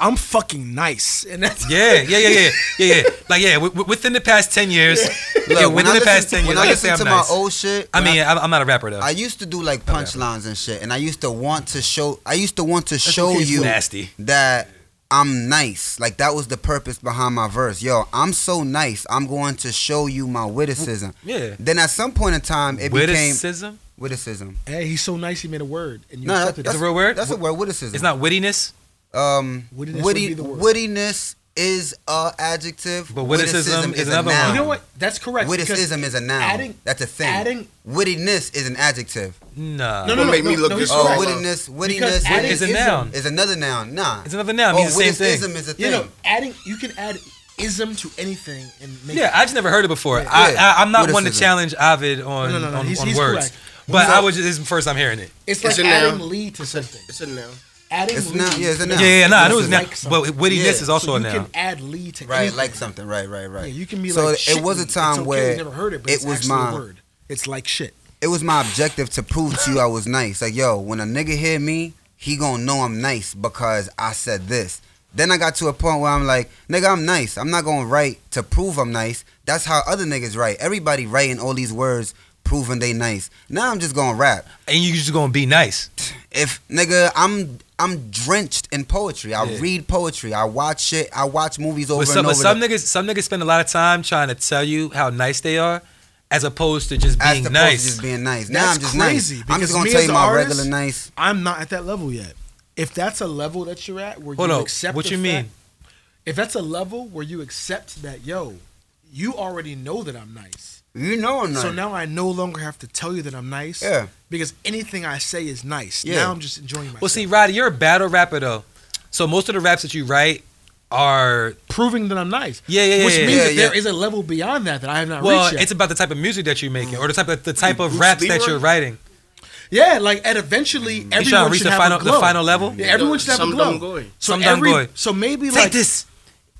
Speaker 3: I'm fucking nice, and that's
Speaker 4: Yeah, yeah, yeah, yeah, yeah, yeah. Like yeah, w- w- within the past ten years, yeah,
Speaker 2: Look, when
Speaker 4: within
Speaker 2: I
Speaker 4: the past
Speaker 2: listen,
Speaker 4: ten years,
Speaker 2: when
Speaker 4: I
Speaker 2: I
Speaker 4: can say
Speaker 2: listen
Speaker 4: I'm
Speaker 2: to
Speaker 4: nice.
Speaker 2: my old shit,
Speaker 4: I
Speaker 2: when
Speaker 4: mean, I'm, I'm not a rapper though.
Speaker 2: I used to do like punchlines and shit, and I used to want to show. I used to want to show
Speaker 3: okay, it's
Speaker 2: you
Speaker 4: nasty.
Speaker 2: that I'm nice. Like that was the purpose behind my verse. Yo, I'm so nice. I'm going to show you my witticism.
Speaker 4: yeah.
Speaker 2: Then at some point in time, it became
Speaker 4: Witticism?
Speaker 2: witticism.
Speaker 3: hey, he's so nice, he made a word, and you
Speaker 2: No, that,
Speaker 3: accepted
Speaker 2: that's
Speaker 4: a real word?
Speaker 2: That's a word. Witticism.
Speaker 4: It's not wittiness,
Speaker 2: Um,
Speaker 3: Wittiness would
Speaker 2: witty,
Speaker 3: be the word.
Speaker 2: wittiness is a adjective.
Speaker 4: But witticism is another one.
Speaker 2: noun.
Speaker 3: it. You know what? That's correct. because
Speaker 2: Witticism is a noun.
Speaker 3: adding-
Speaker 2: That's a thing.
Speaker 3: adding-
Speaker 2: Wittiness is an adjective.
Speaker 4: nah.
Speaker 3: No, no,
Speaker 1: Don't
Speaker 3: no,
Speaker 1: make
Speaker 3: no,
Speaker 1: me look
Speaker 3: no,
Speaker 1: this
Speaker 3: he's
Speaker 1: up.
Speaker 2: Oh,
Speaker 3: correct.
Speaker 2: wittiness,
Speaker 3: Because
Speaker 2: wittiness
Speaker 3: adding
Speaker 4: It's a
Speaker 3: ism-
Speaker 4: noun.
Speaker 2: is another nown. Nah,
Speaker 4: It's another noun.
Speaker 2: Oh,
Speaker 4: Means the same thing.
Speaker 2: witticism is a
Speaker 3: You
Speaker 2: thing.
Speaker 3: know, adding you can add ism to anything and make
Speaker 4: Yeah, I just never heard it before.
Speaker 2: Yeah.
Speaker 4: I, I, I'm not one to
Speaker 2: Witticism.
Speaker 4: challenge Ovid on
Speaker 3: No, no, no,
Speaker 4: on,
Speaker 3: he's-
Speaker 4: on
Speaker 3: he's
Speaker 4: words,
Speaker 3: correct.
Speaker 4: but
Speaker 2: No.
Speaker 4: I was just, this is the first time hearing it.
Speaker 3: It's
Speaker 1: It's
Speaker 3: like
Speaker 1: a
Speaker 3: adding
Speaker 1: noun.
Speaker 3: Lee to something.
Speaker 1: It's a noun.
Speaker 3: Adding
Speaker 2: It's a
Speaker 3: Lee.
Speaker 2: noun. Yeah, it's a noun.
Speaker 4: Yeah, yeah, nah, I knew it was
Speaker 2: Witticism.
Speaker 4: now.
Speaker 3: Like
Speaker 4: but
Speaker 3: something.
Speaker 4: wittiness
Speaker 2: Yeah.
Speaker 4: is also
Speaker 3: so
Speaker 4: a
Speaker 3: you
Speaker 4: noun.
Speaker 3: can add Lee to
Speaker 2: right,
Speaker 3: anything.
Speaker 2: like something. Right, right, right.
Speaker 3: Yeah, you can be
Speaker 2: So
Speaker 3: like.
Speaker 2: it
Speaker 3: shit
Speaker 2: was a
Speaker 3: Lee. It's
Speaker 2: time
Speaker 3: okay,
Speaker 2: where
Speaker 3: you never heard it, but
Speaker 2: it
Speaker 3: it's
Speaker 2: was
Speaker 3: actually a
Speaker 2: my-
Speaker 3: word. It's like shit.
Speaker 2: It was my objective to prove to you I was nice. Like, yo, when a nigga hear me, he gonna know I'm nice because I said this. Then I got to a point where I'm like, nigga, I'm nice. I'm not gonna write to prove I'm nice. That's how other niggas write. Everybody writing all these words proving they nice. Now I'm just gonna rap.
Speaker 4: And you just gonna be nice.
Speaker 2: if nigga I'm I'm drenched in poetry. I
Speaker 4: Yeah.
Speaker 2: read poetry. I watch shit. I watch movies over
Speaker 4: But some,
Speaker 2: and
Speaker 4: but
Speaker 2: over.
Speaker 4: some
Speaker 2: the-
Speaker 4: niggas, some niggas spend a lot of time trying to tell you how nice they are, as opposed to just
Speaker 2: as
Speaker 4: being
Speaker 2: opposed to
Speaker 4: nice.
Speaker 2: just being nice. Now
Speaker 3: That's
Speaker 2: I'm just
Speaker 3: crazy,
Speaker 2: nice. I'm
Speaker 3: because
Speaker 2: just gonna
Speaker 3: me
Speaker 2: tell
Speaker 3: as
Speaker 2: you
Speaker 3: an
Speaker 2: my
Speaker 3: artist-
Speaker 2: regular nice.
Speaker 3: I'm not at that level yet. If that's a level that you're at where
Speaker 4: Hold
Speaker 3: you
Speaker 4: on,
Speaker 3: accept
Speaker 4: what
Speaker 3: the
Speaker 4: you
Speaker 3: fact-
Speaker 4: mean?
Speaker 3: If that's a level where you accept that, yo, you already know that I'm nice.
Speaker 2: You know I'm nice.
Speaker 3: So now I no longer have to tell you that I'm nice.
Speaker 2: Yeah.
Speaker 3: Because anything I say is nice.
Speaker 2: Yeah.
Speaker 3: Now I'm just enjoying myself.
Speaker 4: well, see, Roddy, you're a battle rapper though, so most of the raps that you write are
Speaker 3: proving that I'm nice.
Speaker 4: Yeah, yeah, yeah,
Speaker 3: Which
Speaker 4: yeah,
Speaker 3: means
Speaker 2: yeah.
Speaker 3: that
Speaker 2: Yeah,
Speaker 3: there is a level beyond that that I have not
Speaker 4: well,
Speaker 3: reached yet.
Speaker 4: it's about the type of music that you're making or the type
Speaker 3: Mm.
Speaker 4: of the type of
Speaker 1: Bruce
Speaker 4: raps that
Speaker 1: Leroy?
Speaker 4: you're writing.
Speaker 3: yeah, like and eventually
Speaker 4: You trying to
Speaker 3: everyone
Speaker 4: reach
Speaker 3: should
Speaker 4: the
Speaker 3: have
Speaker 4: final
Speaker 3: a
Speaker 4: the
Speaker 3: glow.
Speaker 4: final level?
Speaker 3: Yeah, everyone should have
Speaker 1: Some
Speaker 3: a glow.
Speaker 1: dumb goy.
Speaker 3: So
Speaker 4: Some dumb
Speaker 3: every
Speaker 4: goy.
Speaker 3: so maybe
Speaker 4: Take
Speaker 3: like
Speaker 4: this.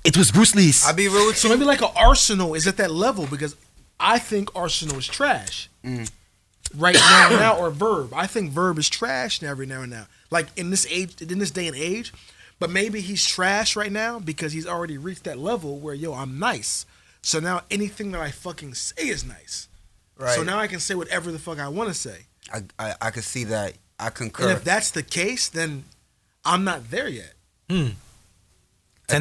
Speaker 4: It was Bruce Lee's.
Speaker 2: I be real with
Speaker 3: So
Speaker 2: you.
Speaker 3: maybe like an Arsenal is at that level because I think Arsenal is trash
Speaker 4: Mm.
Speaker 3: right now, now or Verb. I think Verb is trash now every now and now. Like in this age, in this day and age, but maybe he's trash right now because he's already reached that level where yo, I'm nice. So now anything that I fucking say is nice.
Speaker 2: Right.
Speaker 3: So now I can say whatever the fuck I want to say.
Speaker 2: I, I I could see that. I concur.
Speaker 3: And if that's the case, then I'm not there yet.
Speaker 4: Ten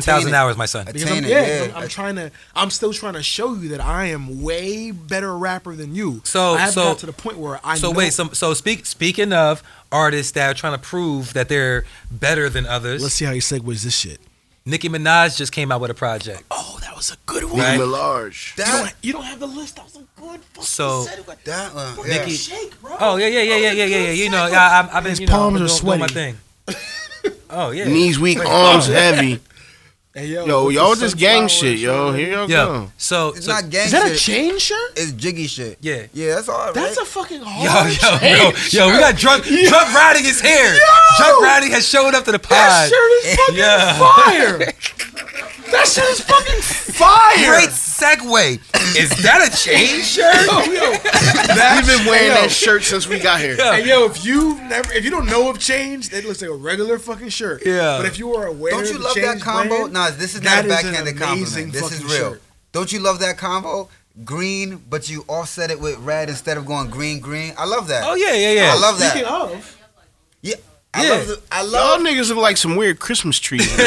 Speaker 4: thousand
Speaker 2: Attain it.
Speaker 4: hours, my son.
Speaker 3: Because
Speaker 2: Attain
Speaker 3: I'm,
Speaker 2: it,
Speaker 3: yeah,
Speaker 2: yeah.
Speaker 3: I'm- I'm, trying to. I'm still trying to show you that I am way better rapper than you.
Speaker 4: So-
Speaker 3: I haven't
Speaker 4: so-
Speaker 3: got to the point where I.
Speaker 4: So
Speaker 3: know,
Speaker 4: wait, so, so speak, speaking of artists that are trying to prove that they're better than others,
Speaker 3: Let's see how he segues this shit.
Speaker 4: Nicki Minaj just came out with a project.
Speaker 3: Oh, that was a good one.
Speaker 4: Right.
Speaker 1: Nicki Minaj.
Speaker 3: You, don't,
Speaker 2: that
Speaker 3: you don't have the list. That was a good fucking
Speaker 4: So-
Speaker 3: segue.
Speaker 2: that one,
Speaker 3: Fucking
Speaker 2: yeah.
Speaker 3: shake, bro.
Speaker 4: Oh yeah, yeah, yeah, yeah, yeah, yeah, yeah. You know, I, I'm- I've been
Speaker 3: His
Speaker 4: you know,
Speaker 3: palms
Speaker 4: I've been
Speaker 3: are
Speaker 4: doing- doing
Speaker 3: sweaty.
Speaker 4: my thing. Oh yeah.
Speaker 1: Knees weak, arms
Speaker 3: oh.
Speaker 1: heavy.
Speaker 3: Hey, yo,
Speaker 1: Yo,
Speaker 3: with
Speaker 1: y'all
Speaker 3: the
Speaker 1: just gang
Speaker 3: sunflower
Speaker 1: shit, yo. Here y'all
Speaker 4: Yeah.
Speaker 1: go.
Speaker 4: So,
Speaker 2: It's
Speaker 4: so
Speaker 2: not gang
Speaker 3: Is that a
Speaker 2: shit.
Speaker 3: chain shirt?
Speaker 2: It's jiggy shit.
Speaker 4: Yeah.
Speaker 2: Yeah, that's all right.
Speaker 3: That's a fucking
Speaker 4: Yo,
Speaker 3: hard
Speaker 4: yo,
Speaker 3: chain.
Speaker 4: yo, yo, we got drunk. Drunk riding is here. Drunk riding has showed up to the
Speaker 3: That
Speaker 4: pod.
Speaker 3: shirt is fucking
Speaker 4: Yeah.
Speaker 3: fire. that shit is fucking fire.
Speaker 4: Great segue. Is that a chain shirt?
Speaker 3: Yo, yo.
Speaker 1: We've been wearing that shirt since we got here.
Speaker 4: Yeah.
Speaker 3: And yo, if you never, if you don't know of change, it looks like a regular fucking shirt.
Speaker 4: Yeah.
Speaker 3: But if you are aware,
Speaker 2: Don't you
Speaker 3: of the
Speaker 2: love that
Speaker 3: Change
Speaker 2: combo?
Speaker 3: brand,
Speaker 2: nah, this is
Speaker 3: that
Speaker 2: not a
Speaker 3: is an
Speaker 2: backhanded
Speaker 3: amazing
Speaker 2: compliment. This is
Speaker 3: fucking
Speaker 2: real.
Speaker 3: shirt.
Speaker 2: Don't you love that combo? Green, but you offset it with red instead of going green, green. I love that.
Speaker 4: Oh yeah, yeah, yeah.
Speaker 2: I love that.
Speaker 3: Speaking of,
Speaker 2: Yeah. I
Speaker 4: Yeah.
Speaker 2: love. The, I
Speaker 1: Y'all
Speaker 2: love.
Speaker 1: niggas look like some weird Christmas trees.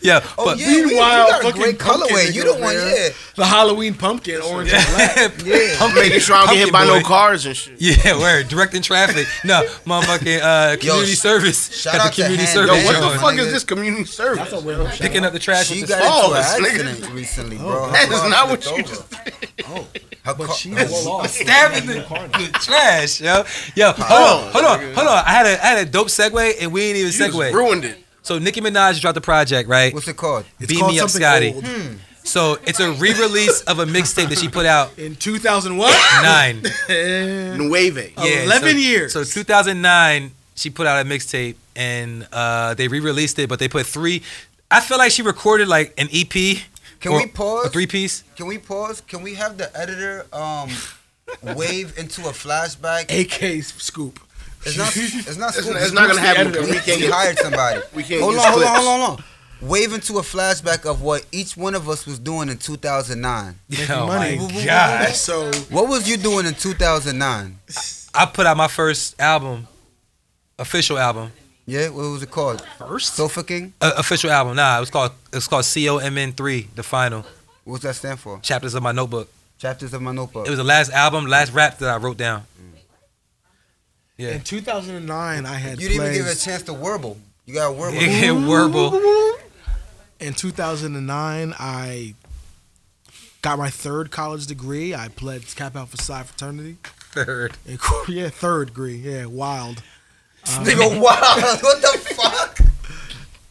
Speaker 4: yeah,
Speaker 2: Oh
Speaker 4: but
Speaker 2: yeah, we- we
Speaker 3: Meanwhile,
Speaker 2: got a
Speaker 3: fucking
Speaker 2: great
Speaker 3: pumpkin
Speaker 2: colorway. You
Speaker 3: nigga
Speaker 2: the
Speaker 3: over
Speaker 2: one, yeah.
Speaker 3: there. The Halloween pumpkin, orange and black.
Speaker 2: Yeah.
Speaker 4: pumpkin-
Speaker 1: Making sure I don't get hit by
Speaker 4: pumpkin
Speaker 1: no
Speaker 4: boy.
Speaker 1: cars and shit.
Speaker 4: Yeah, word. Directing traffic. No, motherfucking uh, community
Speaker 2: sh-
Speaker 4: service.
Speaker 2: shout
Speaker 4: Got the
Speaker 2: out to
Speaker 4: community
Speaker 2: Hand
Speaker 1: Yo,
Speaker 4: service.
Speaker 2: Yo,
Speaker 1: what the
Speaker 4: going.
Speaker 1: fuck
Speaker 2: nigga.
Speaker 1: is this community service?
Speaker 3: That's a real shout
Speaker 4: Picking up the trash.
Speaker 2: She
Speaker 4: with
Speaker 2: got
Speaker 4: the
Speaker 1: Oh,
Speaker 2: into an
Speaker 1: that's nigga.
Speaker 2: accident recently,
Speaker 3: Oh,
Speaker 2: bro. Her
Speaker 1: That is
Speaker 2: car
Speaker 1: not what
Speaker 2: flipped
Speaker 1: you
Speaker 2: over.
Speaker 1: just.
Speaker 2: Her
Speaker 3: But
Speaker 2: car-
Speaker 3: she
Speaker 2: her-
Speaker 3: was lost.
Speaker 4: Stabbing the, the trash, yo, yo. Hold on, hold on, hold on. I had a I had a dope segue, and we ain't even
Speaker 1: You just
Speaker 4: segue.
Speaker 1: ruined it.
Speaker 4: So Nicki Minaj dropped the project, right?
Speaker 2: What's it called?
Speaker 3: It's
Speaker 4: Beam
Speaker 3: called
Speaker 4: me up,
Speaker 3: something
Speaker 4: Scotty.
Speaker 3: old.
Speaker 2: Hmm.
Speaker 4: So it's a re-release of a mixtape that she put out
Speaker 3: In 2001,
Speaker 4: nine.
Speaker 1: Nueve.
Speaker 4: Yeah,
Speaker 3: 11
Speaker 4: so-
Speaker 3: years.
Speaker 4: So 2009, she put out a mixtape and uh, they re-released it, but they put three. I feel like she recorded like an EP.
Speaker 2: Can
Speaker 4: or-
Speaker 2: we pause?
Speaker 4: A three piece.
Speaker 2: Can we pause? Can we have the editor um wave into a flashback?
Speaker 3: AK scoop.
Speaker 2: It's not. It's not.
Speaker 1: It's
Speaker 2: Scoop,
Speaker 1: not, it's not gonna happen. because We
Speaker 2: He
Speaker 1: can't.
Speaker 2: hired somebody.
Speaker 1: We can't
Speaker 2: hold
Speaker 1: use
Speaker 2: on, hold on,
Speaker 1: clips.
Speaker 2: hold on, hold on. Wave into a flashback of what each one of us was doing in 2009.
Speaker 4: Oh
Speaker 3: money.
Speaker 4: my god!
Speaker 3: So
Speaker 2: What was you doing in 2009?
Speaker 4: I put out my first album, official album,
Speaker 2: Yeah, what was it called?
Speaker 4: first
Speaker 2: Sofa King?
Speaker 4: uh, official album. Nah, it was called it's called C O M N three, the final
Speaker 2: What's that stand for?
Speaker 4: chapters of my notebook.
Speaker 2: Chapters of my notebook.
Speaker 4: It was the last album, last rap that I wrote down.
Speaker 2: Mm.
Speaker 4: Yeah,
Speaker 3: in 2009, I had
Speaker 2: you didn't even give it a
Speaker 3: plays-
Speaker 2: chance to warble. You got warble.
Speaker 4: yeah, Werble.
Speaker 3: in 2009, I got my third college degree. I pledged Cap Alpha Psi fraternity.
Speaker 4: Third.
Speaker 3: In Korea- Yeah, third degree. Yeah, wild.
Speaker 2: Nigga, wow. What the fuck?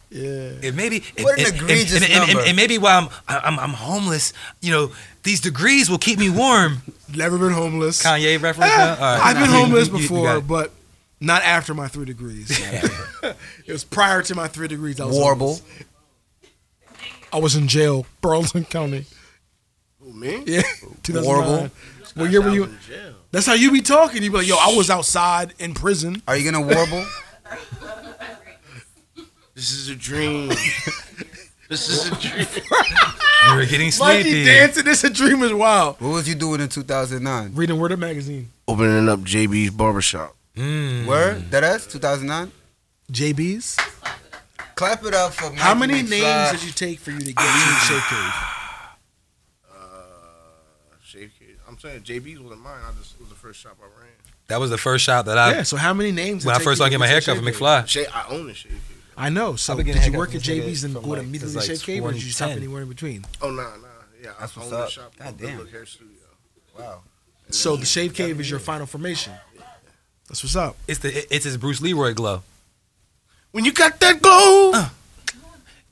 Speaker 3: Yeah.
Speaker 4: It maybe it,
Speaker 2: What an
Speaker 4: it- it-
Speaker 2: egregious
Speaker 4: and, and- and-
Speaker 2: number.
Speaker 4: and maybe while I'm, I'm I'm homeless, you know, these degrees will keep me warm.
Speaker 3: Never been homeless.
Speaker 4: Kanye reference.
Speaker 3: Ah,
Speaker 4: huh? All right,
Speaker 3: I've
Speaker 4: nah,
Speaker 3: been
Speaker 4: you-
Speaker 3: homeless
Speaker 4: you- you- you
Speaker 3: before,
Speaker 4: got it.
Speaker 3: but not after my three degrees. it was prior to my three degrees. I was
Speaker 2: Warble.
Speaker 3: homeless. I was in jail, Burlington County.
Speaker 1: Who, me?
Speaker 3: Yeah, 2009.
Speaker 2: Warble.
Speaker 3: Well, yeah, were you?
Speaker 1: In jail.
Speaker 3: That's how you be talking. You be like, yo, I was outside in prison.
Speaker 2: Are you gonna warble?
Speaker 1: This is a dream. this is a dream.
Speaker 4: You were getting
Speaker 3: Mikey
Speaker 4: sleepy.
Speaker 3: dancing. This a dream is wild.
Speaker 2: What was you doing in 2009?
Speaker 3: Reading Word Up magazine.
Speaker 1: Opening up JB's barbershop.
Speaker 4: Mm.
Speaker 2: Where? That ass? 2009?
Speaker 3: JB's.
Speaker 2: Clap it up for
Speaker 3: How
Speaker 2: Mikey
Speaker 3: many
Speaker 2: McFly.
Speaker 3: names did you take for you to get to
Speaker 4: Ah.
Speaker 3: the Shake Cave?
Speaker 1: Shave Cave. I'm saying JB's wasn't mine. I just it was the first shop I ran.
Speaker 4: That was the first shot that I
Speaker 3: yeah. So how many names? did
Speaker 4: Uh, when
Speaker 3: it
Speaker 4: I
Speaker 3: take
Speaker 4: first
Speaker 3: you
Speaker 4: started
Speaker 3: to
Speaker 4: getting my
Speaker 3: to
Speaker 4: haircut
Speaker 3: Shake
Speaker 4: from
Speaker 3: Cave?
Speaker 4: McFly.
Speaker 1: Shay, I own the Shave Cave.
Speaker 3: I know. So
Speaker 4: I've been
Speaker 3: did
Speaker 4: getting
Speaker 3: you
Speaker 4: haircuts
Speaker 3: work at
Speaker 4: from this nigga
Speaker 3: JB's and
Speaker 4: from,
Speaker 3: go
Speaker 4: like,
Speaker 3: to immediately
Speaker 4: since, like,
Speaker 3: Shake Cave, or did you stop
Speaker 4: 2010?
Speaker 3: anywhere in between?
Speaker 1: Oh nah, nah. Yeah,
Speaker 2: That's
Speaker 1: I own
Speaker 2: what's
Speaker 1: the
Speaker 2: up.
Speaker 1: shop.
Speaker 2: God
Speaker 1: Good
Speaker 2: damn.
Speaker 1: Look Hair Studio.
Speaker 2: Wow.
Speaker 3: So the Shave Cave is your final formation. That's what's up.
Speaker 4: It's the it- it's his Bruce Leroy glow.
Speaker 1: When you got that glow,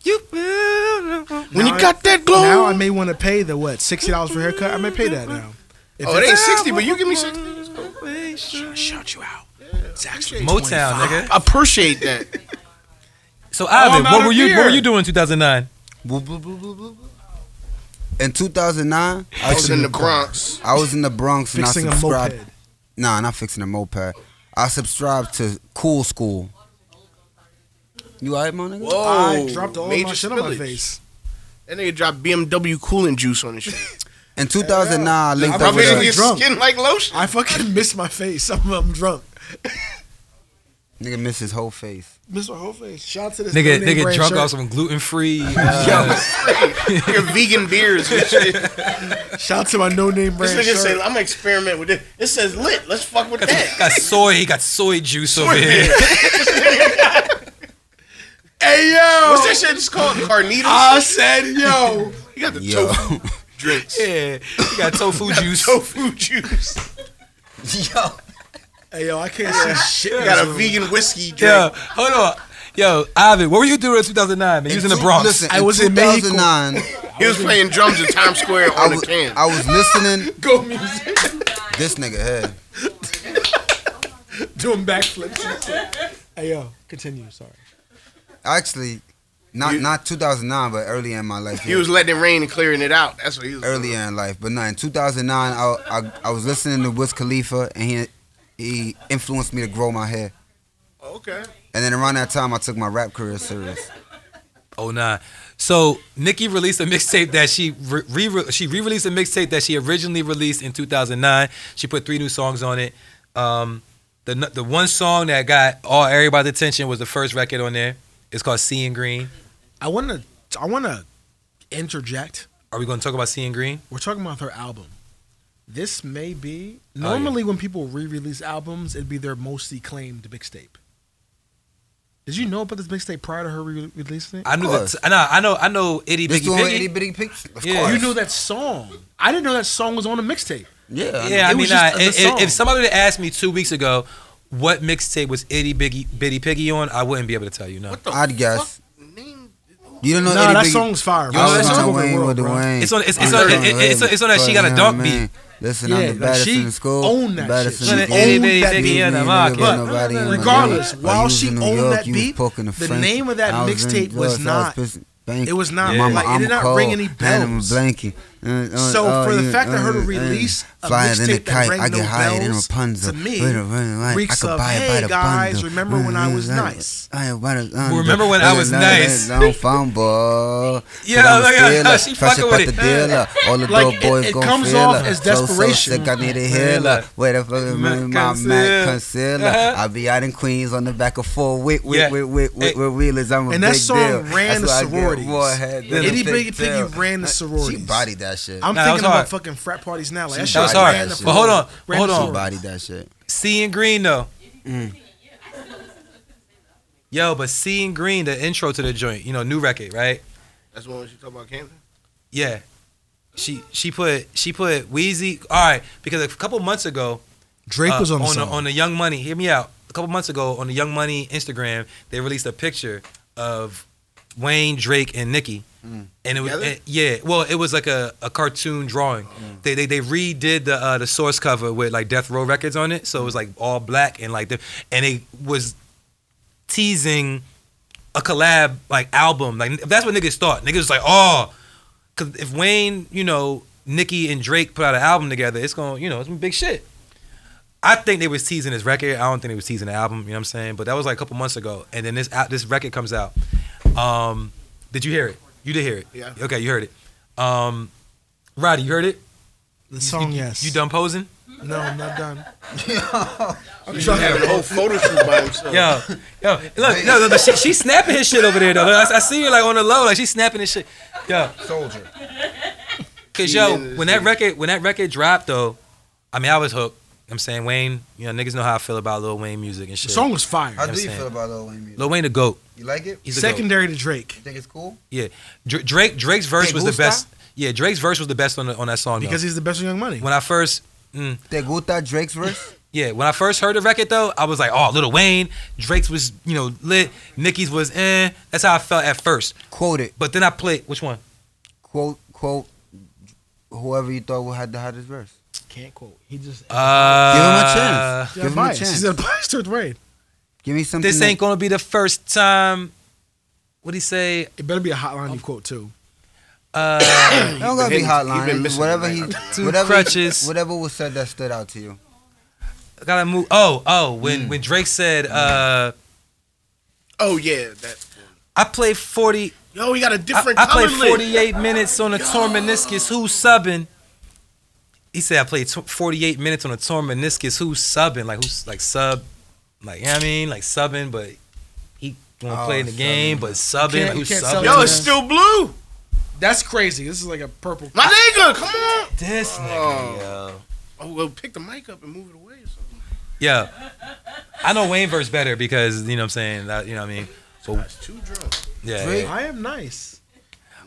Speaker 4: You
Speaker 1: when
Speaker 3: Uh, Now
Speaker 1: you got that glow.
Speaker 3: Now I may want to pay the what sixty dollars for a haircut. I may pay that now. If
Speaker 1: oh, it ain't sixty, but you give me sixty. That's cool.
Speaker 3: shout you out. It's actually 25.
Speaker 4: Motown, nigga.
Speaker 1: I appreciate that.
Speaker 4: So Ivan,
Speaker 3: I'm out
Speaker 4: what were
Speaker 3: of
Speaker 4: you what
Speaker 3: here.
Speaker 4: were you doing in 2009?
Speaker 2: Boop, boop, boop, boop, boop, boop. In 2009,
Speaker 1: I was in the Bronx.
Speaker 2: I was in the Bronx and I
Speaker 3: Fixing a
Speaker 2: subscribed.
Speaker 3: moped.
Speaker 2: Nah, not fixing a moped. I subscribed to Cool School. You alright, my nigga?
Speaker 4: Oh,
Speaker 3: I dropped all
Speaker 1: major
Speaker 3: my shit on my
Speaker 1: spillage.
Speaker 3: face.
Speaker 1: That nigga dropped BMW cooling juice on his shit.
Speaker 2: In 2009, I linked
Speaker 3: I
Speaker 2: up
Speaker 1: I'm
Speaker 2: with
Speaker 3: was
Speaker 1: making
Speaker 2: a,
Speaker 1: your
Speaker 3: drunk.
Speaker 1: skin like lotion.
Speaker 3: I fucking missed my face. I'm, I'm drunk.
Speaker 2: nigga missed his whole face.
Speaker 3: Missed my whole face. Shout out to this
Speaker 4: Nigga,
Speaker 3: no-name
Speaker 4: nigga
Speaker 3: brand
Speaker 4: drunk
Speaker 3: shirt.
Speaker 4: off some uh, gluten free.
Speaker 1: Your vegan beers and shit.
Speaker 3: Shout out to my no name
Speaker 1: This
Speaker 3: brand
Speaker 1: nigga
Speaker 3: shirt.
Speaker 1: say, I'm gonna experiment with it. It says lit. Let's fuck with that.
Speaker 4: got soy, he got soy juice over here.
Speaker 3: hey yo,
Speaker 1: What's that shit? It's called Ah. carnitas.
Speaker 3: I said yo.
Speaker 1: you got the
Speaker 2: Yo.
Speaker 1: tofu drinks.
Speaker 4: Yeah, he got tofu juice.
Speaker 1: Tofu juice.
Speaker 2: Yo.
Speaker 3: hey yo, I can't see shit.
Speaker 1: You got a vegan whiskey drink.
Speaker 4: Yo, hold on. Yo, Ivan, what were you doing in 2009, man? You was in the
Speaker 2: two-
Speaker 4: Bronx.
Speaker 2: Listen,
Speaker 3: I
Speaker 2: in
Speaker 3: was in Mexico.
Speaker 2: 2009,
Speaker 1: He was playing drums in Times Square
Speaker 2: I
Speaker 1: on
Speaker 2: was,
Speaker 1: a can.
Speaker 2: I was listening.
Speaker 3: Go music.
Speaker 2: This nigga head.
Speaker 3: Doing backflips. hey yo, continue. Sorry.
Speaker 2: Actually, not
Speaker 1: You-
Speaker 2: not 2009, but earlier in my life.
Speaker 1: he was letting it rain and clearing it out. That's what he was.
Speaker 2: earlier in life, but no, in 2009, I, I I was listening to Wiz Khalifa, and he he influenced me to grow my hair.
Speaker 1: Oh, okay.
Speaker 2: And then around that time, I took my rap career serious.
Speaker 4: Oh nah. So Nicki released a mixtape that she re- re- she re-released a mixtape that she originally released in 2009. She put three new songs on it. Um, The n- the one song that got all everybody's attention was the first record on there. It's called Seeing Green.
Speaker 3: I want to. I want to interject.
Speaker 4: Are we going to talk about Seeing Green?
Speaker 3: We're talking about her album. This may be normally when people re-release albums, it'd be their mostly claimed mixtape. Did you know about this mixtape prior to her re-releasing it?
Speaker 4: I knew
Speaker 2: course.
Speaker 4: that. I know. I know. I know. Itty
Speaker 2: This
Speaker 4: bitty
Speaker 2: doing itty
Speaker 4: bitty.
Speaker 2: bitty picks. Of
Speaker 4: Yeah.
Speaker 2: course.
Speaker 3: you know that song. I didn't know that song was on a mixtape.
Speaker 2: Yeah.
Speaker 4: Yeah,
Speaker 3: It
Speaker 4: I
Speaker 3: was
Speaker 4: mean,
Speaker 3: just
Speaker 4: uh,
Speaker 3: the
Speaker 4: if,
Speaker 3: song.
Speaker 4: if somebody had asked me two weeks ago what mixtape was Itty Biggie Bitty Piggy on, I wouldn't be able to tell you. No,
Speaker 1: What the
Speaker 2: I'd guess.
Speaker 1: fuck name?
Speaker 2: You don't know
Speaker 3: Nah,
Speaker 2: itty
Speaker 3: that
Speaker 2: bitty-
Speaker 3: song's fire.
Speaker 2: You know
Speaker 3: bro.
Speaker 2: that
Speaker 3: That song
Speaker 2: song
Speaker 3: over the
Speaker 2: Wayne
Speaker 3: world,
Speaker 2: with the
Speaker 3: bro.
Speaker 2: Wayne.
Speaker 4: It's on- it's- it's on- it- it- it's on- it's on that She Got a Dunk beat.
Speaker 2: Listen,
Speaker 3: Yeah,
Speaker 2: I'm the
Speaker 3: like,
Speaker 2: baddest
Speaker 3: she
Speaker 2: in the school.
Speaker 3: owned that
Speaker 2: baddest
Speaker 3: shit.
Speaker 2: in
Speaker 4: She
Speaker 2: the
Speaker 4: owned
Speaker 2: game.
Speaker 4: that
Speaker 2: Baby,
Speaker 4: beat.
Speaker 2: ain't
Speaker 4: Baby,
Speaker 2: nobody
Speaker 4: Nobody
Speaker 2: got
Speaker 4: in
Speaker 2: nobody in my
Speaker 3: regardless,
Speaker 2: game.
Speaker 3: while
Speaker 2: Like, you was
Speaker 3: she
Speaker 2: in New
Speaker 3: owned
Speaker 2: York,
Speaker 3: that
Speaker 2: you was
Speaker 3: beat,
Speaker 2: poking the
Speaker 3: the
Speaker 2: French.
Speaker 3: name of that
Speaker 2: I in
Speaker 3: mixtape was
Speaker 2: Georgia, I
Speaker 3: not-
Speaker 2: pissing- bank.
Speaker 3: it was not,
Speaker 4: Yeah.
Speaker 3: like, it did not
Speaker 2: cold.
Speaker 3: ring any
Speaker 2: Hand him a
Speaker 3: bells.
Speaker 2: blanket. Uh, uh,
Speaker 3: So
Speaker 2: oh,
Speaker 3: for the
Speaker 2: yeah,
Speaker 3: fact that her to
Speaker 2: uh, uh,
Speaker 3: release a
Speaker 2: flying in a
Speaker 3: mixtape that
Speaker 2: kite,
Speaker 3: rang
Speaker 2: I get
Speaker 3: no
Speaker 2: higher than
Speaker 3: bells,
Speaker 2: Rapunzel.
Speaker 3: to me,
Speaker 2: Wait, wait, wait,
Speaker 3: reeks
Speaker 2: I could
Speaker 3: of,
Speaker 2: buy it by
Speaker 3: "Hey,
Speaker 2: the
Speaker 3: guys,
Speaker 2: bundle."
Speaker 3: remember when I
Speaker 2: Uh,
Speaker 3: was
Speaker 2: uh,
Speaker 3: nice.
Speaker 2: I bought a bundle.
Speaker 4: Remember when I was
Speaker 2: Uh,
Speaker 4: nice.
Speaker 2: Don't fumble.
Speaker 4: Yeah,
Speaker 2: But I'm
Speaker 4: look at her.
Speaker 2: still a
Speaker 4: She
Speaker 2: fresh
Speaker 4: fucking
Speaker 2: up
Speaker 4: with
Speaker 2: at
Speaker 4: it.
Speaker 2: the dealer. All the
Speaker 3: Like,
Speaker 2: dope
Speaker 3: it-
Speaker 2: boys
Speaker 3: it
Speaker 2: gon'
Speaker 3: comes
Speaker 2: feel
Speaker 3: off
Speaker 2: her.
Speaker 3: as
Speaker 2: So, so
Speaker 3: desperation.
Speaker 2: sick, I need a
Speaker 4: Concealer.
Speaker 2: healer. Where the fuck is my
Speaker 4: Mac
Speaker 2: my
Speaker 4: concealer.
Speaker 2: Mac concealer?
Speaker 4: Uh-huh.
Speaker 2: I be out in Queens on the back of four with
Speaker 4: Yeah.
Speaker 2: with with with
Speaker 4: Hey.
Speaker 2: with with wheelers. I'm a
Speaker 3: And
Speaker 2: big
Speaker 3: that song
Speaker 2: deal.
Speaker 3: ran the
Speaker 2: That's why I get
Speaker 3: sororities.
Speaker 2: more head than a
Speaker 3: Itty
Speaker 2: big
Speaker 3: Bitty Piggy
Speaker 2: tail.
Speaker 3: ran the
Speaker 2: She
Speaker 3: sororities.
Speaker 2: bodied that shit.
Speaker 3: I'm
Speaker 4: Nah, that was
Speaker 3: thinking about
Speaker 4: hard.
Speaker 3: fucking frat parties now. Like, that,
Speaker 2: She
Speaker 3: shit
Speaker 4: that was
Speaker 2: Right,
Speaker 4: hard.
Speaker 3: ran
Speaker 2: that
Speaker 3: the
Speaker 2: shit.
Speaker 4: But hold on,
Speaker 3: ran
Speaker 4: hold
Speaker 3: the
Speaker 2: she
Speaker 4: on.
Speaker 2: bodied that shit.
Speaker 4: Seeing Green though. Yo, but Seeing Green, the intro to the joint, you know, new record, right?
Speaker 1: That's when she talk about Camden.
Speaker 4: Yeah. She she put she put Wheezy. All right, because a couple months ago,
Speaker 3: Drake
Speaker 4: uh,
Speaker 3: was on the
Speaker 4: on, the,
Speaker 3: song.
Speaker 4: on the Young Money. Hear me out. A couple months ago on the Young Money Instagram, they released a picture of Wayne, Drake, and Nicki. And it was
Speaker 1: Together?
Speaker 4: and- yeah, well, it was like a, a cartoon drawing. They, they they redid the uh, the source cover with like Death Row Records on it, so it was like all black and like the and it was teasing a collab like album. Like that's what niggas thought. Niggas was like, oh, because if Wayne, you know, Nicki and Drake put out an album together, it's going, to you know, it's gonna be big shit. I think they was teasing his record. I don't think they was teasing the album. You know what I'm saying? But that was like a couple months ago, and then this out this record comes out. Um, did you hear it? You did hear it.
Speaker 1: Yeah.
Speaker 4: Okay, you heard it. Um, Roddy, you heard it.
Speaker 3: the song, Oh, yes.
Speaker 4: You done posing?
Speaker 3: No, I'm not done.
Speaker 1: I'm trying to have a whole photo shoot by himself.
Speaker 4: Yo, yo, look, no, no, no, she, she snapping his shit over there though. I, I see her like on the low, like she's snapping his shit. Yo,
Speaker 1: Soldier.
Speaker 4: Cause
Speaker 1: She
Speaker 4: yo,
Speaker 1: did it,
Speaker 4: when that
Speaker 1: she-
Speaker 4: record when that record dropped though, I mean I was hooked. You know what I'm saying Wayne, you know niggas know how I feel about Lil Wayne music and
Speaker 3: The
Speaker 4: shit.
Speaker 3: song was fire.
Speaker 2: How do you
Speaker 4: saying?
Speaker 2: feel about Lil Wayne music?
Speaker 4: Lil Wayne the goat.
Speaker 2: You like it? You
Speaker 4: He's a goat.
Speaker 3: Secondary to Drake
Speaker 2: think it's cool?
Speaker 4: Yeah, Dr- Drake Drake's verse
Speaker 2: Te
Speaker 4: was the
Speaker 2: gusta?
Speaker 4: best. Yeah, Drake's verse was the best on the, on that song
Speaker 3: because
Speaker 4: because
Speaker 3: he's the best of Young Money.
Speaker 4: when I first mm,
Speaker 2: Te gusta Drake's verse?
Speaker 4: yeah when I first heard the record though, I was like oh Lil Wayne, Drake's was you know lit, Nicki's was eh. That's how I felt at first.
Speaker 2: quote it.
Speaker 4: But then I played which one?
Speaker 2: Quote quote. Whoever you thought had the hottest verse.
Speaker 3: Can't quote. He just.
Speaker 2: Give him a
Speaker 4: Uh,
Speaker 2: chance.
Speaker 3: Yeah,
Speaker 2: Give him a
Speaker 3: biased.
Speaker 2: chance.
Speaker 3: He's a biased to Wayne.
Speaker 2: Give me something.
Speaker 4: This
Speaker 2: that-
Speaker 4: ain't gonna be the first time. What would he say?
Speaker 3: It better be a hotline you quote too.
Speaker 4: Uh,
Speaker 2: It don't gotta be
Speaker 1: He been- he been
Speaker 2: hotline.
Speaker 1: missing
Speaker 2: Whatever
Speaker 1: tonight.
Speaker 2: he,
Speaker 4: Two
Speaker 2: whatever,
Speaker 4: crutches.
Speaker 2: whatever was said that stood out to you.
Speaker 4: gotta move. Oh, oh,
Speaker 2: Mm.
Speaker 4: when when Drake said, uh,
Speaker 1: Oh yeah, that.
Speaker 4: I played forty,
Speaker 1: Yo, we got a
Speaker 4: I,
Speaker 1: different.
Speaker 4: I played
Speaker 1: color lid.
Speaker 4: forty eight minutes on a torn meniscus. Who's subbing? He said I played tw forty eight minutes on a torn meniscus. Who's subbing? Like who's like sub? Like you know what I mean, like subbing, but he gonna
Speaker 2: Oh,
Speaker 4: play in the
Speaker 2: subbing.
Speaker 4: game, but subbing,
Speaker 3: can't-
Speaker 4: like,
Speaker 3: you
Speaker 4: who's
Speaker 3: can't sub
Speaker 4: subbing?
Speaker 1: Yo, it's still blue.
Speaker 3: That's crazy. This is like a purple.
Speaker 1: My nigga, come on.
Speaker 4: this nigga,
Speaker 1: Oh.
Speaker 4: yo.
Speaker 1: Oh well, pick the mic up and move it away. Or something.
Speaker 4: Yo, I know Wayne verse better because you know what I'm saying. That, you know what I mean. But
Speaker 1: That's too drunk.
Speaker 4: yeah,
Speaker 2: Drake-
Speaker 4: yeah.
Speaker 3: I am nice.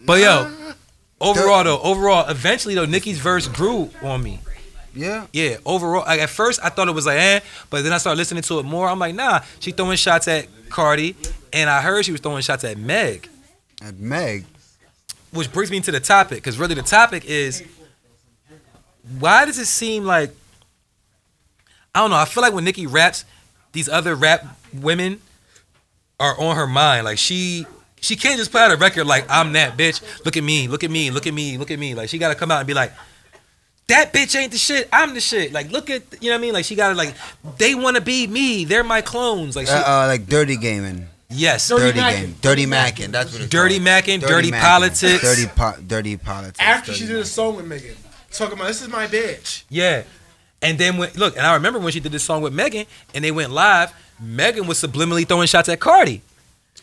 Speaker 4: but yo,
Speaker 1: Uh,
Speaker 4: overall though, overall, eventually though, Nicki's verse grew on me.
Speaker 2: Yeah.
Speaker 4: Yeah, overall, like at first I thought it was like eh, but then I started listening to it more. I'm like, nah, she throwing shots at Cardi, and I heard she was throwing shots at Meg,
Speaker 2: At Meg.
Speaker 4: which brings me to the topic, because really the topic is why does it seem like I don't know? I feel like when Nicki raps, these other rap women are on her mind. Like she she can't just put out a record like I'm that bitch. Look at me, look at me, look at me, look at me. Like she gotta come out and be like, that bitch ain't the shit. I'm the shit. Like look at you know what I mean? Like she gotta like they wanna be me. They're my clones. Like she,
Speaker 2: Uh, uh, like dirty gaming.
Speaker 4: yes.
Speaker 3: Dirty
Speaker 2: Dirty,
Speaker 3: Mackin'.
Speaker 2: game. Dirty macking. That's what it's
Speaker 4: Dirty
Speaker 2: called.
Speaker 4: macking, dirty
Speaker 2: Mackin'.
Speaker 4: politics.
Speaker 2: Dirty po- dirty politics.
Speaker 3: After
Speaker 2: Dirty
Speaker 3: she did a song with Megan, talking about this is my bitch.
Speaker 4: Yeah. And then when look, and I remember when she did this song with Megan, and they went live. Megan was subliminally throwing shots at Cardi.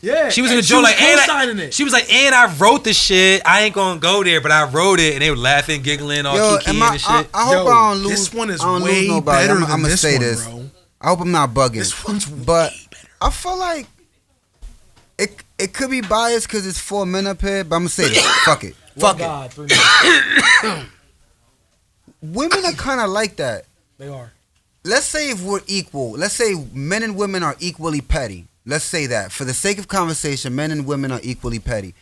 Speaker 3: Yeah,
Speaker 4: She was in
Speaker 3: and
Speaker 4: the joke like, and
Speaker 3: co-signing
Speaker 4: I,
Speaker 3: it.
Speaker 4: she was like, and I wrote the shit. I ain't gonna go there, but I wrote it, and they were laughing, giggling, all
Speaker 2: Yo,
Speaker 4: kiki
Speaker 2: am
Speaker 4: and
Speaker 2: I,
Speaker 4: shit.
Speaker 2: I, I hope
Speaker 3: Yo,
Speaker 2: I don't lose.
Speaker 3: This one is
Speaker 2: I don't
Speaker 3: way
Speaker 2: lose nobody.
Speaker 3: better
Speaker 2: I'm,
Speaker 3: than
Speaker 2: I'm gonna
Speaker 3: this
Speaker 2: say
Speaker 3: one,
Speaker 2: this.
Speaker 3: bro.
Speaker 2: I hope I'm not bugging.
Speaker 3: This one's way
Speaker 2: but
Speaker 3: better.
Speaker 2: I feel like it it could be biased because it's four men up here. But I'm gonna say this. Fuck it. Fuck it.
Speaker 3: God, three minutes.
Speaker 2: Women are kind of like that.
Speaker 3: They are.
Speaker 2: let's say if we're equal, let's say men and women are equally petty. Let's say that for the sake of conversation, men and women are equally petty.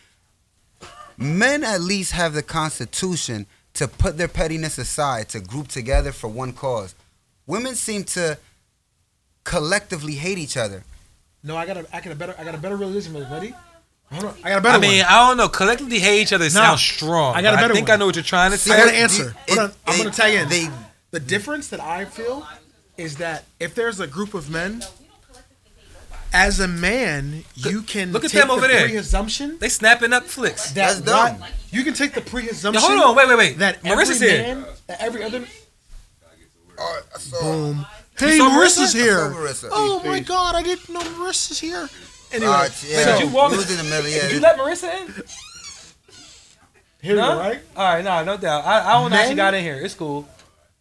Speaker 2: Men at least have the constitution to put their pettiness aside, to group together for one cause. Women seem to collectively hate each other.
Speaker 3: No, I got a, I got a better, I got a better realization. Ready? Hold on, I got a better
Speaker 4: I mean,
Speaker 3: one.
Speaker 4: I don't know. Collectively hate each other sounds strong.
Speaker 3: I got a
Speaker 4: but
Speaker 3: better
Speaker 4: I think
Speaker 3: one.
Speaker 4: I know what you're trying to
Speaker 3: I
Speaker 4: say.
Speaker 3: got an answer.
Speaker 2: It-
Speaker 3: Hold on, I'm
Speaker 2: it-
Speaker 3: gonna tag in.
Speaker 2: They,
Speaker 3: The difference that I feel is that if there's a group of men, as a man, you can
Speaker 4: Look at
Speaker 3: take
Speaker 4: them over
Speaker 3: the
Speaker 4: there.
Speaker 3: Preassumption
Speaker 4: They snapping up flicks.
Speaker 3: that
Speaker 2: That's dumb.
Speaker 3: why- you can take the preassumption.
Speaker 4: Now, hold on, wait, wait, wait.
Speaker 3: That
Speaker 4: Marissa's
Speaker 3: every
Speaker 4: here.
Speaker 3: man, that every other.
Speaker 2: so,
Speaker 3: Boom. Hey,
Speaker 4: saw
Speaker 3: Marissa's
Speaker 4: Marissa?
Speaker 3: here.
Speaker 2: I saw Marissa.
Speaker 3: Oh my God, I didn't know Marissa's here. Anyway,
Speaker 2: uh, yeah,
Speaker 4: did you walk-
Speaker 2: we was in the middle. Yeah,
Speaker 4: You let Marissa in?
Speaker 3: here we
Speaker 4: No?
Speaker 3: go, right?
Speaker 4: All right, nah, no doubt. I, I don't know how she
Speaker 3: Men?
Speaker 4: got in here. It's cool.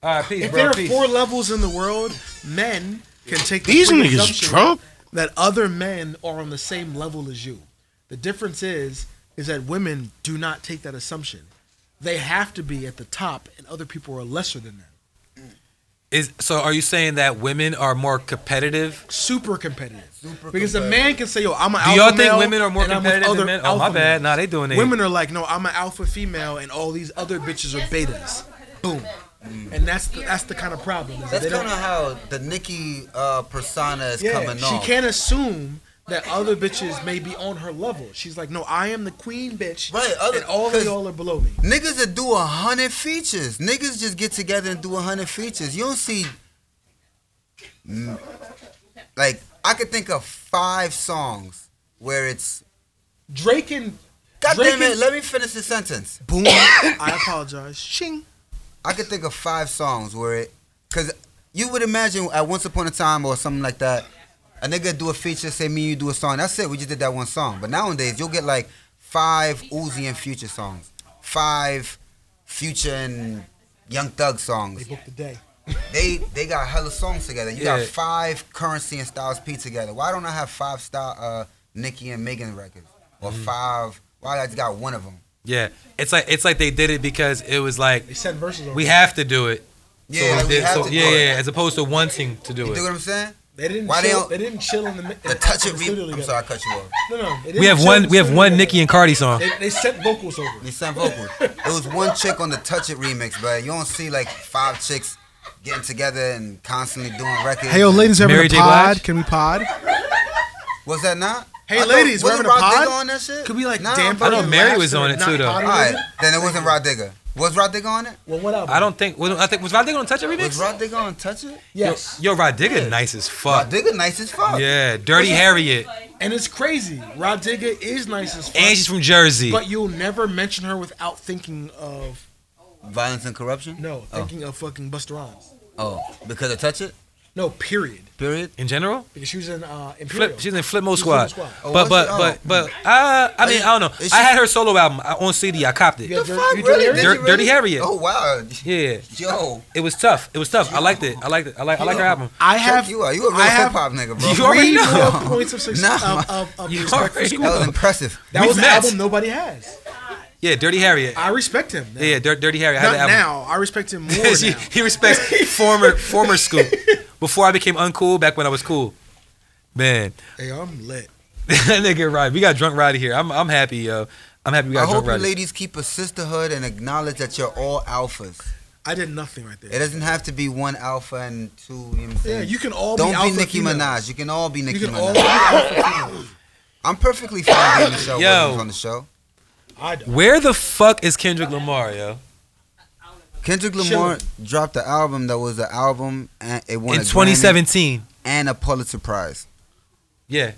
Speaker 4: All right, peace,
Speaker 3: If
Speaker 4: bro.
Speaker 3: there are
Speaker 4: Peace.
Speaker 3: four levels in the world, men can take the
Speaker 1: These niggas
Speaker 3: preassumption
Speaker 1: Trump.
Speaker 3: that other men are on the same level as you. The difference is is that women do not take that assumption. They have to be at the top, and other people are lesser than them.
Speaker 4: Is so? Are you saying that women are more competitive?
Speaker 3: Super competitive. because a man can say, "Yo, I'm an
Speaker 4: Do
Speaker 3: alpha
Speaker 4: y'all think
Speaker 3: male,
Speaker 4: women are more
Speaker 3: and I'm with
Speaker 4: competitive
Speaker 3: other
Speaker 4: than men? Oh my
Speaker 3: alpha males."
Speaker 4: bad. Nah, they doing it.
Speaker 3: Women are like, "No, I'm an alpha female, and all these other bitches are betas." Boom. And that's the, that's the kind of problem. Is that
Speaker 2: That's
Speaker 3: they don't
Speaker 2: kind of how the Nikki uh, persona is
Speaker 3: Yeah,
Speaker 2: coming
Speaker 3: she
Speaker 2: off.
Speaker 3: can't assume that other bitches may be on her level. She's like, no, I am the queen bitch,
Speaker 2: Right, other-
Speaker 3: and all of
Speaker 2: 'cause-
Speaker 3: y'all are below me.
Speaker 2: Niggas that do a hundred features. Niggas just get together and do a hundred features. You don't see, Mm. like I could think of five songs where it's.
Speaker 3: Drake and
Speaker 2: God
Speaker 3: Drake
Speaker 2: damn it!
Speaker 3: and-
Speaker 2: Let me finish the sentence.
Speaker 3: boom. I apologize. Shing.
Speaker 2: I could think of five songs where it, cause you would imagine at once upon a time or something like that, a nigga do a feature, say me and you do a song. That's it. We just did that one song. But nowadays you'll get like five Uzi and Future songs, five Future and Young Thug songs.
Speaker 3: They booked the day.
Speaker 2: they they got hella songs together. You
Speaker 4: Yeah.
Speaker 2: got five Currency and Styles P together. Why don't I have five Star uh, Nicki and Megan records or
Speaker 4: Mm-hmm.
Speaker 2: five? Why I just got one of them?
Speaker 4: Yeah, it's like it's like they did it because it was like
Speaker 3: They sent verses on.
Speaker 4: we
Speaker 3: it.
Speaker 4: have to do it. So
Speaker 2: Yeah, like, we
Speaker 4: did-
Speaker 2: have
Speaker 4: so-
Speaker 2: to
Speaker 4: yeah,
Speaker 2: do it.
Speaker 4: yeah, As opposed to wanting to do
Speaker 2: You
Speaker 4: it.
Speaker 2: dig what I'm saying?
Speaker 3: They didn't.
Speaker 2: Why they
Speaker 3: chill,
Speaker 2: don't-
Speaker 3: they, didn't chill in the. mi-
Speaker 2: The
Speaker 3: in-
Speaker 2: touch
Speaker 3: in
Speaker 2: it.
Speaker 3: the
Speaker 2: Re-
Speaker 3: studio
Speaker 2: I'm
Speaker 3: together.
Speaker 2: sorry, I cut you off.
Speaker 3: No, no. they didn't
Speaker 4: We have
Speaker 3: chill in
Speaker 4: one.
Speaker 3: the
Speaker 4: We have
Speaker 3: studio
Speaker 4: one
Speaker 3: together.
Speaker 4: Nicki and Cardi song.
Speaker 3: They, they sent vocals over.
Speaker 2: They sang vocals. it was one chick on the Touch It remix, but you don't see like five chicks getting together and constantly doing records.
Speaker 3: Hey, yo, ladies,
Speaker 4: we're
Speaker 3: we're
Speaker 4: having Mary
Speaker 3: having
Speaker 4: a
Speaker 3: a
Speaker 4: J. pod.
Speaker 3: pod.
Speaker 4: Blige?
Speaker 3: Can we pod?
Speaker 2: was that not?
Speaker 3: Hey, ladies, we're
Speaker 2: wasn't
Speaker 3: having a
Speaker 2: Rod Digger
Speaker 3: pod?
Speaker 2: on that shit?
Speaker 3: Could we like
Speaker 2: Nah,
Speaker 3: damn?
Speaker 2: I'm
Speaker 4: I know
Speaker 2: pretty-
Speaker 4: Mary was on it, too, though.
Speaker 2: All right, then it wasn't Rod Digger. Was Rod Digger on it?
Speaker 3: Well, what album?
Speaker 4: I don't think. Was, I think was Rod Digger on Touch It
Speaker 2: Was
Speaker 4: remix?
Speaker 2: Rod Digger on Touch It?
Speaker 3: Yes.
Speaker 4: Yo, Rod Digger, nice as
Speaker 2: Rod
Speaker 4: fuck.
Speaker 2: Digger, nice as fuck.
Speaker 4: Yeah, Dirty Harriet,
Speaker 3: And it's crazy. Rod Digger is nice as fuck.
Speaker 4: and she's from Jersey.
Speaker 3: But you'll never mention her without thinking of
Speaker 2: Violence and corruption?
Speaker 3: no,
Speaker 2: Oh,
Speaker 3: thinking of fucking Buster Rhymes.
Speaker 2: oh, because of touch it.
Speaker 3: No, period.
Speaker 2: Period.
Speaker 4: In general,
Speaker 3: Because she was in uh, Imperial.
Speaker 4: Flip. She's in Flip Mode
Speaker 3: She's
Speaker 4: Squad.
Speaker 3: Flip Mode
Speaker 2: Oh, was
Speaker 4: But but
Speaker 2: she?
Speaker 4: but but uh, I mean I don't know.
Speaker 2: Is she-
Speaker 4: I had her solo album I- on CD. I copped
Speaker 3: You
Speaker 4: it.
Speaker 3: got Dirty-
Speaker 2: Fuck,
Speaker 3: you Dirty
Speaker 2: really?
Speaker 3: Harry?
Speaker 2: Did
Speaker 4: Dirty-
Speaker 2: you really?
Speaker 4: Dirty Harriet.
Speaker 2: Oh wow.
Speaker 4: Yeah,
Speaker 2: Yo,
Speaker 4: it was tough. It was tough. I liked it. I liked it. I like I like her album.
Speaker 3: I
Speaker 2: Chuck,
Speaker 3: have
Speaker 2: you are you a real
Speaker 3: I
Speaker 2: hip
Speaker 3: have
Speaker 2: hop nigga, bro?
Speaker 4: You already
Speaker 3: three
Speaker 4: know.
Speaker 3: more points of success
Speaker 2: Nah,
Speaker 3: of, of, of
Speaker 4: You
Speaker 3: respect for
Speaker 4: already
Speaker 3: school.
Speaker 2: That was impressive.
Speaker 3: That was
Speaker 4: We've
Speaker 3: an
Speaker 4: met.
Speaker 3: album nobody has.
Speaker 4: Yeah, Dirty Harriet.
Speaker 3: I respect him. Now.
Speaker 4: Yeah, yeah, Dir- Dirty Harry. I had the
Speaker 3: Not
Speaker 4: album.
Speaker 3: now. I respect him more
Speaker 4: He-
Speaker 3: now.
Speaker 4: he respects former former school. Before I became uncool, back when I was cool, man,
Speaker 3: Hey, I'm lit.
Speaker 4: that nigga right. We got drunk Roddy here. I'm I'm happy, yo. I'm happy we
Speaker 2: I
Speaker 4: got
Speaker 2: hope
Speaker 4: drunk
Speaker 2: you
Speaker 4: Roddy.
Speaker 2: ladies keep a sisterhood and acknowledge that you're all alphas.
Speaker 3: I did nothing right
Speaker 2: It
Speaker 3: there.
Speaker 2: doesn't have to be one alpha and two. You know what I'm
Speaker 3: Yeah,
Speaker 2: saying?
Speaker 3: you can all
Speaker 2: Don't
Speaker 3: be alpha
Speaker 2: be Nicki
Speaker 3: females.
Speaker 2: Minaj. You can all be Nicki
Speaker 3: You can
Speaker 2: Minaj.
Speaker 3: all be alpha females.
Speaker 2: I'm perfectly fine being Michelle
Speaker 4: Yo.
Speaker 2: Williams on the show.
Speaker 3: I don't.
Speaker 4: Where the fuck is Kendrick Lamar, yo?
Speaker 2: Kendrick Lamar dropped the album that was an album and it won
Speaker 4: In
Speaker 2: a Grammy
Speaker 4: 2017.
Speaker 2: and a Pulitzer Prize.
Speaker 4: Yeah.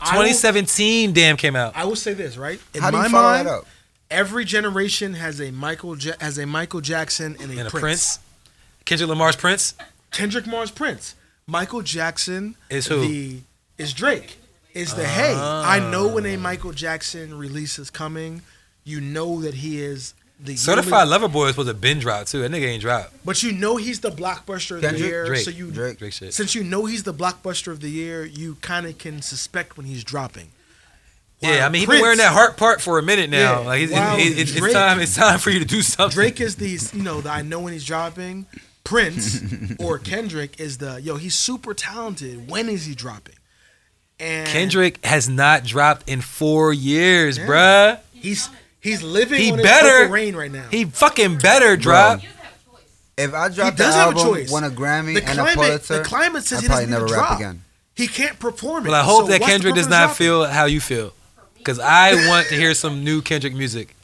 Speaker 3: I will-
Speaker 4: 2017 damn came out.
Speaker 3: I will say this, right? In
Speaker 2: How do you
Speaker 3: my
Speaker 2: follow
Speaker 3: mind,
Speaker 2: that up?
Speaker 3: every generation has a Michael ja- has a Michael Jackson and a
Speaker 4: And a
Speaker 3: Prince.
Speaker 4: Prince. Kendrick Lamar's Prince
Speaker 3: Kendrick Lamar's Prince. Michael Jackson
Speaker 4: Is who?
Speaker 3: The, is Drake. Is the hey? I know when a Michael Jackson release is coming. You know that he is the
Speaker 4: Certified Lover Boy is supposed to been drop too. That nigga ain't drop.
Speaker 3: but you know he's the blockbuster of the
Speaker 2: Kendrick?
Speaker 3: year.
Speaker 4: Drake.
Speaker 3: So you
Speaker 2: Drake.
Speaker 4: Drake shit.
Speaker 3: since you know he's the blockbuster of the year, you kind of can suspect when he's dropping.
Speaker 4: yeah,
Speaker 3: Wow,
Speaker 4: I mean he
Speaker 3: Prince-
Speaker 4: been wearing that heart part for a minute now.
Speaker 3: Yeah,
Speaker 4: Like it's,
Speaker 3: wow,
Speaker 4: it- it- it's
Speaker 3: Drake-
Speaker 4: time. It's time for you to do something.
Speaker 3: Drake is the you know the I know when he's dropping. Prince or Kendrick is the yo. He's super talented. When is he dropping? And
Speaker 4: Kendrick has not dropped in four years,
Speaker 3: Yeah.
Speaker 4: bruh.
Speaker 3: he's he's living
Speaker 4: He
Speaker 3: on
Speaker 4: better-
Speaker 3: his Purple rain right now.
Speaker 4: He fucking better drop.
Speaker 5: You just have a choice.
Speaker 2: If I dropped
Speaker 3: does
Speaker 2: an
Speaker 3: have a
Speaker 2: album,
Speaker 3: choice.
Speaker 2: won a Grammy
Speaker 3: the
Speaker 2: and a
Speaker 3: climate,
Speaker 2: Pulitzer,
Speaker 3: the climate says
Speaker 2: I
Speaker 3: he
Speaker 2: probably
Speaker 3: doesn't
Speaker 2: never
Speaker 3: need to
Speaker 2: rap
Speaker 3: drop.
Speaker 2: again.
Speaker 3: He can't perform it.
Speaker 4: Well, I hope
Speaker 3: So
Speaker 4: that
Speaker 3: what's the
Speaker 4: Kendrick
Speaker 3: purpose
Speaker 4: does
Speaker 3: of
Speaker 4: not
Speaker 3: dropping?
Speaker 4: feel how you feel, because I want to hear some new Kendrick music.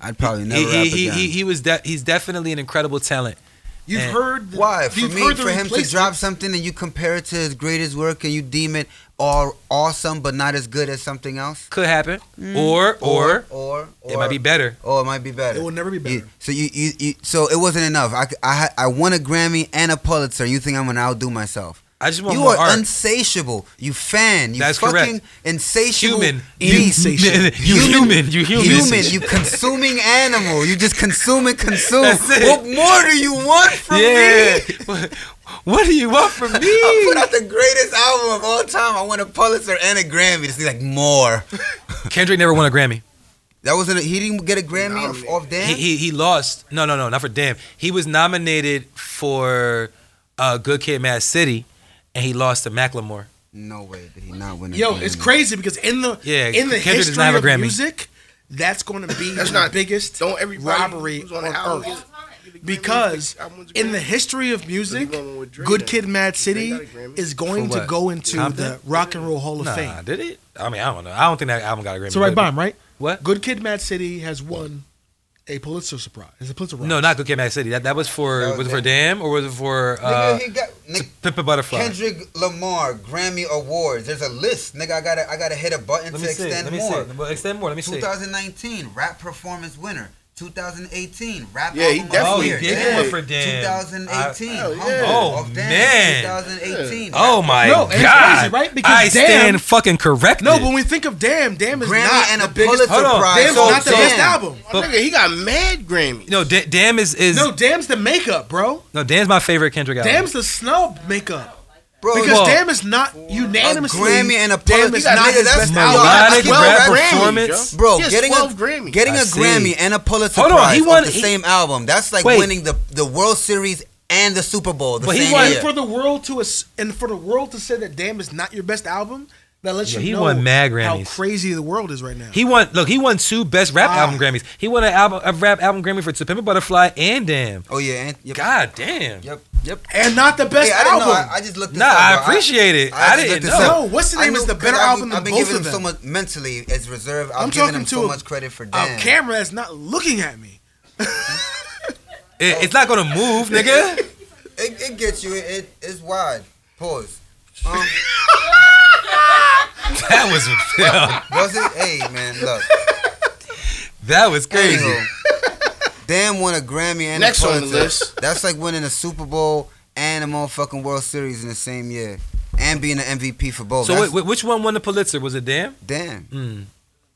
Speaker 2: I'd probably never
Speaker 4: He,
Speaker 2: rap
Speaker 4: he, he,
Speaker 2: again.
Speaker 4: he, he was de- he's definitely an incredible talent.
Speaker 3: You've
Speaker 4: And-
Speaker 3: heard the,
Speaker 2: Why? For
Speaker 3: you've
Speaker 2: me,
Speaker 3: heard the
Speaker 2: for him to
Speaker 3: replacement-
Speaker 2: drop something and you compare it to his greatest work and you deem it all awesome but not as good as something else?
Speaker 4: Could happen,
Speaker 2: Mm.
Speaker 4: or, or
Speaker 2: or, or
Speaker 4: it might be better.
Speaker 2: Or it might be better.
Speaker 3: It will never be better.
Speaker 2: You- so you, you, you so it wasn't enough. I, c- I, had- I won a Grammy and a Pulitzer. You think I'm gonna outdo myself?
Speaker 4: I just want
Speaker 2: You
Speaker 4: more
Speaker 2: are
Speaker 4: art.
Speaker 2: insatiable. You fan. You
Speaker 4: That's
Speaker 2: fucking
Speaker 4: correct.
Speaker 2: insatiable.
Speaker 4: human.
Speaker 2: Insatiable.
Speaker 4: You human. You human.
Speaker 2: Human, you consuming animal. You just consume and consume.
Speaker 4: That's it.
Speaker 2: What more do you want from
Speaker 4: yeah.
Speaker 2: me?
Speaker 4: What- what do you want from
Speaker 2: I put
Speaker 4: me?
Speaker 2: out the greatest album of all time. I won a Pulitzer and a Grammy. This is like more.
Speaker 4: Kendrick never won a Grammy.
Speaker 2: That wasn't. A, he didn't get a Grammy off, off
Speaker 4: He,
Speaker 2: Dan.
Speaker 4: he he lost. No, no, no, not for damn. He was nominated for uh, Good Kid, Mad City, and he lost to Macklemore.
Speaker 2: no way did he not win. A
Speaker 3: Yo,
Speaker 2: Grammy.
Speaker 3: it's crazy because in the
Speaker 4: Yeah,
Speaker 3: in the
Speaker 4: Kendrick does
Speaker 3: history
Speaker 4: not have a
Speaker 3: of
Speaker 4: Grammy.
Speaker 3: music, that's going to be
Speaker 1: That's
Speaker 3: the
Speaker 1: not-
Speaker 3: biggest
Speaker 1: Don't everybody
Speaker 3: robbery
Speaker 1: who's on
Speaker 3: on
Speaker 1: the album
Speaker 3: earth.
Speaker 1: get- get a Grammy
Speaker 3: because
Speaker 1: if they- I won the
Speaker 3: in the
Speaker 1: Grammy.
Speaker 3: history of music,
Speaker 1: There's one with Drake
Speaker 3: Good
Speaker 1: then.
Speaker 3: Kid, Mad
Speaker 1: Drake
Speaker 3: City
Speaker 1: got a Grammy.
Speaker 3: is going
Speaker 4: For
Speaker 3: to
Speaker 4: what?
Speaker 3: go into
Speaker 4: Compton?
Speaker 3: the Rock and Roll Hall of
Speaker 4: nah,
Speaker 3: Fame.
Speaker 4: did it? I mean, I don't know. I don't think that album got a Grammy.
Speaker 3: So right,
Speaker 4: But-
Speaker 3: bomb right.
Speaker 4: What?
Speaker 3: Good Kid, Mad City has won a Pulitzer surprise. It's a Pulitzer.
Speaker 4: No,
Speaker 3: Prize.
Speaker 4: not Good Kid, Mad City. That that was for
Speaker 2: That was
Speaker 4: was, it for Damn or was it for uh,
Speaker 2: Nigga, he got Nick,
Speaker 4: Pippa Butterfly?
Speaker 2: Kendrick Lamar Grammy Awards. There's a list, nigga. I gotta, I gotta hit a button
Speaker 4: Let
Speaker 2: to
Speaker 4: me see.
Speaker 2: extend
Speaker 4: Let me
Speaker 2: more.
Speaker 4: see. Well, extend more. Let me see.
Speaker 2: 2019 rap performance winner. 2018 rap
Speaker 1: Yeah, he
Speaker 2: album
Speaker 1: definitely
Speaker 2: of the year.
Speaker 1: did
Speaker 2: Damn.
Speaker 1: one
Speaker 4: for Damn.
Speaker 2: 2018.
Speaker 1: I- Hell,
Speaker 2: Humble
Speaker 1: yeah.
Speaker 4: Oh,
Speaker 2: of Damn.
Speaker 4: man.
Speaker 2: 2018.
Speaker 4: Oh my
Speaker 3: No, and it's
Speaker 4: god!
Speaker 3: crazy, right? Because
Speaker 4: I
Speaker 3: Damn-
Speaker 4: stand fucking corrected.
Speaker 3: No, when we think of Damn, Damn is
Speaker 2: Grammy
Speaker 3: not
Speaker 2: and
Speaker 3: the
Speaker 2: a
Speaker 3: biggest.
Speaker 2: Pulitzer
Speaker 4: Hold on.
Speaker 2: Prize.
Speaker 3: Damn's
Speaker 4: So-
Speaker 3: not the
Speaker 4: so-
Speaker 3: best album.
Speaker 1: My
Speaker 4: But-
Speaker 1: nigga, he got mad Grammys.
Speaker 4: no, da- Damn is is
Speaker 3: No,
Speaker 4: no,
Speaker 3: Damn's the makeup, bro.
Speaker 4: Damn's my favorite Kendrick album.
Speaker 3: Damn's the snob makeup.
Speaker 2: Bro,
Speaker 3: Because
Speaker 4: Well,
Speaker 3: Damn is not unanimously.
Speaker 2: a Grammy and a
Speaker 3: Damn
Speaker 2: Pulitzer-
Speaker 3: is
Speaker 2: Nigga,
Speaker 3: not his
Speaker 2: that's
Speaker 3: best
Speaker 2: my
Speaker 3: album.
Speaker 2: life.
Speaker 4: melodic
Speaker 2: Yo,
Speaker 4: rap
Speaker 2: that's Grammy,
Speaker 4: performance.
Speaker 2: Bro,
Speaker 1: He has
Speaker 2: getting
Speaker 1: 12
Speaker 2: a
Speaker 1: Grammys.
Speaker 2: getting
Speaker 4: I
Speaker 2: a
Speaker 4: see.
Speaker 2: Grammy and a Pulitzer
Speaker 4: Hold on,
Speaker 2: Prize
Speaker 4: he won-
Speaker 2: off the
Speaker 4: he-
Speaker 2: same album. That's like
Speaker 4: Wait.
Speaker 2: winning the the World Series and the Super Bowl the
Speaker 4: But he
Speaker 2: same
Speaker 4: won
Speaker 3: And
Speaker 2: year.
Speaker 3: for the world to ass- and for the world to say that Damn is not your best album, that lets
Speaker 4: Yeah,
Speaker 3: you
Speaker 4: he
Speaker 3: know
Speaker 4: won mad
Speaker 3: how
Speaker 4: Grammys.
Speaker 3: crazy the world is right now.
Speaker 4: He won. Look, he won two best rap
Speaker 3: Ah.
Speaker 4: album Grammys. He won an album, a rap album Grammy for To Pimp a Butterfly and Damn.
Speaker 2: oh yeah, and, yep,
Speaker 4: God damn.
Speaker 2: yep, yep.
Speaker 3: and not the best
Speaker 2: Hey, I didn't
Speaker 3: album.
Speaker 2: know. I, I just looked. This
Speaker 4: Nah,
Speaker 2: up,
Speaker 4: I
Speaker 2: bro.
Speaker 4: appreciate it. I
Speaker 2: just
Speaker 4: didn't
Speaker 2: looked this
Speaker 4: know.
Speaker 2: up.
Speaker 3: No, what's the
Speaker 2: I
Speaker 3: name
Speaker 2: knew-
Speaker 3: is the
Speaker 2: 'cause
Speaker 3: better
Speaker 2: I've-
Speaker 3: album than
Speaker 2: I've been
Speaker 3: both
Speaker 2: giving him
Speaker 3: of
Speaker 2: so
Speaker 3: them.
Speaker 2: much mentally as reserved. I'm,
Speaker 3: I'm
Speaker 2: giving
Speaker 3: talking
Speaker 2: him
Speaker 3: to
Speaker 2: so
Speaker 3: a-
Speaker 2: much credit for
Speaker 3: a
Speaker 2: damn.
Speaker 3: camera that's not looking at me.
Speaker 4: It- it's not gonna move, nigga.
Speaker 2: It, it gets you. It, it- it's wide. Pause. Um,
Speaker 4: that was
Speaker 2: was it? Hey man, look.
Speaker 4: that was crazy.
Speaker 2: Anywho, damn won a Grammy and
Speaker 1: Next
Speaker 2: a
Speaker 1: on the
Speaker 2: Pulitzer.
Speaker 1: list.
Speaker 2: That's like winning a Super Bowl and a motherfucking World Series in the same year, and being an MVP for both.
Speaker 4: So
Speaker 2: That's-
Speaker 4: wait, wait, which one won the Pulitzer? Was it Damn? Hmm.
Speaker 2: damn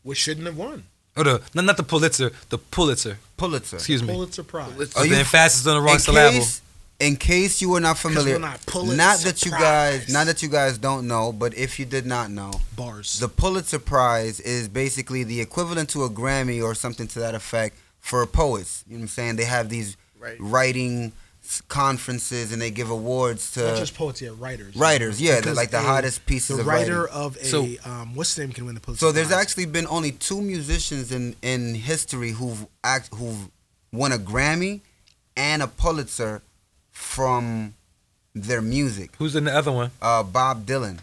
Speaker 3: Which shouldn't have won.
Speaker 4: Or the no, not the Pulitzer, the Pulitzer.
Speaker 2: Pulitzer.
Speaker 4: Excuse me.
Speaker 3: Pulitzer Prize.
Speaker 1: Let's-
Speaker 2: Are
Speaker 4: Are
Speaker 2: you-
Speaker 4: you fastest on the wrong
Speaker 2: in
Speaker 4: syllable?
Speaker 2: Case, in case you were not familiar,
Speaker 3: we're not Pulitzer
Speaker 2: not that you guys,
Speaker 3: Prize.
Speaker 2: not that you guys don't know, but if you did not know,
Speaker 3: Bars.
Speaker 2: the Pulitzer Prize is basically the equivalent to a Grammy or something to that effect for poets. You know what I'm saying? They have these
Speaker 1: Right.
Speaker 2: writing s- conferences and they give awards to
Speaker 3: not just poets, yeah, writers.
Speaker 2: uh, writers. Yeah, they're
Speaker 3: Because
Speaker 2: like the
Speaker 3: a-
Speaker 2: hottest pieces
Speaker 3: The
Speaker 2: of
Speaker 3: writer
Speaker 2: writing.
Speaker 3: of a
Speaker 4: So-
Speaker 3: um, what's his name can win the Pulitzer.
Speaker 2: So there's
Speaker 3: Prize.
Speaker 2: actually been only two musicians in in history who've act who've won a Grammy and a Pulitzer from their music.
Speaker 4: Who's in the other one?
Speaker 2: uh, Bob Dylan.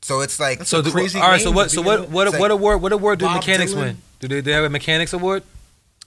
Speaker 2: So it's like
Speaker 3: That's
Speaker 4: so
Speaker 3: a
Speaker 4: the,
Speaker 3: crazy
Speaker 4: all right.
Speaker 3: name to
Speaker 4: So what? So
Speaker 3: be
Speaker 4: what?
Speaker 3: in-
Speaker 4: What?
Speaker 2: It's like
Speaker 4: What award? What award do
Speaker 3: Bob
Speaker 4: mechanics
Speaker 3: Dylan.
Speaker 4: win? Do they, they have a mechanics award?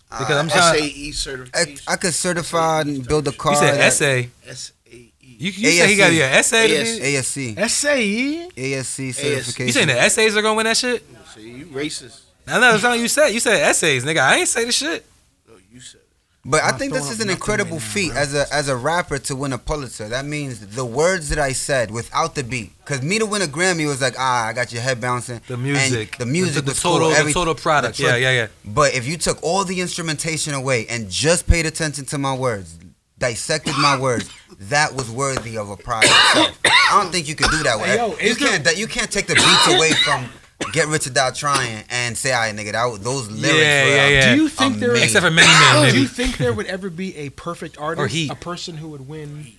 Speaker 4: Because
Speaker 1: Uh,
Speaker 4: I'm trying.
Speaker 1: SAE
Speaker 2: I,
Speaker 1: E certification.
Speaker 2: I could certify and build a car.
Speaker 4: You said
Speaker 2: that-
Speaker 4: essay.
Speaker 1: SAE.
Speaker 4: You, you said he got
Speaker 2: ASC.
Speaker 4: your essay. to
Speaker 1: ASC.
Speaker 4: be-
Speaker 2: ASC,
Speaker 3: SAE.
Speaker 2: ASC
Speaker 4: You
Speaker 2: certification.
Speaker 4: saying the essays are gonna win that shit?
Speaker 1: See, you racist.
Speaker 4: No, no, that's not what you said. You said essays, nigga. I ain't say the shit.
Speaker 1: No, you said it.
Speaker 2: But
Speaker 3: I'm
Speaker 2: I
Speaker 3: not
Speaker 2: think this
Speaker 3: throwing
Speaker 2: is
Speaker 3: up
Speaker 2: an
Speaker 3: nothing
Speaker 2: incredible
Speaker 3: right now,
Speaker 2: feat
Speaker 3: bro.
Speaker 2: as a as a rapper to win a Pulitzer. That means the words that I said without the beat. Cause me to win a Grammy was like, ah, I got your head bouncing.
Speaker 4: The
Speaker 2: and
Speaker 4: music,
Speaker 2: the music,
Speaker 4: the,
Speaker 2: was cool,
Speaker 4: total, the
Speaker 2: every-
Speaker 4: total product.
Speaker 2: the
Speaker 4: Yeah,
Speaker 2: tr-
Speaker 4: yeah, yeah.
Speaker 2: But if you took all the instrumentation away and just paid attention to my words, dissected my words, that was worthy of a prize. itself. I don't think you could do that. With
Speaker 3: Hey, yo,
Speaker 2: you
Speaker 3: is there-
Speaker 2: can't. that you can't take the beats away from Get Rich or Die Trying and say, "All right, nigga, that, those lyrics."
Speaker 4: Yeah,
Speaker 2: were
Speaker 4: yeah, yeah.
Speaker 3: Do you think there
Speaker 2: Amazing.
Speaker 4: Except for many men,
Speaker 3: Do
Speaker 4: maybe.
Speaker 3: Oh, you think there would ever be a perfect artist,
Speaker 4: Or Heat.
Speaker 3: a person who would win the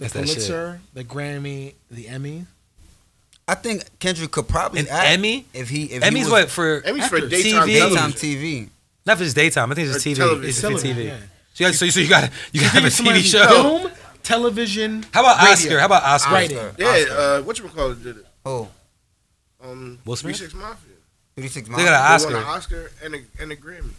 Speaker 4: That's that shit.
Speaker 3: Pulitzer, the Grammy, the Emmy?
Speaker 2: I think Kendrick could probably
Speaker 4: An
Speaker 2: act
Speaker 4: Emmy?
Speaker 2: if he if he
Speaker 4: Emmy's
Speaker 2: was
Speaker 4: what for?
Speaker 1: Emmys for
Speaker 3: After
Speaker 1: daytime
Speaker 4: TV.
Speaker 2: daytime
Speaker 1: television.
Speaker 2: TV.
Speaker 4: Not for just daytime. I think it's just
Speaker 1: Or
Speaker 4: TV.
Speaker 1: television.
Speaker 4: It's just for
Speaker 3: Television,
Speaker 4: TV.
Speaker 3: yeah.
Speaker 4: So, you got- so, so you got you got to have a
Speaker 3: Think somebody
Speaker 4: TV
Speaker 3: who's
Speaker 4: show.
Speaker 3: Film, television.
Speaker 4: How about
Speaker 3: radio.
Speaker 4: Oscar? How about Oscar?
Speaker 3: Right.
Speaker 2: Oscar.
Speaker 1: Yeah,
Speaker 2: Oscar.
Speaker 1: uh, what you call it? Did it?
Speaker 2: oh,
Speaker 1: Um,
Speaker 4: Will Smith?
Speaker 1: Six Mafia.
Speaker 2: 36
Speaker 4: They got an
Speaker 2: miles.
Speaker 1: They won an
Speaker 4: Oscar.
Speaker 1: Oscar and a and a Grammy.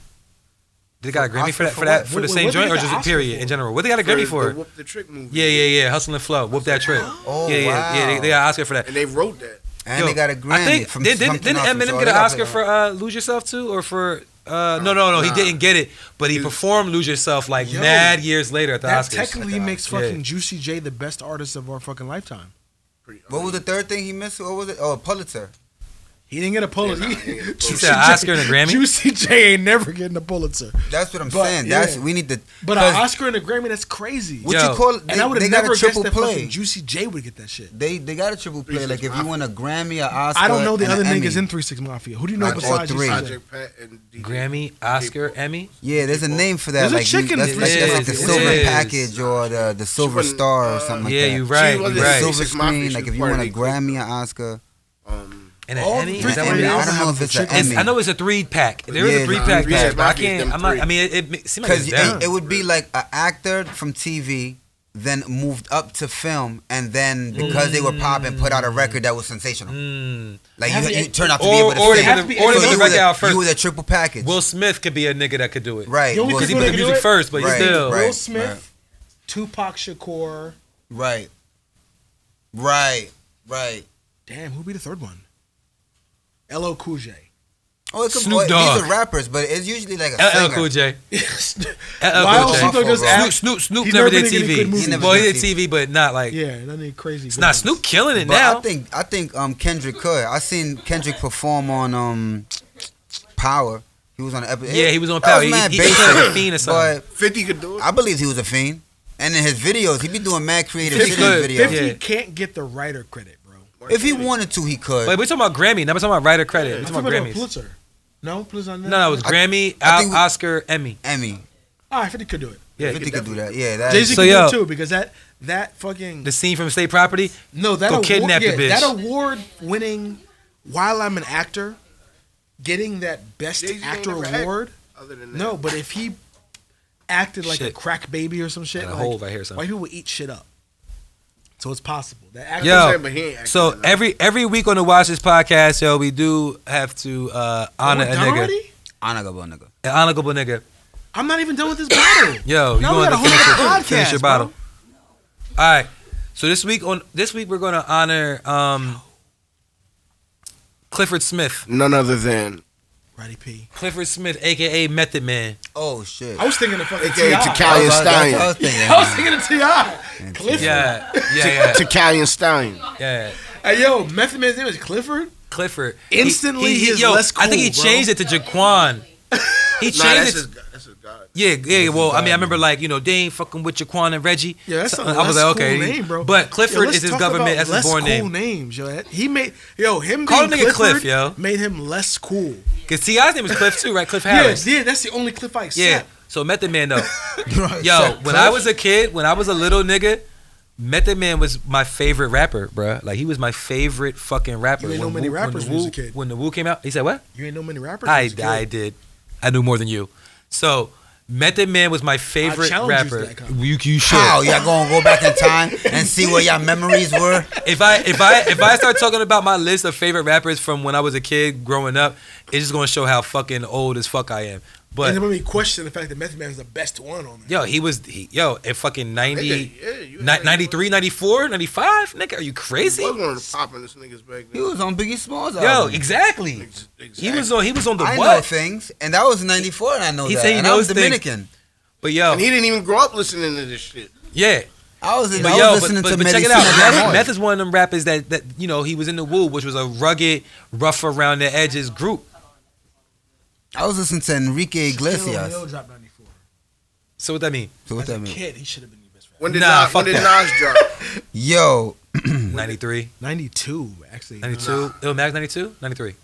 Speaker 4: They got a Grammy
Speaker 2: Oscar
Speaker 4: for that for
Speaker 2: for
Speaker 4: that
Speaker 2: what?
Speaker 4: for the
Speaker 3: What-
Speaker 4: same
Speaker 3: what did
Speaker 4: joint
Speaker 3: they
Speaker 4: or
Speaker 3: get
Speaker 4: just
Speaker 3: Oscar
Speaker 4: period
Speaker 3: for?
Speaker 4: in general. What they got a Grammy
Speaker 1: the
Speaker 4: for?
Speaker 1: Whoop the Trick movie.
Speaker 4: Yeah, yeah, yeah. Hustle and flow. Whoop that trip.
Speaker 2: Oh,
Speaker 4: Yeah, yeah, yeah. They,
Speaker 2: wow.
Speaker 4: they got an Oscar for that.
Speaker 1: And they wrote that.
Speaker 2: And
Speaker 4: Yo,
Speaker 2: they got a Grammy.
Speaker 4: I think
Speaker 2: from
Speaker 4: did, did,
Speaker 2: something
Speaker 4: didn't
Speaker 2: else,
Speaker 4: Eminem
Speaker 2: so
Speaker 4: get
Speaker 2: they
Speaker 4: an
Speaker 2: got
Speaker 4: Oscar
Speaker 2: like a-
Speaker 4: for uh, Lose Yourself too, or for uh, no, no, no, he
Speaker 1: Nah.
Speaker 4: didn't get it, but he
Speaker 1: Dude.
Speaker 4: performed Lose Yourself like
Speaker 3: Yo,
Speaker 4: mad years later at the
Speaker 3: That
Speaker 4: Oscars.
Speaker 3: technically
Speaker 2: Yeah.
Speaker 3: makes fucking Juicy J the best artist of our fucking lifetime.
Speaker 1: Pretty-
Speaker 2: What was the third thing he missed? What was it? Oh, Pulitzer.
Speaker 3: He didn't get a
Speaker 2: Oh,
Speaker 3: Pulitzer.
Speaker 1: Yeah, nah, he didn't get a
Speaker 3: Juicy
Speaker 4: Pulitzer.
Speaker 3: J-
Speaker 4: Oscar and a Grammy?
Speaker 3: Juicy J ain't never getting a Pulitzer.
Speaker 2: That's what I'm
Speaker 3: But,
Speaker 2: saying. That's
Speaker 3: yeah.
Speaker 2: we need to.
Speaker 3: But
Speaker 2: because
Speaker 3: an Oscar and a Grammy, that's crazy.
Speaker 2: What
Speaker 4: Yo.
Speaker 2: you call? it?
Speaker 3: and I
Speaker 2: They,
Speaker 3: would
Speaker 2: they
Speaker 3: have
Speaker 2: got
Speaker 3: never
Speaker 2: a triple
Speaker 3: guessed that
Speaker 2: play.
Speaker 3: fucking Juicy J would get that shit.
Speaker 2: They they got a triple play.
Speaker 1: Three
Speaker 2: Like if
Speaker 1: Six
Speaker 2: you won a Grammy, an Oscar.
Speaker 3: I don't know the
Speaker 2: and
Speaker 3: other
Speaker 2: an Emmy.
Speaker 3: niggas in Three Six Mafia. Who do you know
Speaker 2: Like, all
Speaker 3: besides
Speaker 2: three.
Speaker 3: Juicy J?
Speaker 1: Project Pat and DJ.
Speaker 4: Grammy, Oscar, Emmy.
Speaker 2: Yeah, there's a name for that.
Speaker 3: There's a
Speaker 2: like
Speaker 3: chicken
Speaker 2: that's,
Speaker 3: dish.
Speaker 2: like, that's like the
Speaker 4: It is,
Speaker 2: silver
Speaker 4: it is.
Speaker 2: package or the the silver
Speaker 1: won,
Speaker 2: star or
Speaker 1: uh,
Speaker 2: something like
Speaker 4: yeah,
Speaker 2: that.
Speaker 4: you right,
Speaker 1: She was
Speaker 4: you right.
Speaker 1: in-
Speaker 2: Silver
Speaker 1: Six Mafia,
Speaker 2: screen.
Speaker 1: she
Speaker 2: Like
Speaker 1: was
Speaker 2: if you
Speaker 1: part of
Speaker 2: won a
Speaker 1: the clique.
Speaker 2: Grammy, an Oscar.
Speaker 1: Um,
Speaker 4: And an
Speaker 3: All
Speaker 4: Emmy.
Speaker 3: three
Speaker 4: Is that what it
Speaker 3: Emmys.
Speaker 2: I
Speaker 4: is?
Speaker 2: don't know if it's an
Speaker 3: Chicken.
Speaker 2: Emmy.
Speaker 4: I know it's a three pack. There is
Speaker 2: Yeah,
Speaker 4: a three
Speaker 2: nah,
Speaker 4: pack
Speaker 1: three
Speaker 4: pack, but I
Speaker 1: Mafia is
Speaker 4: can't.
Speaker 1: them
Speaker 4: I'm not.
Speaker 1: three.
Speaker 4: I mean, it, it seems like
Speaker 2: Because
Speaker 4: it's down.
Speaker 2: it, it would be like an actor from TV, then moved up to film, and then because they were popping, put out a record that was sensational.
Speaker 4: Mm.
Speaker 2: Like you,
Speaker 3: Have you-
Speaker 2: you turned out to be
Speaker 4: Or
Speaker 2: able
Speaker 4: or
Speaker 2: to
Speaker 4: they
Speaker 2: sing.
Speaker 4: could
Speaker 3: have
Speaker 4: have
Speaker 3: to be-
Speaker 4: or they
Speaker 2: So
Speaker 4: could
Speaker 2: you
Speaker 4: have
Speaker 2: were
Speaker 4: record
Speaker 2: the-
Speaker 4: out
Speaker 2: You were
Speaker 4: first.
Speaker 2: the triple package.
Speaker 4: Will Smith could be a nigga that could do it.
Speaker 2: Right.
Speaker 3: You only
Speaker 2: Will
Speaker 4: Because he
Speaker 3: People
Speaker 4: put the
Speaker 3: that do
Speaker 4: music
Speaker 3: it-
Speaker 4: first, but
Speaker 2: Right,
Speaker 4: still.
Speaker 2: right.
Speaker 3: Will Smith, Tupac Shakur.
Speaker 2: Right. Right. Right.
Speaker 3: Damn, who'd be the third one? L.O. Cool J.
Speaker 2: Oh, it could,
Speaker 4: Snoop
Speaker 2: oh,
Speaker 4: Dogg.
Speaker 2: These are rappers, but it's usually like a
Speaker 4: LL
Speaker 2: singer.
Speaker 4: Cool J.
Speaker 3: Why
Speaker 4: LL
Speaker 3: else
Speaker 2: Cool J.
Speaker 4: Cool
Speaker 3: Snoop Dogg does
Speaker 2: Fuck
Speaker 4: J. Snoop
Speaker 3: act?
Speaker 4: Snoop Snoop
Speaker 3: He's
Speaker 4: never
Speaker 3: never
Speaker 4: did
Speaker 3: been in any good movies. He
Speaker 4: TV.
Speaker 2: never
Speaker 4: Well, he
Speaker 2: did
Speaker 4: did TV, but not like.
Speaker 3: Yeah, nothing crazy.
Speaker 4: It's not Snoop killing it
Speaker 2: But
Speaker 4: now.
Speaker 2: I think I think um Kendrick could. I seen Kendrick perform on um Power. He was on an episode.
Speaker 4: Yeah, he was on
Speaker 2: that
Speaker 4: Power.
Speaker 2: Was
Speaker 4: He-
Speaker 2: mad
Speaker 4: he- he
Speaker 2: basic,
Speaker 4: played like a fiend or something.
Speaker 1: Fifty could do it.
Speaker 2: But I believe he was a fiend. And in his videos, he be doing mad creative
Speaker 4: He
Speaker 2: shit
Speaker 4: could.
Speaker 2: in his videos.
Speaker 3: 50
Speaker 4: Yeah.
Speaker 3: can't get the writer credit, bro.
Speaker 2: If he wanwanted to, he could.
Speaker 4: Wait, we're talking about Grammy. Now we're talking about writer credit. We're
Speaker 3: I'm
Speaker 4: talking
Speaker 3: talking
Speaker 4: about
Speaker 3: about
Speaker 4: Grammys.
Speaker 3: Pulitzer. No, Pulitzer.
Speaker 4: No, no, it was
Speaker 2: I-
Speaker 4: Grammy,
Speaker 2: I
Speaker 4: Al-
Speaker 2: think we-
Speaker 4: Oscar, Emmy.
Speaker 2: Emmy.
Speaker 3: All right, 50 could do it.
Speaker 4: Yeah.
Speaker 2: Fifty could do that. Yeah, that.
Speaker 3: Jay Z
Speaker 2: Is,
Speaker 4: So,
Speaker 3: could
Speaker 4: yo.
Speaker 3: do it too because that that fucking
Speaker 4: The scene from State Property.
Speaker 3: no that
Speaker 4: go
Speaker 3: award,
Speaker 4: kidnap the
Speaker 3: yeah,
Speaker 4: bitch.
Speaker 3: that award winning while I'm an actor, getting that best
Speaker 1: Jay-Z ain't
Speaker 3: actor
Speaker 1: never act-
Speaker 3: award.
Speaker 1: Other than that,
Speaker 3: No, but if he acted like a
Speaker 4: Shit.
Speaker 3: crack baby or some shit,
Speaker 4: Got a
Speaker 3: like,
Speaker 4: hole right here, son.
Speaker 3: white people would eat shit up. So it's possible. That actor,
Speaker 1: I'm
Speaker 4: Yo,
Speaker 1: saying, but he ain't acting
Speaker 4: so
Speaker 1: enough.
Speaker 4: every every week on the Watch This podcast, yo, we do have to uh, honor
Speaker 3: We're
Speaker 4: a
Speaker 3: done
Speaker 4: nigga,
Speaker 3: already?
Speaker 2: honorable nigga.
Speaker 4: an honorable nigga.
Speaker 3: I'm not even done with this battle.
Speaker 4: Yo, you
Speaker 3: Now we got
Speaker 4: going to
Speaker 3: a whole
Speaker 4: finish your,
Speaker 3: other
Speaker 4: finish your
Speaker 3: podcast,
Speaker 4: bottle?
Speaker 3: bro.
Speaker 4: All right. So this week on this week we're going to honor um, Clifford Smith.
Speaker 1: none other than
Speaker 3: Roddy P.
Speaker 4: Clifford Smith, aka Method Man.
Speaker 2: Oh shit.
Speaker 3: I was thinking of fucking
Speaker 1: aka
Speaker 3: T.I.
Speaker 1: Takalian
Speaker 2: That's what I- that's what I
Speaker 1: Stallion.
Speaker 2: was thinking.
Speaker 3: I was thinking of T.I. Clifford.
Speaker 4: Yeah, yeah, yeah,
Speaker 1: Takalian Stallion.
Speaker 4: yeah.
Speaker 3: Hey, yo, Method Man's name is Clifford?
Speaker 4: Clifford.
Speaker 3: Instantly, he is less
Speaker 4: I think he
Speaker 3: cool, bro.
Speaker 4: changed it to Jaquan. He
Speaker 1: Nah, that's
Speaker 4: changed
Speaker 1: his,
Speaker 4: it.
Speaker 1: that's his god.
Speaker 4: Yeah, yeah. Well, I mean, I remember like you know they ain't fucking with Jaquan and Reggie.
Speaker 3: Yeah, that's
Speaker 4: So,
Speaker 3: a
Speaker 4: I was
Speaker 3: less
Speaker 4: like,
Speaker 3: cool
Speaker 4: okay.
Speaker 3: name, bro.
Speaker 4: But Clifford
Speaker 3: Yo, let's
Speaker 4: is his
Speaker 3: talk
Speaker 4: government.
Speaker 3: about
Speaker 4: That's his
Speaker 3: less
Speaker 4: born
Speaker 3: cool
Speaker 4: name.
Speaker 3: names, yo. That- He made yo him
Speaker 4: Call
Speaker 3: being
Speaker 4: the nigga Cliff,
Speaker 3: Clifford
Speaker 4: yo.
Speaker 3: made him less cool.
Speaker 4: Cause Ti's name is Cliff too, right? Cliff Harris.
Speaker 3: Yeah, yeah, that's the only clip I accept.
Speaker 4: Yeah. So Method Man though.
Speaker 2: Right,
Speaker 4: Yo,
Speaker 2: shit.
Speaker 4: when I was a kid, when I was a little nigga, Method Man was my favorite rapper, bruh. Like he was my favorite fucking rapper.
Speaker 3: You ain't know
Speaker 4: When
Speaker 3: many
Speaker 4: Wu-
Speaker 3: rappers
Speaker 4: when
Speaker 3: when
Speaker 4: the
Speaker 3: you was
Speaker 4: Wu,
Speaker 3: a kid.
Speaker 4: When the Wu came out, he said what?
Speaker 3: You ain't know many rappers.
Speaker 4: I,
Speaker 3: as a kid.
Speaker 4: I did. I knew more than you. So Method Man was my favorite
Speaker 3: challenge you to
Speaker 4: rapper.
Speaker 3: that comment.
Speaker 4: You, you should.
Speaker 2: How y'all gonna go back in time and see where y'all memories were?
Speaker 4: If I if I if I start talking about my list of favorite rappers from when I was a kid growing up, it's just gonna show how fucking old as fuck I am.
Speaker 3: and
Speaker 4: But
Speaker 3: then when we question the fact that Method Man is the best one on there.
Speaker 4: yo, he was he, yo at fucking 90,
Speaker 1: Yeah, you
Speaker 4: ni- 93, 94, 95? Nigga, are you
Speaker 1: He
Speaker 4: crazy?
Speaker 1: was one of the poppiest niggas back
Speaker 2: He
Speaker 1: then.
Speaker 2: was on Biggie Smalls.
Speaker 4: Yo,
Speaker 2: album.
Speaker 4: exactly.
Speaker 1: Ex-
Speaker 4: He was on. He was on the
Speaker 2: I know
Speaker 4: what?
Speaker 2: things, and that was '94, and I know
Speaker 4: He
Speaker 2: that.
Speaker 4: said he
Speaker 2: and I was
Speaker 4: knows things.
Speaker 2: Dominican.
Speaker 4: But yo,
Speaker 1: And he didn't even grow up listening to this shit.
Speaker 4: yeah.
Speaker 2: I was, I
Speaker 4: But
Speaker 2: was
Speaker 4: yo, but,
Speaker 2: listening
Speaker 4: but,
Speaker 2: to
Speaker 4: but
Speaker 2: Medicine
Speaker 4: check it out.
Speaker 2: at
Speaker 4: Meth,
Speaker 2: Mars.
Speaker 4: Meth is one of them rappers that that you know he was in the Woo, which was a rugged, rough around the edges group.
Speaker 2: I was listening to Enrique Iglesias.
Speaker 3: Hill dropped 94.
Speaker 4: So what that mean?
Speaker 2: So what
Speaker 3: As a
Speaker 2: that mean?
Speaker 3: kid, he should have been your best friend.
Speaker 1: When did
Speaker 4: Nah,
Speaker 1: Nas, when
Speaker 4: fuck
Speaker 1: did Nas drop?
Speaker 2: Yo,
Speaker 4: 93,
Speaker 3: 92, actually.
Speaker 4: 92, Illmatic 92, 93,
Speaker 3: It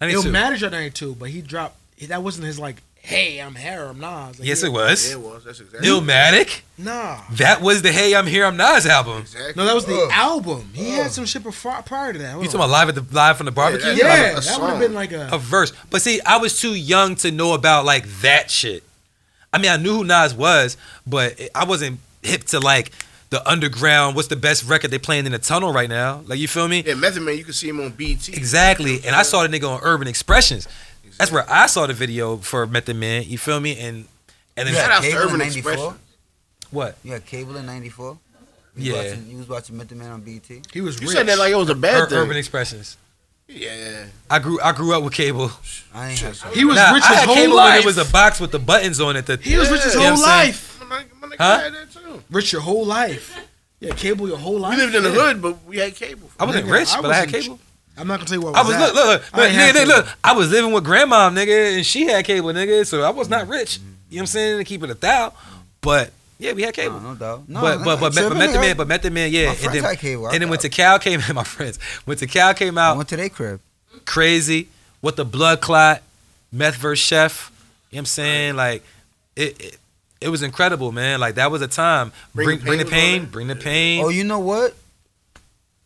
Speaker 4: 92.
Speaker 3: matters at 92, but he dropped. That wasn't his like, hey, I'm here, I'm Nas. Like,
Speaker 4: yes,
Speaker 3: he-
Speaker 4: it
Speaker 1: yeah,
Speaker 4: was.
Speaker 1: it was. That's exactly.
Speaker 4: Illmatic.
Speaker 3: Nah.
Speaker 4: That was the Hey I'm Here I'm Nas album.
Speaker 1: Exactly.
Speaker 3: No, that was the
Speaker 2: Ugh.
Speaker 3: album. He had some shit before, prior to that. Hold
Speaker 4: You
Speaker 3: on.
Speaker 4: talking about live at the live from the barbecue?
Speaker 1: that's-
Speaker 4: Like,
Speaker 3: yeah,
Speaker 1: a
Speaker 3: that
Speaker 1: song.
Speaker 3: would have been like a.
Speaker 4: a verse. But see, I was too young to know about like that shit. I mean, I knew who Nas was, but it- I wasn't hip to like the underground. What's the best record they playing in the tunnel right now? Like you feel me?
Speaker 1: Yeah, Method Man, you can see him on BT.
Speaker 4: Exactly. And I saw the nigga on Urban Expressions. That's where I saw the video for Method Man. You feel me? And and then
Speaker 2: you had
Speaker 1: out to
Speaker 2: cable in
Speaker 1: Urban
Speaker 2: '94.
Speaker 1: Expression.
Speaker 4: what?
Speaker 2: You had cable in '94.
Speaker 4: Yeah.
Speaker 2: watching, you was watching Method Man on E BT.
Speaker 3: He was
Speaker 1: You
Speaker 3: rich.
Speaker 1: said that like it was a bad
Speaker 4: Ur-
Speaker 1: thing.
Speaker 4: Urban Expressions.
Speaker 1: yeah.
Speaker 4: I grew I grew up with cable.
Speaker 2: I ain't had
Speaker 3: he was
Speaker 4: Nah,
Speaker 3: rich
Speaker 4: I
Speaker 3: his
Speaker 4: had
Speaker 3: whole
Speaker 4: cable when
Speaker 3: life.
Speaker 4: it was a box with the buttons on it. The,
Speaker 3: he was rich his
Speaker 4: You
Speaker 3: whole
Speaker 4: know what I'm
Speaker 3: life.
Speaker 4: saying?
Speaker 1: My nigga, my nigga
Speaker 4: Huh?
Speaker 1: had that too.
Speaker 3: Rich your whole life. Yeah, cable your whole
Speaker 1: We
Speaker 3: life.
Speaker 1: lived in the
Speaker 3: Yeah.
Speaker 1: hood, but we had cable.
Speaker 4: I wasn't
Speaker 3: Nigga,
Speaker 4: rich,
Speaker 3: I
Speaker 4: but I had
Speaker 3: wasn't-
Speaker 4: cable.
Speaker 3: I'm not gonna tell you what
Speaker 4: I was look, look, look,
Speaker 3: I
Speaker 4: look,
Speaker 3: ain't had
Speaker 4: nigga, nigga,
Speaker 3: cable.
Speaker 4: look. I was living with grandma, nigga, and she had cable, nigga. So I was not rich. You know what I'm saying? To keep it a thou, but yeah, we had
Speaker 2: cable.
Speaker 4: cable.
Speaker 2: No, no doubt. No,
Speaker 4: but, but, but,
Speaker 2: I'm
Speaker 4: but,
Speaker 2: tripping,
Speaker 4: Method
Speaker 2: nigga.
Speaker 4: Man, but Method Man, yeah.
Speaker 2: My
Speaker 4: and
Speaker 2: friends
Speaker 4: then,
Speaker 2: had cable. I
Speaker 4: and then when
Speaker 2: thought-
Speaker 4: Takal came, my friends, when Takal came
Speaker 2: I
Speaker 4: out,
Speaker 2: went to their crib.
Speaker 4: crazy with the blood clot, meth versus chef. You know what I'm saying? Like it, it it was incredible, man. Like that was a time.
Speaker 1: Bring
Speaker 4: Bring
Speaker 1: the
Speaker 4: bring the
Speaker 1: Pain
Speaker 4: pain,
Speaker 1: was on
Speaker 4: bring the pain.
Speaker 2: Oh, you know what?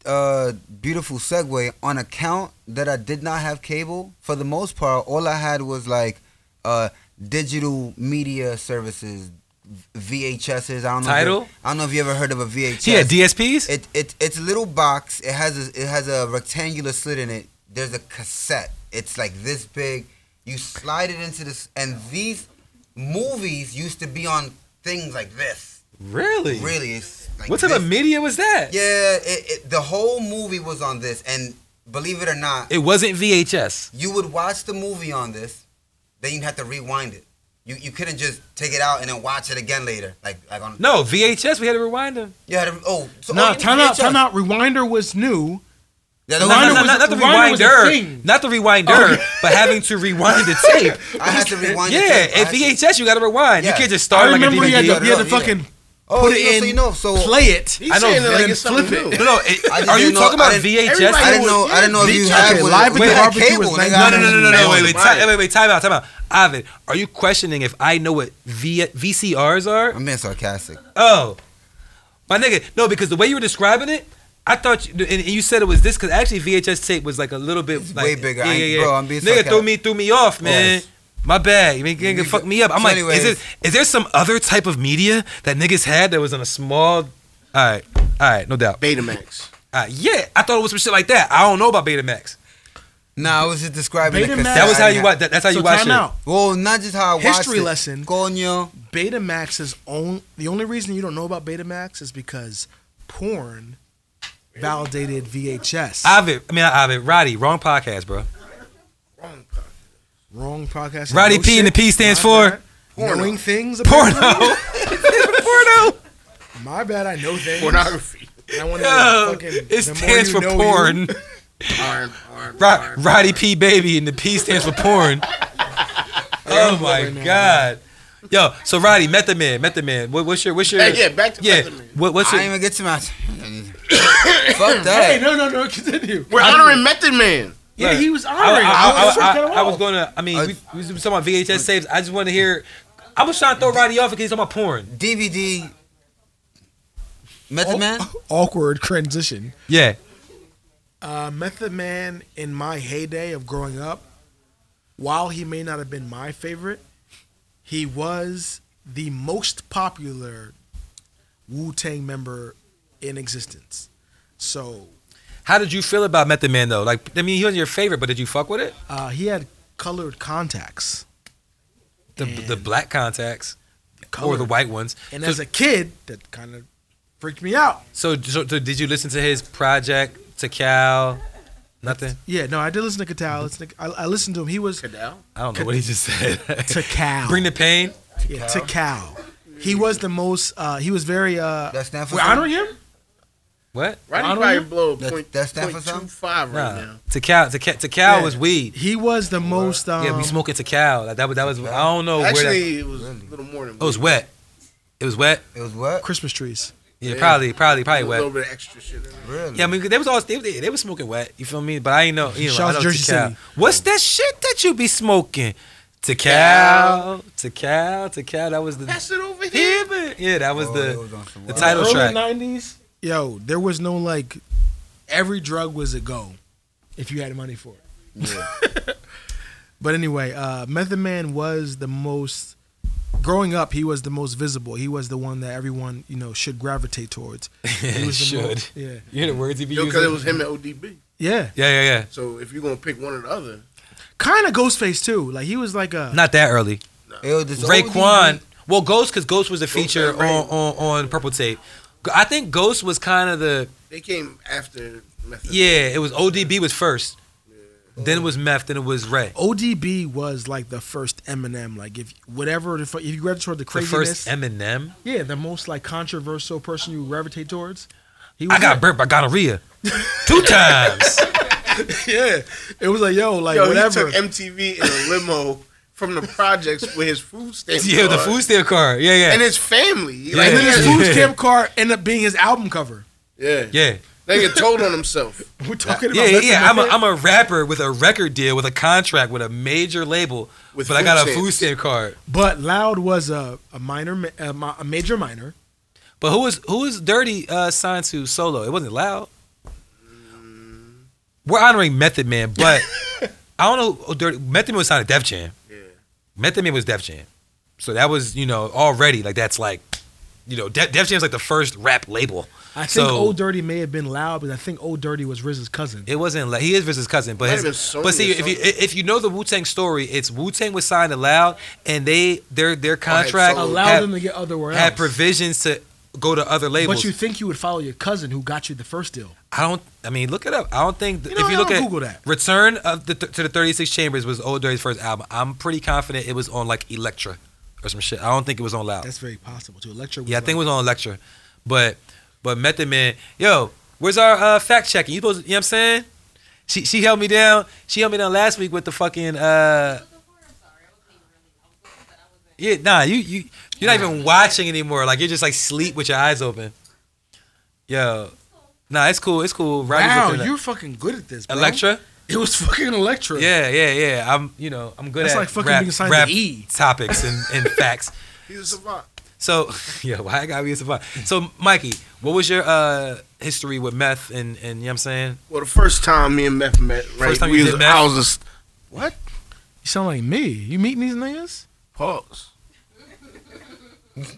Speaker 2: Uh, beautiful segue. On account that I did not have cable for the most part, all I had was like uh digital media services, v- VHSs. I don't know. if you-
Speaker 4: Tidal?
Speaker 2: I don't know if you ever heard of a VHS.
Speaker 4: He had DSPs?
Speaker 2: It, it it's a little box. It has a, it has a rectangular slit in it. There's a cassette. It's like this big. You slide it into this, and these movies used to be on things like this.
Speaker 4: really?
Speaker 2: Really, it's like
Speaker 4: What type
Speaker 2: this.
Speaker 4: of media was that?
Speaker 2: Yeah, it, it, the whole movie was on this, and believe it or not,
Speaker 4: It wasn't VHS.
Speaker 2: you would watch the movie on this, then you'd have to rewind it. You you couldn't just take it out and then watch it again later, like like on.
Speaker 4: No, VHS, we had to rewind them.
Speaker 2: You had to, oh, so
Speaker 3: Nah,
Speaker 2: oh,
Speaker 3: time out, time out. Rewinder was new.
Speaker 2: Yeah, the
Speaker 4: No, no,
Speaker 3: Rewinder
Speaker 4: no,
Speaker 3: was
Speaker 4: no,
Speaker 3: a-
Speaker 4: not the
Speaker 3: rewinder was a
Speaker 4: rewinder.
Speaker 3: thing.
Speaker 4: Not the rewinder, but having to rewind the tape.
Speaker 2: I had to rewind. the
Speaker 4: Yeah,
Speaker 2: tape. I
Speaker 4: at
Speaker 2: had to-
Speaker 4: VHS, you got to rewind. You
Speaker 2: Yeah.
Speaker 4: can't just
Speaker 3: I
Speaker 4: start like a
Speaker 3: remember
Speaker 4: DVD.
Speaker 3: he had
Speaker 2: DVD.
Speaker 3: to, he had to
Speaker 2: Yeah.
Speaker 3: fucking
Speaker 2: Oh,
Speaker 3: put
Speaker 2: you know,
Speaker 3: it in,
Speaker 2: so you know, so
Speaker 3: play it.
Speaker 1: He's
Speaker 4: I know
Speaker 1: saying it
Speaker 3: and
Speaker 1: like
Speaker 3: then
Speaker 1: it's something
Speaker 3: flip
Speaker 1: new.
Speaker 3: it.
Speaker 4: No, no. it-
Speaker 2: I just
Speaker 4: are you
Speaker 2: didn't know-
Speaker 4: talking
Speaker 2: I
Speaker 4: about
Speaker 2: didn't-
Speaker 4: VHS?
Speaker 1: Everybody
Speaker 2: I didn't know. I didn't know if you
Speaker 3: VHS.
Speaker 2: had
Speaker 3: Live at
Speaker 2: wait,
Speaker 3: the
Speaker 2: had
Speaker 3: barbecue
Speaker 2: cable.
Speaker 3: was
Speaker 2: nigga.
Speaker 3: nice.
Speaker 4: No,
Speaker 2: I
Speaker 4: no,
Speaker 2: didn't
Speaker 4: no, no, no,
Speaker 2: even
Speaker 4: no.
Speaker 2: know.
Speaker 4: Wait, wait,
Speaker 1: Right.
Speaker 4: time, wait, wait, time out, time out. Ovid, are you questioning if I know what v- VCRs are?
Speaker 2: I'm being sarcastic.
Speaker 4: Oh, my nigga, no, because the way you were describing it, I thought, you, and, and you said it was this, because actually VHS tape was like a little bit
Speaker 2: It's
Speaker 4: like,
Speaker 2: way bigger.
Speaker 4: Yeah,
Speaker 2: I-
Speaker 4: yeah, yeah.
Speaker 2: bro, I'm being
Speaker 4: nigga
Speaker 2: sarcastic.
Speaker 4: threw me threw me off, man.
Speaker 2: Yes.
Speaker 4: My bad. You mean, nigga,
Speaker 2: You-
Speaker 4: fuck me up. I'm
Speaker 2: so
Speaker 4: like,
Speaker 2: anyways-
Speaker 4: is, it, is there some other type of media that niggas had that was on a small? All right, all right, no doubt.
Speaker 1: Betamax.
Speaker 4: All right, yeah, I thought it was some shit like that. I don't know about Betamax.
Speaker 2: Nah, I was just describing. the
Speaker 3: Betamax-
Speaker 2: cassette.
Speaker 4: That was how
Speaker 2: I
Speaker 4: you
Speaker 2: didn't
Speaker 4: watch. That, that's how
Speaker 3: so
Speaker 4: you watch
Speaker 3: time
Speaker 4: it.
Speaker 3: out.
Speaker 2: Well, not just how I watched
Speaker 3: History
Speaker 2: it.
Speaker 3: lesson.
Speaker 2: Coño.
Speaker 3: Betamax's own. The only reason you don't know about Betamax is because porn validated VHS.
Speaker 4: Ovid, I mean, not Ovid, Roddy, wrong podcast, bro.
Speaker 1: Wrong podcast.
Speaker 3: Wrong podcast.
Speaker 4: Roddy
Speaker 3: No
Speaker 4: P and the
Speaker 3: shit.
Speaker 4: P
Speaker 3: My
Speaker 4: stands for
Speaker 3: bad. knowing things.
Speaker 4: porno.
Speaker 3: apparently.
Speaker 4: porno.
Speaker 3: My bad. I know things.
Speaker 1: Pornography.
Speaker 3: I wanna
Speaker 4: Yo,
Speaker 3: fucking-
Speaker 4: it
Speaker 3: the more
Speaker 4: stands
Speaker 3: you
Speaker 4: for
Speaker 3: know you-
Speaker 4: porn.
Speaker 1: Arm, arm,
Speaker 4: Ro-
Speaker 1: arm.
Speaker 4: Roddy P baby and the P stands for porn. oh my
Speaker 3: now,
Speaker 4: god. Yo, so Roddy, Method Man, Method Man. What, what's your what's your
Speaker 1: Hey, yeah, back to
Speaker 4: yeah,
Speaker 1: Method Man.
Speaker 4: What, what's
Speaker 2: I didn't
Speaker 4: your
Speaker 2: even get to my. Fuck
Speaker 3: Hey,
Speaker 2: that.
Speaker 3: no, no, no. Continue.
Speaker 1: We're honoring Method Man.
Speaker 3: Yeah,
Speaker 4: Look,
Speaker 3: he was
Speaker 4: I,
Speaker 3: honoring.
Speaker 4: I- I- I- I was
Speaker 3: going.
Speaker 4: gonna I mean
Speaker 2: I-
Speaker 4: we, we was talking about VHS tapes. I just wanna hear I was trying to throw Roddy off because he's talking about porn.
Speaker 2: DVD. Method
Speaker 4: Oh,
Speaker 2: Man.
Speaker 3: Awkward transition.
Speaker 4: Yeah.
Speaker 3: Uh, Method Man, in my heyday of growing up, while he may not have been my favorite, he was the most popular Wu Tang member in existence. So
Speaker 4: How did you feel about Method Man though? Like I mean he wasn't your favorite, but did you fuck with it?
Speaker 3: uh, he had colored contacts.
Speaker 4: The the black contacts or
Speaker 3: Colored.
Speaker 4: the white ones.
Speaker 3: and
Speaker 4: So-
Speaker 3: as a kid, that kind of freaked me out.
Speaker 4: So, so, so did you listen to his project to Cal? Nothing.
Speaker 3: Yeah, no, I did listen to Catal. I, listened to him. He was
Speaker 1: Cadell?
Speaker 4: I don't know what he just said.
Speaker 3: Takal.
Speaker 4: Bring the pain.
Speaker 3: Yeah, to Cal. He was the most. Uh, he was very. Uh,
Speaker 2: That stand for
Speaker 3: we're
Speaker 2: something?
Speaker 3: honoring him.
Speaker 4: What?
Speaker 1: Rodney
Speaker 3: Ronald
Speaker 1: probably
Speaker 3: Reagan?
Speaker 1: blow a
Speaker 2: That-
Speaker 1: point,
Speaker 2: that stand
Speaker 1: point
Speaker 2: for
Speaker 1: two
Speaker 2: something?
Speaker 1: five right
Speaker 4: Nah.
Speaker 1: now.
Speaker 4: Takal, Takal, Takal
Speaker 3: Yeah.
Speaker 4: was weed.
Speaker 3: He was the most. Um,
Speaker 4: yeah, we smoking Takal. Like that was that was. I don't know Oh, where that. Oh,
Speaker 1: Actually, it was a little more than.
Speaker 4: It was wet. It was wet.
Speaker 2: It was what?
Speaker 3: Christmas trees.
Speaker 4: Yeah,
Speaker 1: Yeah.
Speaker 4: probably, probably, probably
Speaker 1: a little
Speaker 4: wet.
Speaker 1: bit of extra shit. In it.
Speaker 2: Really?
Speaker 4: Yeah, I mean, they was all they, they, they was smoking wet. You feel me? But I ain't know. You know,
Speaker 3: Shout out
Speaker 4: I know
Speaker 3: to Jersey
Speaker 4: Takal.
Speaker 3: City.
Speaker 4: What's that shit that you be smoking? Takal, Takal, Takal. That was the.
Speaker 1: Pass it over here.
Speaker 4: Yeah, man. yeah, that was
Speaker 2: Oh,
Speaker 4: the.
Speaker 2: it was on some
Speaker 4: the
Speaker 2: wild-
Speaker 4: title
Speaker 1: Early
Speaker 4: track.
Speaker 1: 90s.
Speaker 3: Yo, there was no like. Every drug was a go, if you had money for it. but anyway, uh, Method Man was the most. Growing up, he was the most visible. He was the one that everyone you know should gravitate towards. He was the
Speaker 4: should.
Speaker 3: most- yeah,
Speaker 4: You hear the words he be
Speaker 1: Yo,
Speaker 4: using?
Speaker 1: because it was him and ODB.
Speaker 3: yeah.
Speaker 4: yeah, yeah, yeah.
Speaker 1: So if you're gonna pick one or the other,
Speaker 3: Kind of Ghostface too. Like he was like a.
Speaker 4: Not that early.
Speaker 2: It was this
Speaker 4: Raekwon. Well, Ghost, because Ghost was a feature
Speaker 1: and
Speaker 4: on,
Speaker 1: Ray.
Speaker 4: on on Purple Tape. G- I think Ghost was kind of the
Speaker 1: they came after. Method.
Speaker 4: yeah. It was ODB was first. Then it was Meth. Then it was Ray.
Speaker 3: ODB was like the first Eminem. Like if whatever, the, fu- if you gravitate toward the
Speaker 4: The
Speaker 3: craziness,
Speaker 4: first Eminem.
Speaker 3: yeah, the most like controversial person you gravitate towards. He
Speaker 4: I got
Speaker 3: it.
Speaker 4: burnt by gonorrhea two times.
Speaker 3: yeah. It was like yo, like
Speaker 1: Yo,
Speaker 3: whatever.
Speaker 1: he took MTV in a limo from the projects with his food stamp.
Speaker 4: yeah, the
Speaker 1: card
Speaker 4: food stamp card. Yeah, yeah,
Speaker 1: and his family. Like,
Speaker 3: and then his
Speaker 1: nigga,
Speaker 3: food
Speaker 4: Yeah.
Speaker 3: stamp card ended up being his album cover.
Speaker 1: yeah, yeah.
Speaker 4: yeah.
Speaker 1: Nigga told on himself.
Speaker 3: We're talking
Speaker 4: Yeah,
Speaker 3: about Method
Speaker 4: yeah, yeah. I'm a,
Speaker 3: Man.
Speaker 4: I'm a rapper with a record deal, with a contract, with a major label,
Speaker 1: With
Speaker 4: but I
Speaker 1: food
Speaker 4: got a
Speaker 1: stamps.
Speaker 4: food stamp card.
Speaker 3: but Loud was a a minor, ma- a, mi- a major minor.
Speaker 4: But who was who was Dirty uh, signed to solo? It wasn't Loud.
Speaker 1: Mm.
Speaker 4: We're honoring Method Man, but I don't know. who Dirty Method Man was signed to Def Jam.
Speaker 1: Yeah.
Speaker 4: Method Man was Def Jam, so that was you know already like that's like you know Def, Def Jam's like the first rap label.
Speaker 3: I think
Speaker 4: So-
Speaker 3: Old Dirty may have been Loud, but I think Old Dirty was RZA's cousin.
Speaker 4: It wasn't like he is versus cousin, but
Speaker 1: Might have
Speaker 4: his,
Speaker 1: been Sony
Speaker 4: but see
Speaker 1: or
Speaker 4: if you
Speaker 1: something.
Speaker 4: if you know the Wu Tang story, it's Wu Tang was signed to Loud, and they their
Speaker 1: Oh,
Speaker 4: their contract
Speaker 1: Solo.
Speaker 3: Allowed
Speaker 4: had,
Speaker 3: them to get otherwhere
Speaker 4: had
Speaker 3: else.
Speaker 4: provisions to go to other labels.
Speaker 3: But you think you would follow your cousin who got you the first deal?
Speaker 4: I don't. I mean, look it up. I don't think
Speaker 3: know
Speaker 4: if you
Speaker 3: what,
Speaker 4: look
Speaker 3: I'll
Speaker 4: at
Speaker 3: Google that.
Speaker 4: Return of the to the Thirty Six Chambers was Old Dirty's first album. I'm pretty confident it was on like Elektra or some shit. I don't think it was on Loud.
Speaker 3: That's very possible too. Electra. Was
Speaker 4: yeah, I think it
Speaker 3: like-
Speaker 4: was on Elektra, but but Method Man, yo, where's our uh, fact checking? You supposed, to- you know what I'm saying? She she held me down. She held me down last week with the fucking uh. Yeah, nah, you you you're not even watching anymore. Like you're just like sleep with your eyes open. Yo, nah, it's cool, it's cool. Roddy's looking
Speaker 3: Wow,
Speaker 4: at-
Speaker 3: you're fucking good at this. Bro.
Speaker 4: Electra?
Speaker 3: It was fucking Electra.
Speaker 4: Yeah, yeah, yeah. I'm, you know, I'm good
Speaker 3: That's
Speaker 4: at
Speaker 3: like fucking
Speaker 4: rap,
Speaker 3: being signed
Speaker 4: rap
Speaker 3: to E.
Speaker 4: topics and, and facts.
Speaker 1: He's a savant.
Speaker 4: So, yeah, why I gotta be a survivor. So, Mikey, what was your uh history with meth and, and you know what I'm saying?
Speaker 1: Well, the first time me and Meth met, right?
Speaker 4: time
Speaker 1: we
Speaker 4: you
Speaker 1: was,
Speaker 4: did meth?
Speaker 1: I was just
Speaker 3: You sound like me. You meeting these niggas?
Speaker 1: pause.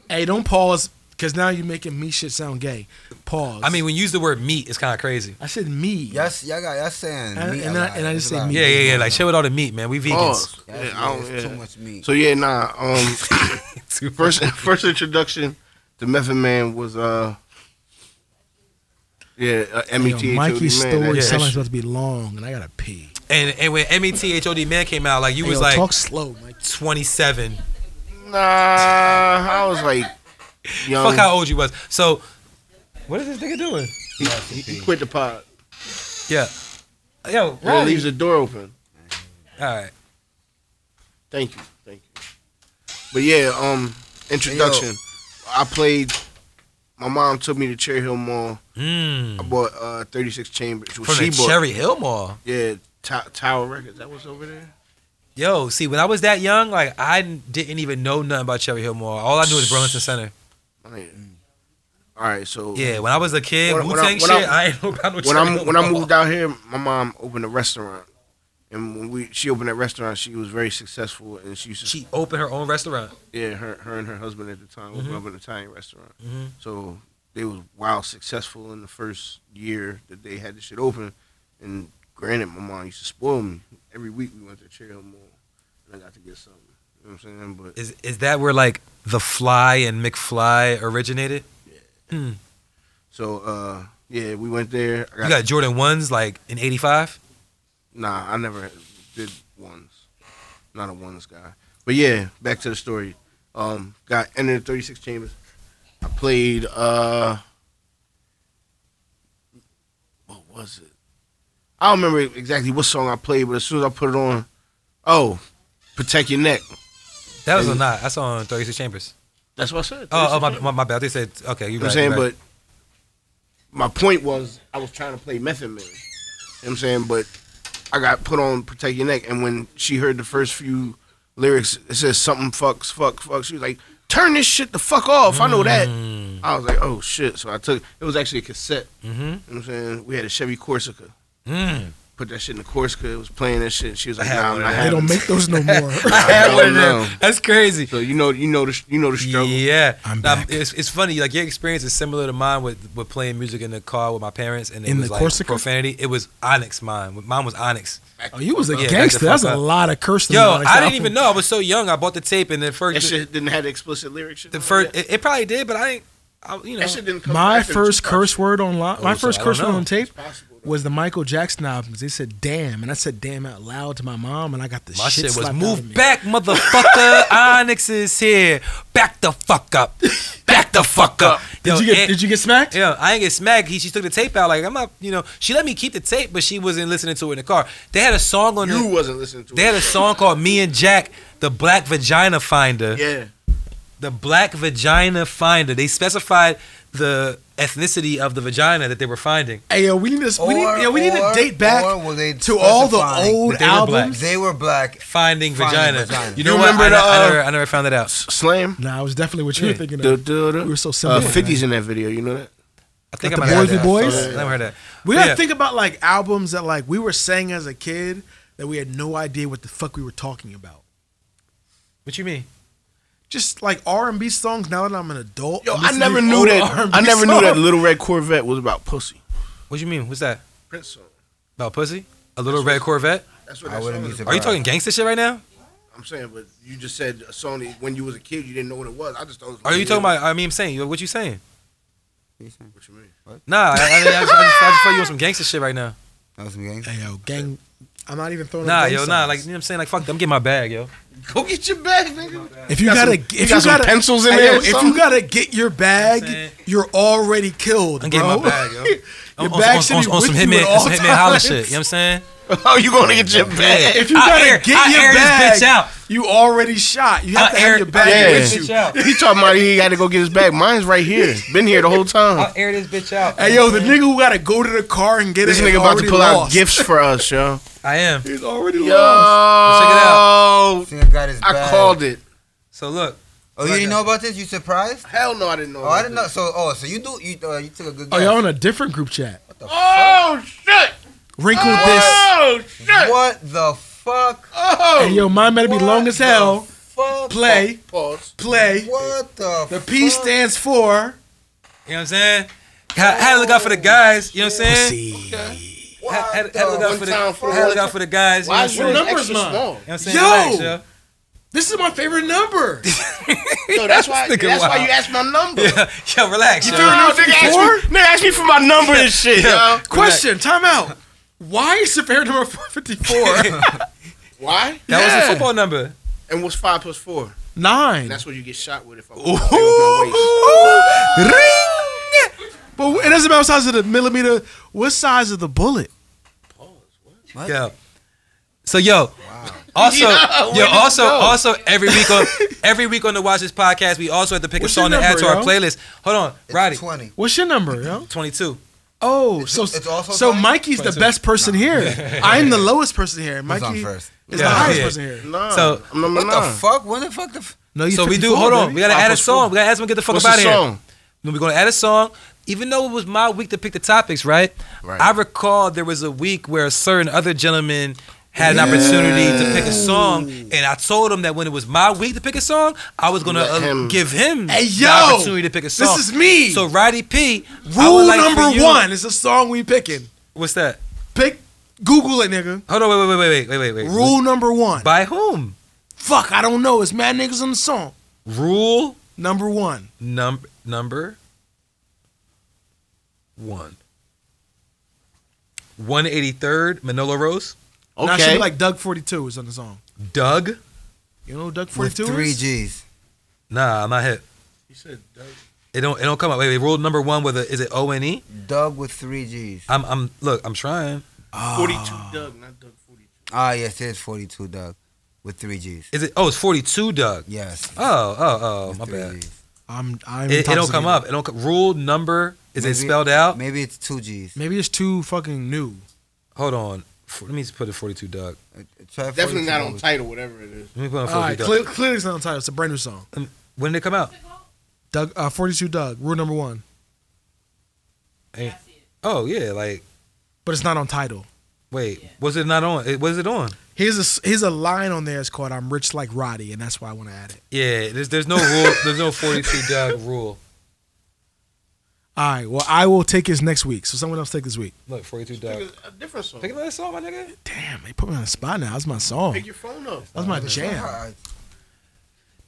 Speaker 3: Hey, don't pause, cause now you're making me shit sound gay. Pause.
Speaker 4: I mean, when you use the word meat, it's kind of crazy.
Speaker 3: I said me.
Speaker 2: Y'all, s- y'all got y'all saying
Speaker 3: And-
Speaker 2: meat
Speaker 3: and
Speaker 2: a
Speaker 3: I-
Speaker 2: lot.
Speaker 3: and I
Speaker 2: It's
Speaker 3: just
Speaker 2: a
Speaker 3: say
Speaker 2: lot.
Speaker 3: meat.
Speaker 4: Yeah, yeah, yeah. Like, shit with all the meat, man. We vegans.
Speaker 1: Pause.
Speaker 2: That's-
Speaker 1: Yeah, I don't-
Speaker 2: it's
Speaker 1: yeah.
Speaker 2: too much meat.
Speaker 1: So yeah, nah. Um,
Speaker 4: Too
Speaker 1: first first introduction to Method Man was uh. Yeah, uh,
Speaker 3: Yo,
Speaker 1: MET.
Speaker 3: Mikey's
Speaker 1: man,
Speaker 3: story
Speaker 1: that-
Speaker 4: Yeah.
Speaker 3: sounds like
Speaker 1: that
Speaker 3: it's about to be long, and I gotta pee.
Speaker 4: And and when E M-E-T-H-O-D Man came out, like, you
Speaker 3: Hey,
Speaker 4: was
Speaker 3: yo,
Speaker 4: like
Speaker 3: talk slow, Mike.
Speaker 4: 27.
Speaker 1: Nah, I was like young.
Speaker 4: Fuck how old you was. So, what is this nigga doing?
Speaker 1: he quit the pod.
Speaker 4: Yeah. Yo,
Speaker 1: Yeah,
Speaker 4: Roddy.
Speaker 1: leaves the door open.
Speaker 4: All right.
Speaker 1: Thank you, thank you. But yeah, um, introduction. I played. My mom took me to Cherry Hill Mall. I
Speaker 4: Mm.
Speaker 1: bought uh 36 Chambers. Well,
Speaker 4: From
Speaker 1: she
Speaker 4: the
Speaker 1: bought
Speaker 4: Cherry Hill Mall.
Speaker 1: yeah T- Tower Records. That was over there.
Speaker 4: Yo, see, when I was that young, like I didn't even know nothing about Cherry Hill Mall. All I knew was Burlington Center.
Speaker 1: I mean, all right, Oh, so
Speaker 4: Mm. Yeah, when I was a kid,
Speaker 1: When-
Speaker 4: Wu
Speaker 1: when
Speaker 4: Tang
Speaker 1: I-
Speaker 4: shit,
Speaker 1: when
Speaker 4: I,
Speaker 1: I-
Speaker 4: ain't know about no
Speaker 1: when
Speaker 4: Cherry
Speaker 1: I'm
Speaker 4: Hill
Speaker 1: when I
Speaker 4: Mall.
Speaker 1: moved out here, my mom opened a restaurant, and when we she opened that restaurant, she was very successful, and she used to
Speaker 4: she opened her own restaurant.
Speaker 1: yeah, her her and her husband at the time
Speaker 4: Mm-hmm.
Speaker 1: opened up an Italian restaurant. So they was wild successful in the first year that they had the shit open. And granted, my mom used to spoil me. Every week we went to Cherry Hill Mall and I got to get something. You know what I'm saying? But
Speaker 4: Is is that where like the Fly and McFly originated?
Speaker 1: so uh yeah, we went there. I
Speaker 4: You got Jordan ones like in '85.
Speaker 1: Nah, I never did ones. Not a ones guy. But yeah, back to the story. Um, got entered 36 Chambers. I played. uh What was it? I don't remember exactly what song I played, but as soon as I put it on, oh, protect your neck.
Speaker 4: That was a not. I saw on 36 Chambers.
Speaker 1: That's what I said.
Speaker 4: Oh,
Speaker 1: 36
Speaker 4: oh my,
Speaker 1: Chambers.
Speaker 4: my, my bad. They said, okay, you
Speaker 1: You know what I'm saying? But my point was I was trying to play Method Man. You know what I'm saying? But I got put on Protect Your Neck and when she heard the first few lyrics, it says something fucks, fuck, fuck. She was like, Turn this shit the fuck off. I know that.
Speaker 4: Mm. Mm-hmm.
Speaker 1: I was like, oh shit. So I took it was actually a cassette.
Speaker 4: Mhm.
Speaker 1: You know what I'm saying? We had a Chevy Corsica.
Speaker 4: Mm.
Speaker 1: Put that shit in the Corsica. It was playing that shit. She was like,
Speaker 4: I had
Speaker 1: nah,
Speaker 4: one
Speaker 1: I'm
Speaker 4: of
Speaker 1: not
Speaker 4: them.
Speaker 3: They
Speaker 1: having
Speaker 3: don't
Speaker 1: it."
Speaker 3: make those no more.
Speaker 4: I had
Speaker 1: don't
Speaker 4: one of
Speaker 1: know.
Speaker 4: them. That's crazy.
Speaker 1: So you know you know the you know the struggle.
Speaker 4: Yeah,
Speaker 3: I'm
Speaker 4: Now,
Speaker 3: back.
Speaker 4: It's, it's funny. Like your experience is similar to mine with, with playing music in the car with my parents, and it
Speaker 3: In
Speaker 4: was
Speaker 3: the
Speaker 4: like
Speaker 3: Corsica?
Speaker 4: profanity. It was Onyx. Mine, mine was Onyx.
Speaker 3: Oh, you was a
Speaker 4: Yeah, back the
Speaker 3: gangster. That's
Speaker 4: fuck
Speaker 3: a
Speaker 4: up.
Speaker 3: lot of cursing.
Speaker 4: Yo,
Speaker 3: on that
Speaker 4: I
Speaker 3: album.
Speaker 4: didn't even know. I was so young. I bought the tape, and the
Speaker 1: That
Speaker 4: first,
Speaker 1: shit didn't have the explicit lyrics. shit
Speaker 4: the
Speaker 1: like
Speaker 4: first,
Speaker 1: that.
Speaker 4: it, it probably did, but I didn't. I, you know,
Speaker 1: that shit didn't come
Speaker 3: My
Speaker 1: after
Speaker 3: first
Speaker 1: Tupac.
Speaker 3: curse word on li-
Speaker 4: Oh,
Speaker 3: my
Speaker 4: so
Speaker 3: first
Speaker 4: I
Speaker 3: curse
Speaker 4: don't
Speaker 3: word
Speaker 4: know.
Speaker 3: on tape
Speaker 1: possible, though.
Speaker 3: was the Michael Jackson albums. They said "damn," and I said "damn" out loud to my mom, and I got the
Speaker 4: my shit was
Speaker 3: slapped out of
Speaker 4: move
Speaker 3: me.
Speaker 4: back, motherfucker. Onyx is here. Back the fuck up. Back the fuck up.
Speaker 3: Did you get Did you get smacked?
Speaker 4: Yeah, I ain't get smacked. He, she took the tape out. Like I'm not, you know. She let me keep the tape, but she wasn't listening to it in the car. They had a song on.
Speaker 1: You
Speaker 4: the,
Speaker 1: wasn't listening to
Speaker 4: They
Speaker 1: it.
Speaker 4: had a song called "Me and Jack," the Black Vagina Finder.
Speaker 1: Yeah.
Speaker 4: The Black Vagina Finder. They specified the ethnicity of the vagina that they were finding.
Speaker 3: Hey, yo, we need to we need,
Speaker 2: Or-
Speaker 3: yeah, we need to
Speaker 2: or-
Speaker 3: date back
Speaker 2: or were they
Speaker 3: to all the
Speaker 2: specifying
Speaker 3: old
Speaker 4: that they were black?
Speaker 3: albums.
Speaker 2: They were black.
Speaker 4: Finding,
Speaker 2: Finding
Speaker 4: vagina.
Speaker 2: vagina.
Speaker 4: You know
Speaker 1: You
Speaker 4: what?
Speaker 1: remember
Speaker 4: I,
Speaker 1: the,
Speaker 4: I,
Speaker 1: uh,
Speaker 4: never, I never found that out.
Speaker 1: Slam.
Speaker 3: Nah, I was definitely what you
Speaker 4: Yeah.
Speaker 3: were thinking
Speaker 1: Duh,
Speaker 3: of.
Speaker 1: duh, duh.
Speaker 3: We were so
Speaker 1: Uh,
Speaker 3: similar.
Speaker 1: 50s in that video, you know that?
Speaker 4: I think
Speaker 3: Got
Speaker 4: I
Speaker 3: the
Speaker 4: might have
Speaker 3: Boys,
Speaker 4: heard
Speaker 3: the
Speaker 4: that. I never heard that.
Speaker 3: We
Speaker 4: But
Speaker 3: gotta
Speaker 4: yeah.
Speaker 3: think about like albums that like we were saying as a kid that we had no idea what the fuck we were talking about.
Speaker 4: What you mean?
Speaker 3: Just like R and B songs. Now that I'm an adult,
Speaker 1: Yo,
Speaker 3: I'm
Speaker 1: I
Speaker 3: listening
Speaker 1: never
Speaker 3: to
Speaker 1: knew
Speaker 3: old
Speaker 1: that.
Speaker 3: R&B
Speaker 1: I never knew that
Speaker 3: songs.
Speaker 1: Little Red Corvette was about pussy.
Speaker 4: What you mean? What's that
Speaker 1: Prince song.
Speaker 4: about? Pussy? A little red Corvette?
Speaker 1: That's what
Speaker 2: I
Speaker 1: that
Speaker 2: wouldn't
Speaker 1: song
Speaker 2: be
Speaker 1: is about.
Speaker 4: Are you
Speaker 2: Right.
Speaker 4: talking gangster shit right now?
Speaker 1: I'm saying, but you just said a song that when you was a kid you didn't know what it was. I just thought it was
Speaker 4: Are you
Speaker 1: Little
Speaker 4: talking
Speaker 1: Red.
Speaker 4: about? I mean, I'm saying. What you saying?
Speaker 1: What you mean?
Speaker 4: Nah, I, I, mean, I, just, I, just, I just feel you on some gangster shit right now.
Speaker 2: That was some gangsta.
Speaker 3: Hey, yo, gang. I'm not even throwing. up
Speaker 4: Nah,
Speaker 3: gang
Speaker 4: yo, nah.
Speaker 3: songs.
Speaker 4: Like you know what I'm saying? Like fuck them. Get my bag, yo.
Speaker 1: Go get your bag, nigga.
Speaker 3: If you,
Speaker 1: got
Speaker 3: gotta,
Speaker 1: some-
Speaker 3: if
Speaker 1: you
Speaker 3: you,
Speaker 1: got some
Speaker 3: gotta,
Speaker 1: pencils in
Speaker 3: Hey,
Speaker 1: there
Speaker 3: yo,
Speaker 1: or
Speaker 3: If
Speaker 1: something?
Speaker 3: you gotta get your bag,
Speaker 4: You know what I'm saying?
Speaker 3: you're already killed,
Speaker 4: I'm
Speaker 3: bro.
Speaker 4: getting my bag, yo.
Speaker 3: Your
Speaker 4: On- on,
Speaker 3: bag
Speaker 4: on-
Speaker 3: should
Speaker 4: on-
Speaker 3: be
Speaker 4: on some
Speaker 3: with you
Speaker 4: hitman,
Speaker 3: at
Speaker 4: on some
Speaker 3: all
Speaker 4: hitman holla
Speaker 3: times.
Speaker 4: shit. You know what I'm saying?
Speaker 1: Oh, you gonna get your bag?
Speaker 3: If you
Speaker 4: I'll
Speaker 3: gotta
Speaker 4: air-
Speaker 3: get
Speaker 4: I'll
Speaker 3: your
Speaker 4: air this
Speaker 3: bag,
Speaker 4: bitch out.
Speaker 3: you already shot. You have
Speaker 4: I'll
Speaker 3: to
Speaker 4: air-
Speaker 3: have your bag
Speaker 1: I'll air
Speaker 3: with
Speaker 1: this
Speaker 3: you.
Speaker 4: bitch out.
Speaker 1: He talking about he got to go get his bag. Mine's right here. Been here the whole time.
Speaker 4: Oh, air this bitch out.
Speaker 3: Hey, yo, the nigga who gotta go to the car and get
Speaker 1: This
Speaker 3: it.
Speaker 1: nigga
Speaker 3: is
Speaker 1: about to
Speaker 3: already
Speaker 1: pull out
Speaker 3: lost.
Speaker 1: gifts for us, yo.
Speaker 4: I am.
Speaker 3: He's already
Speaker 1: Yo, I
Speaker 3: lost.
Speaker 2: Singer got his bag.
Speaker 1: called it.
Speaker 4: So look,
Speaker 2: Oh, you didn't know about this? You surprised?
Speaker 1: Hell no, I didn't know.
Speaker 2: Oh, I didn't know. So, oh, so you do? You uh, you took a good
Speaker 3: Oh,
Speaker 2: guess.
Speaker 3: y'all in a different group chat.
Speaker 1: Oh shit!
Speaker 3: Wrinkled this.
Speaker 1: Oh shit!
Speaker 2: what the fuck?
Speaker 1: Oh.
Speaker 3: Hey, yo, mine better be
Speaker 2: What
Speaker 3: long as
Speaker 2: the
Speaker 3: hell.
Speaker 2: Fuck.
Speaker 3: Play,
Speaker 1: Pause.
Speaker 3: play.
Speaker 2: What the?
Speaker 3: The P
Speaker 2: fuck?
Speaker 3: stands for
Speaker 4: you know what I'm saying? Had had to look out for the guys. You know what I'm saying?
Speaker 3: pussy.
Speaker 4: Had had- had to look out for the
Speaker 1: One time for
Speaker 4: had to look
Speaker 1: one
Speaker 4: out for the guys. You
Speaker 1: Why
Speaker 4: know what I'm
Speaker 1: is
Speaker 4: saying?
Speaker 1: your numbers
Speaker 3: yours extra
Speaker 1: mine?
Speaker 3: small?
Speaker 4: You know what I'm saying? Relax,
Speaker 3: Yo!
Speaker 4: yo.
Speaker 3: This is my favorite number.
Speaker 1: Yo, that's why.
Speaker 4: This nigga
Speaker 1: that's why
Speaker 4: wild.
Speaker 1: you asked my number.
Speaker 4: Yeah, yo, relax, yo.
Speaker 3: threw it out
Speaker 1: nigga,
Speaker 3: before?
Speaker 1: asked me, nigga asked me for my number and shit, yo.
Speaker 3: Question, time out. Why is your favorite number 454?
Speaker 1: Why?
Speaker 4: That was
Speaker 3: Yeah.
Speaker 4: a football number.
Speaker 1: And what's five plus four?
Speaker 3: Nine.
Speaker 1: That's what you get shot with if I walk away with my waist.
Speaker 3: Ring! But it doesn't matter what size of the millimeter, what size of the bullet?
Speaker 4: Yo. So yo, also
Speaker 1: Yeah,
Speaker 4: yo,
Speaker 1: where did
Speaker 4: also
Speaker 1: it go?
Speaker 4: also every week on every week on the Watch This podcast, we also have to pick
Speaker 3: What's
Speaker 4: a song
Speaker 3: your
Speaker 4: to add
Speaker 3: number,
Speaker 4: to our
Speaker 3: yo?
Speaker 4: playlist. Hold on,
Speaker 2: It's
Speaker 4: Roddy,
Speaker 2: Twenty.
Speaker 3: What's your number, yo?
Speaker 4: 22.
Speaker 3: Oh,
Speaker 2: It's-
Speaker 3: so
Speaker 2: it's also
Speaker 3: so
Speaker 2: nine?
Speaker 3: Mikey's the
Speaker 4: Twenty-two.
Speaker 3: best person here. I'm the lowest person here.
Speaker 2: Who's on
Speaker 3: Mikey
Speaker 2: first?
Speaker 3: is
Speaker 4: Yeah.
Speaker 3: the highest
Speaker 4: Yeah.
Speaker 3: person here.
Speaker 1: Nah,
Speaker 4: So,
Speaker 1: I'm number
Speaker 2: What
Speaker 1: nine.
Speaker 2: the fuck? When the fuck? The f-
Speaker 3: No, Oh, you
Speaker 4: So we do. Hold on, we gotta
Speaker 1: Five
Speaker 4: add a
Speaker 1: plus
Speaker 4: song.
Speaker 1: four.
Speaker 4: We gotta add someone to get the fuck
Speaker 1: What's
Speaker 4: up out
Speaker 1: the
Speaker 4: of here.
Speaker 1: song?
Speaker 4: Then we're gonna add a song. Even though it was my week to pick the topics, right?
Speaker 1: Right.
Speaker 4: I recall there was a week where a certain other gentleman had an opportunity to pick a song, and I told him that when it was my week to pick a song, I was gonna
Speaker 1: Let
Speaker 4: uh,
Speaker 1: him-
Speaker 4: give him
Speaker 3: Hey,
Speaker 4: the
Speaker 3: yo!
Speaker 4: opportunity to pick a song.
Speaker 3: is me.
Speaker 4: So Roddy P, I would
Speaker 3: Rule
Speaker 4: like for
Speaker 3: number
Speaker 4: you-
Speaker 3: one is the song we picking.
Speaker 4: What's that?
Speaker 3: Pick Google it, nigga.
Speaker 4: Hold on, wait, wait, wait, wait, wait, wait, wait.
Speaker 3: Rule number one.
Speaker 4: by whom?
Speaker 3: Fuck, I don't know. It's mad niggas on the song.
Speaker 4: Rule
Speaker 3: Number one.
Speaker 4: num- number one. 183rd, Manolo Rose,
Speaker 3: Now it should
Speaker 1: Okay.
Speaker 3: be like Doug 42 is on the song.
Speaker 4: Doug,
Speaker 3: You know who Doug
Speaker 2: with
Speaker 3: 42
Speaker 2: three
Speaker 3: is?
Speaker 2: G's.
Speaker 4: Nah, I'm not hip.
Speaker 3: He said, uh,
Speaker 4: It don't it don't come up. Wait, wait, rule number one whether is it O N E?
Speaker 2: Doug with three G's.
Speaker 4: I'm I'm look, I'm trying.
Speaker 1: Forty-two
Speaker 4: Ah.
Speaker 1: Doug, not Doug forty-two.
Speaker 2: Ah, yes, it is 42 Doug with three G's.
Speaker 4: Is it oh it's forty two Doug.
Speaker 2: Yes.
Speaker 4: Oh, oh, oh,
Speaker 2: with
Speaker 4: my
Speaker 2: three
Speaker 4: bad.
Speaker 2: Gs.
Speaker 3: I'm, I'm
Speaker 4: It, it don't come
Speaker 3: intoxicated.
Speaker 4: up. It don't co- rule number is it
Speaker 2: Maybe-
Speaker 4: spelled out?
Speaker 2: Maybe it's two G's.
Speaker 3: Maybe it's too fucking new.
Speaker 4: Hold on. F- Let me just put a forty two Doug.
Speaker 2: Uh, try
Speaker 1: Definitely
Speaker 2: 42
Speaker 1: not on
Speaker 2: with-
Speaker 1: title, whatever it is.
Speaker 4: Let me put on
Speaker 3: All
Speaker 4: forty two
Speaker 3: right,
Speaker 4: Doug.
Speaker 3: cle- clearly it's not on title. It's a brand new song.
Speaker 4: when did it come out?
Speaker 3: Doug, uh, 42 Doug, rule number one.
Speaker 4: Hey. Oh yeah, like
Speaker 3: But it's not on title.
Speaker 4: wait, was it not on? It, was it on?
Speaker 3: Here's a, s- here's a line on there. It's called I'm Rich Like Roddy, and that's why I want to add it.
Speaker 4: Yeah, there's there's no rule. there's no forty two Doug rule.
Speaker 3: All right, well, I will take his next week. So someone else take this week.
Speaker 4: Look, forty two Doug.
Speaker 1: a different song.
Speaker 4: Pick another song, my nigga.
Speaker 3: Damn, they put me on the spot now. That's my song.
Speaker 1: Pick your phone up.
Speaker 3: That's my
Speaker 2: All
Speaker 3: jam.
Speaker 2: right.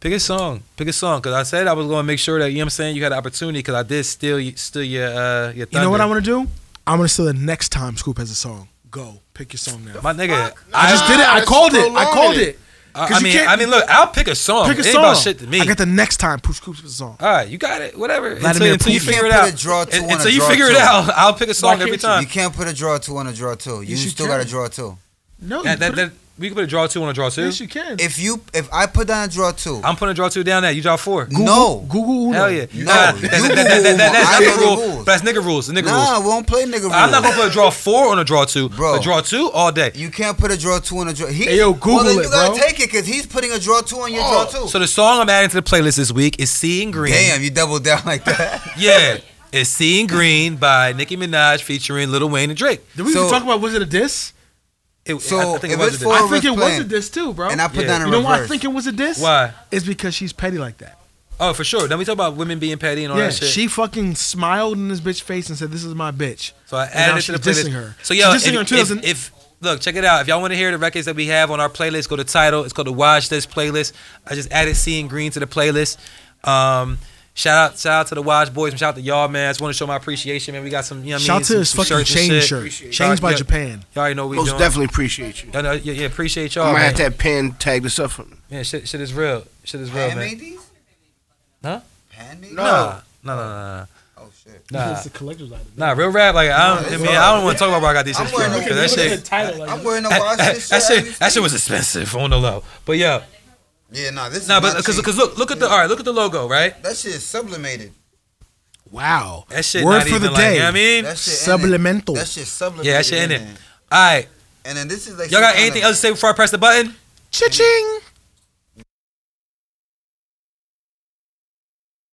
Speaker 4: Pick a song. Pick a song. Cause I said I was gonna make sure that you know what I'm saying you had an opportunity because I did steal you steal your uh your thunder.
Speaker 3: You know what I want to do? I'm going to steal the next time Scoop has a song. Go. Pick your song now.
Speaker 4: my nigga.
Speaker 3: I just did it. I
Speaker 1: that's
Speaker 3: called it. I
Speaker 1: prolonging
Speaker 3: called
Speaker 1: it.
Speaker 3: it.
Speaker 4: I,
Speaker 3: 'Cause
Speaker 4: I
Speaker 3: you
Speaker 4: mean
Speaker 3: can't-
Speaker 4: I mean look, I'll pick a song.
Speaker 3: Pick a
Speaker 4: Oh, it ain't
Speaker 3: song.
Speaker 4: about shit to me.
Speaker 3: I got the next time Pooh Scoop's song.
Speaker 4: All right, you got it. Whatever. Until,
Speaker 3: Vladimir
Speaker 4: until you
Speaker 3: Putin.
Speaker 4: figure it
Speaker 2: You can't
Speaker 4: out.
Speaker 2: put a draw two
Speaker 4: Un-
Speaker 2: on a
Speaker 4: until you
Speaker 2: draw
Speaker 4: figure it
Speaker 2: two.
Speaker 4: out, I'll pick a song
Speaker 3: can't
Speaker 4: every
Speaker 3: you?
Speaker 4: time.
Speaker 2: You can't put a draw two on a draw two. You
Speaker 3: Yes, you
Speaker 2: still got to
Speaker 3: can.
Speaker 2: draw two.
Speaker 3: No,
Speaker 4: That-
Speaker 3: you
Speaker 4: that-
Speaker 3: put it-
Speaker 4: that- we can put a draw two on a draw two.
Speaker 3: yes, you can.
Speaker 2: If you, if I put down a draw two,
Speaker 4: I'm putting a draw two down there. You draw four.
Speaker 3: Google,
Speaker 2: no,
Speaker 3: Google Uno.
Speaker 4: Hell yeah.
Speaker 2: No,
Speaker 4: Nah,
Speaker 2: you
Speaker 4: that-
Speaker 2: Google
Speaker 4: that- that- that-
Speaker 2: I
Speaker 4: That's
Speaker 2: know
Speaker 4: nigga
Speaker 2: the
Speaker 4: rule.
Speaker 2: rules.
Speaker 4: But That's nigga rules. Nigga rules.
Speaker 2: nah, we won't play nigga rules.
Speaker 4: I'm not gonna put a draw four on a draw two.
Speaker 2: Bro.
Speaker 4: A draw two all day.
Speaker 2: You can't put a draw two on a draw. He,
Speaker 3: Hey, yo, Google
Speaker 2: well, then
Speaker 3: it,
Speaker 2: you gotta
Speaker 3: bro.
Speaker 2: take it because he's putting a draw two on your
Speaker 1: Oh.
Speaker 2: draw two.
Speaker 4: So the song I'm adding to the playlist this week is Seeing Green.
Speaker 2: Damn, you doubled down like that.
Speaker 4: Yeah. It's Seeing Green by Nicki Minaj featuring Lil Wayne and Drake.
Speaker 3: Did we
Speaker 2: So-
Speaker 3: even talk about was it a diss?
Speaker 4: It,
Speaker 2: So,
Speaker 4: I, I think it
Speaker 2: if
Speaker 4: was
Speaker 2: it's
Speaker 4: a
Speaker 2: for-
Speaker 4: diss.
Speaker 3: I think it was
Speaker 2: playing.
Speaker 3: a diss too, bro.
Speaker 2: and I put
Speaker 4: Yeah.
Speaker 2: down a
Speaker 3: you know why I
Speaker 2: reverse.
Speaker 3: think it was a diss?
Speaker 4: Why?
Speaker 3: It's because she's petty like that.
Speaker 4: Oh, for sure. Then we talk about women being petty and all
Speaker 3: yeah,
Speaker 4: that shit.
Speaker 3: she fucking smiled in this bitch face and said, "This is my bitch."
Speaker 4: so I
Speaker 3: now
Speaker 4: added it to the
Speaker 3: she's
Speaker 4: playlist.
Speaker 3: dissing her.
Speaker 4: So yo,
Speaker 3: She's dissing
Speaker 4: if,
Speaker 3: her in
Speaker 4: if-
Speaker 3: 2000
Speaker 4: if- look, check it out. If y'all want to hear the records that we have on our playlist, go to title. It's called the Watch This playlist. I just added Seeing Green to the playlist. Um, shout out, shout out to the Watch Boys. and Shout out to y'all, man. I just want to show my appreciation, man. We got some, you know what I
Speaker 3: Shout
Speaker 4: mean,
Speaker 3: out
Speaker 4: some-
Speaker 3: to his
Speaker 4: some
Speaker 3: fucking
Speaker 4: shirts and
Speaker 3: chain
Speaker 4: shit.
Speaker 3: shirt. Chains by
Speaker 4: Yeah.
Speaker 3: Japan.
Speaker 4: Y'all already know what we
Speaker 1: Most
Speaker 4: doing.
Speaker 1: definitely appreciate you.
Speaker 4: Y'all know- yeah, yeah, appreciate
Speaker 1: I
Speaker 4: y'all.
Speaker 1: might
Speaker 4: Man,
Speaker 1: have to have Pan tag this up for me.
Speaker 4: man shit, shit is real. Shit is real, man.
Speaker 2: Handmade these?
Speaker 4: Huh?
Speaker 2: Handmade?
Speaker 4: Nah, nah, nah, nah,
Speaker 2: Oh shit.
Speaker 4: nah. nah.
Speaker 3: a collector's item.
Speaker 4: Nah, real rap. Like I don't. I mean, I don't want to talk about where I got these
Speaker 2: I'm
Speaker 4: shit
Speaker 2: wearing
Speaker 4: from.
Speaker 2: a-
Speaker 4: Cause that shit,
Speaker 2: I'm wearing a watch. this
Speaker 4: that
Speaker 2: shit.
Speaker 4: shit, that shit was expensive on the low. But yeah,
Speaker 2: Yeah, nah, this is
Speaker 4: nah.
Speaker 2: not
Speaker 4: But because
Speaker 2: cheap.
Speaker 4: because look look at the all right. Look at the logo, right?
Speaker 2: That shit is sublimated.
Speaker 3: Wow.
Speaker 4: That shit.
Speaker 3: Word
Speaker 4: not
Speaker 3: for
Speaker 4: even
Speaker 3: the
Speaker 4: like,
Speaker 3: day.
Speaker 4: You know what I mean,
Speaker 2: That shit
Speaker 3: Subliminal.
Speaker 2: In it. That shit sublimated.
Speaker 4: yeah, that shit in it.
Speaker 2: there.
Speaker 4: All right,
Speaker 2: And then this is like
Speaker 4: y'all got
Speaker 2: some
Speaker 4: anything
Speaker 2: kinda-
Speaker 4: else to say before I press the button?
Speaker 3: Cha-ching.